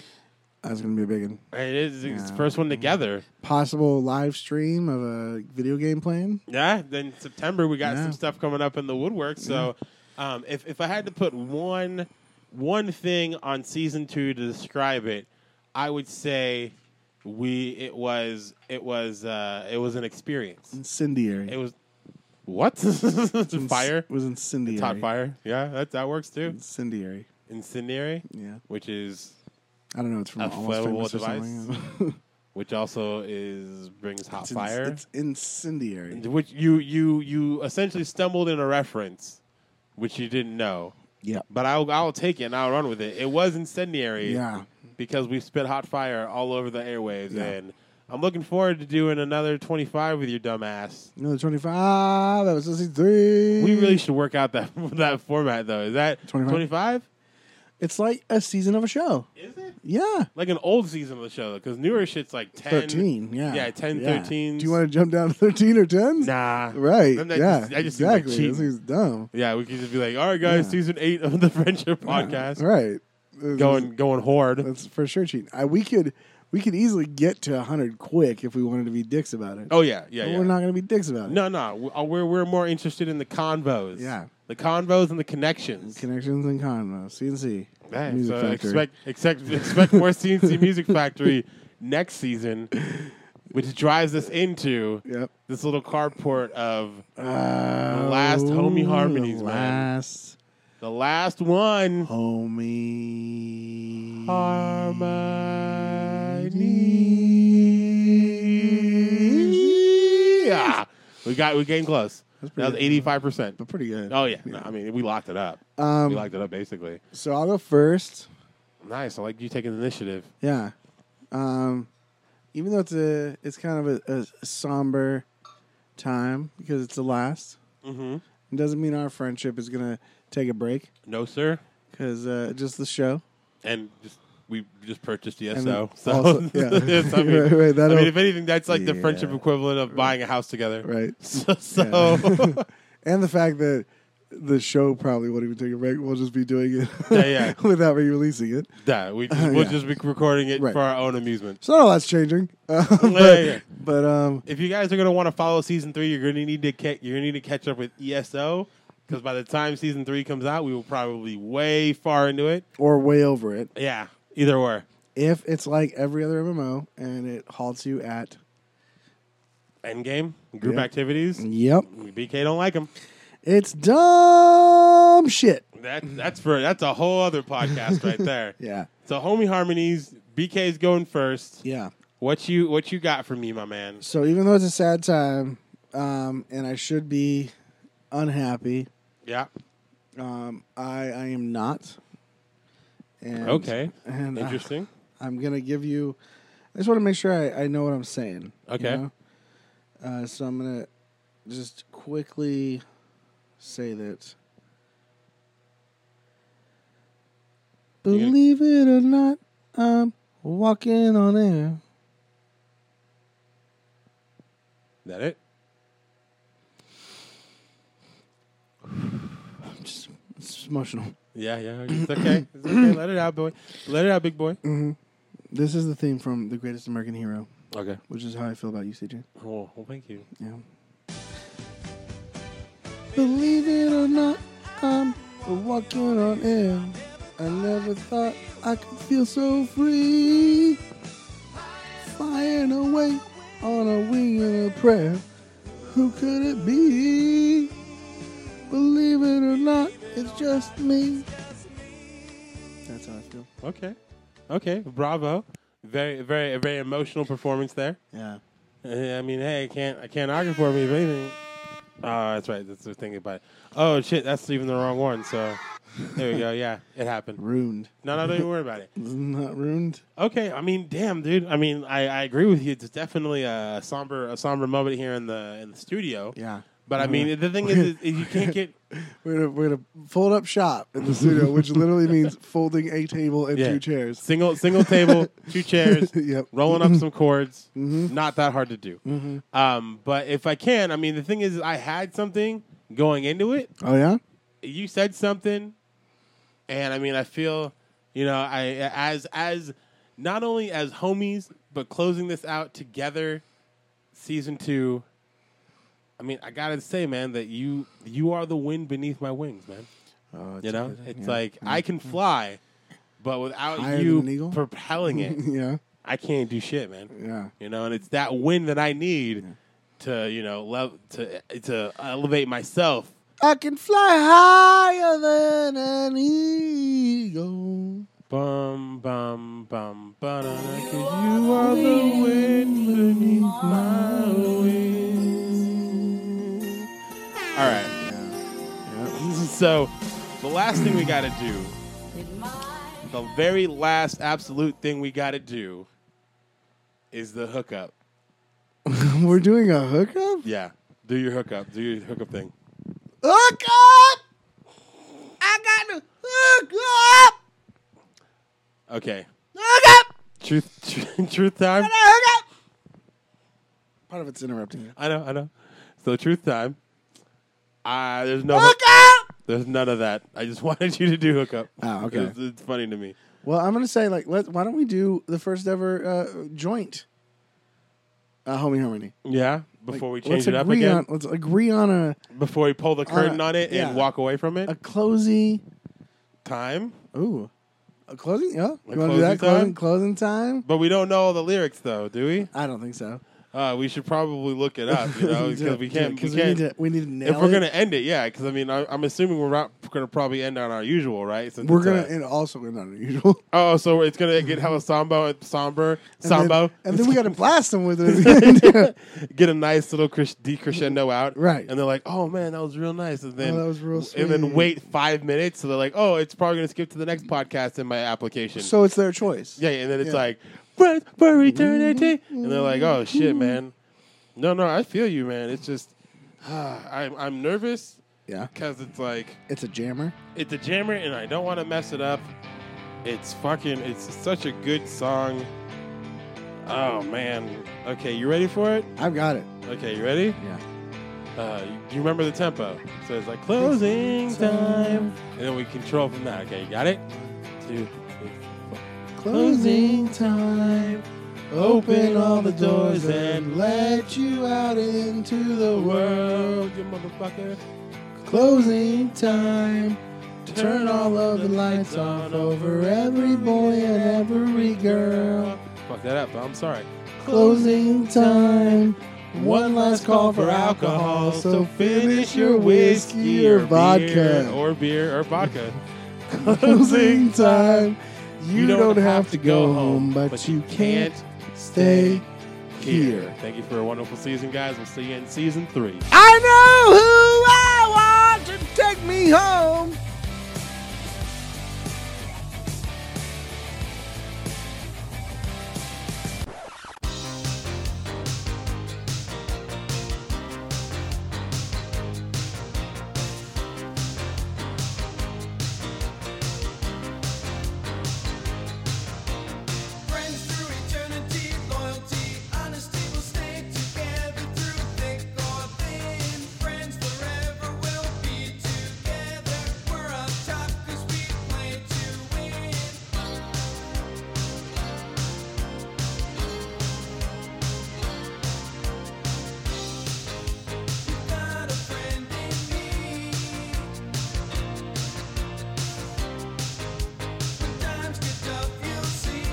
That's gonna be a big one. And it is it's Yeah. first one together. Possible live stream of a video game playing. Yeah. Then September we got Yeah. some stuff coming up in the woodwork. So, um, if if I had to put one one thing on season two to describe it, I would say we it was it was uh, it was an Mm. experience. Incendiary. It was what Inc- fire. was incendiary. Top fire, yeah, that that works too. Incendiary. Incendiary, Yeah. which is I don't know. It's from A almost flammable famous or something. which also is brings hot It's in- fire. It's incendiary. which you you you essentially stumbled in a reference, which you didn't know. Yeah. But I'll I'll take it and I'll run with it. It was incendiary, Yeah. because we spit hot fire all over the airwaves, Yeah. and I'm looking forward to doing another 25 with your dumb ass. Another twenty-five. That was season three. We really should work out that that format though. Is that 25? 25? It's like a season of a show. Is it? Yeah. Like an old season of the show, because newer shit's like 10, 13. Yeah. yeah, 10, 13s. Do you want to jump down to 13 or 10? Nah, Right. Then that yeah. just- that just seems like exactly. cheating. This is dumb. Yeah, we could just be like, all right, guys, Yeah. season eight of the Friendship Podcast, Right. This going is- going hard. That's for sure cheating. I, we could we could easily get to 100 quick if we wanted to be dicks about it. Oh yeah, yeah, But yeah. We're not going to be dicks about it. no, no, we- uh, we're we're more interested in the convos. Yeah. the convos and the connections. Connections and Convo. C&C. Man, Music so Factory. expect expect expect more CNC Music Factory next season, which drives us into Yep. this little carport of Uh, last Homie Harmonies, the man. Last the last one. homie. Harmony. Yeah. We got we came close. That That's pretty was good. eighty five percent. But pretty good. Oh yeah. No, I mean we locked it up. we Um, locked it up basically. so I'll go first. Nice. I like you taking the initiative. Yeah. Um, even though it's a, it's kind of a, a somber time because it's the last. Mm-hmm. It doesn't mean our friendship is gonna take a break No, sir. because uh, just the show. And just we just purchased the And SO. So also- yeah. yes, I mean, Right, right, I mean, that'll- if anything, that's like the friendship Yeah. equivalent of buying a house together. Right. So, so- yeah. and the fact that the show probably won't even take a break. We'll just be doing it Yeah, yeah. without re-releasing it. we just, we'll Yeah. just be recording it Right. for our own amusement. So not a lot's changing. Uh, but, yeah. but um, if you guys are gonna want to follow season three, you're gonna need to ca- you're gonna need to catch up with E ESO because by the time season three comes out, we will probably way far into it. or way over it. Yeah, either or. If it's like every other MMO and it halts you at Endgame group Yeah. Mm. activities. yep, BK don't like them. It's dumb shit. That that's for that's a whole other podcast right there. Yeah. So homie harmonies, BK's going first. Yeah. What you what you got for me, my man? So even though it's a sad time, um, and I should be unhappy, Yeah. um, I I am not. And, Okay. And uh, Interesting. I'm gonna give you. I just want to make sure I, I know what I'm saying. you Okay. know? Uh, so I'm gonna just quickly say that. gonna- Believe it or not, I'm walking on air. that it? I'm just it's emotional. Yeah, yeah. It's okay. it's okay. Let it out, boy. Let it out, big boy. Mm. This is the theme from The Greatest American Hero, Okay. Oh, which is how I feel about you, CJ. Well, well thank you. Yeah. Believe it or not, I'm walking on air. I never thought I could feel so free. Flying away on a wing and a prayer. Who could it be? Believe it or not, it's just me. That's how I feel. Okay. Okay. Bravo. Very, very, very emotional performance there. Yeah. Eh, I mean, hey, I can't, I can't argue for me if anything. Oh, that's right. That's the thing about it. Oh shit, that's even the wrong one. So there we go. Yeah, it happened. Ruined. No, no, don't even worry about it. Not ruined. Okay, I mean, damn, dude. I mean, I, I agree with you. It's definitely a somber, a somber moment here in the in the studio. Yeah. But I mean, the thing is, is, is you can't get. We're gonna, we're gonna fold up shop in the studio, which literally means folding a table and Yeah. two chairs. Single single table, two chairs, Yep. rolling up some cords. Not that hard to do. Um, but if I can, I mean, the thing is, I had something going into it. Oh yeah, You said something, and I mean, I feel, you know, I as as not only as homies, but closing this out together, season two. I mean, I gotta say, man, that you you are the wind beneath my wings, man. oh, You know, it's like I can fly, but without Mm-hmm. Higher you than an eagle? propelling it, yeah, I can't do shit, man. yeah, You know, and it's that wind that I need to, you know, lev- to to elevate myself. I can fly higher than an eagle. Bum bum bum ba da da, 'cause you are the wind beneath my wings. All right. so, the last thing we got to do, the very last absolute thing we got to do, is the hookup. We're doing a hookup. Yeah, do your hookup. Do your hookup thing. Hookup. I got to hook up. Okay. Hook up. Truth, truth, truth time. Hook up. Part of it's interrupting you. I know, I know. So truth time. Uh, there's no hook- Hook up. there's none of that. I just wanted you to do hookup. Ah, okay. It's, it's funny to me. Well, I'm gonna say like, let why don't we do the first ever uh, joint, uh, homie harmony. Yeah. Like, Before we let's change it up agree again. on- let's agree on a before we pull the curtain on it yeah. and walk away from it. a closing. time. Ooh, a closing. Yeah, A you want to do that closing time? closing closing time? But we don't know all the lyrics though, do we? I don't think so. Uh, we should probably look it up, you know, because we can't. We Because can't. need to. We need to nail if we're it. gonna end it, yeah, because I mean, I, I'm assuming we're not gonna probably end on our usual, right? Since we're it's, uh, gonna and also we're not unusual. Oh, so it's gonna get hella sombo, somber, And then- sombo, and then we gotta blast them with it. get a nice little cres- decrescendo out, Right. Oh, And they're like, "Oh man, that was real nice." And then that was real And then sweet. wait five minutes, so they're like, "Oh, it's probably gonna skip to the next podcast in my application." so it's their choice. yeah, yeah, and then it's yeah. Mm-hmm. like, "Friends for eternity," and they're like, "Oh shit, man." No, no, I feel you, man. It's just, I'm I'm nervous yeah. because it's like It's a jammer. it's a jammer and I don't want to mess it up. It's fucking, it's such a good song. Oh man. Okay, you ready for it? I've got it. Okay, you ready? Yeah. Uh, you, you remember the tempo? So it's like closing time, and then we control from that. Okay, you got it? Two, three, four. Closing time. Open all the doors and let you out into the The world, you motherfucker. Closing time. Turn all of the lights off over every boy and every girl. Fuck that up, but I'm sorry. Closing time. One last call for alcohol, so finish your whiskey or beer, vodka. or beer or vodka. Closing time. You don't have to go home, but you can't stay here. Thank you for a wonderful season, guys. We'll see you in season three. I know who I want to take me home. Friends through eternity, loyalty, honesty will stay together through thick or thin. Friends forever will be together. We're on top 'cause we play to win. You got a friend in me. When times get tough, you'll see.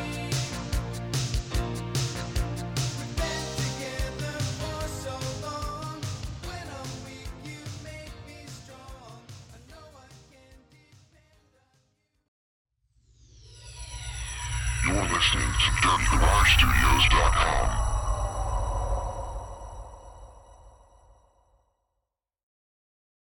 We've been together for so long. When I'm weak, you make me strong. I know I can depend on. You're listening to DirtyGarageStudios.com.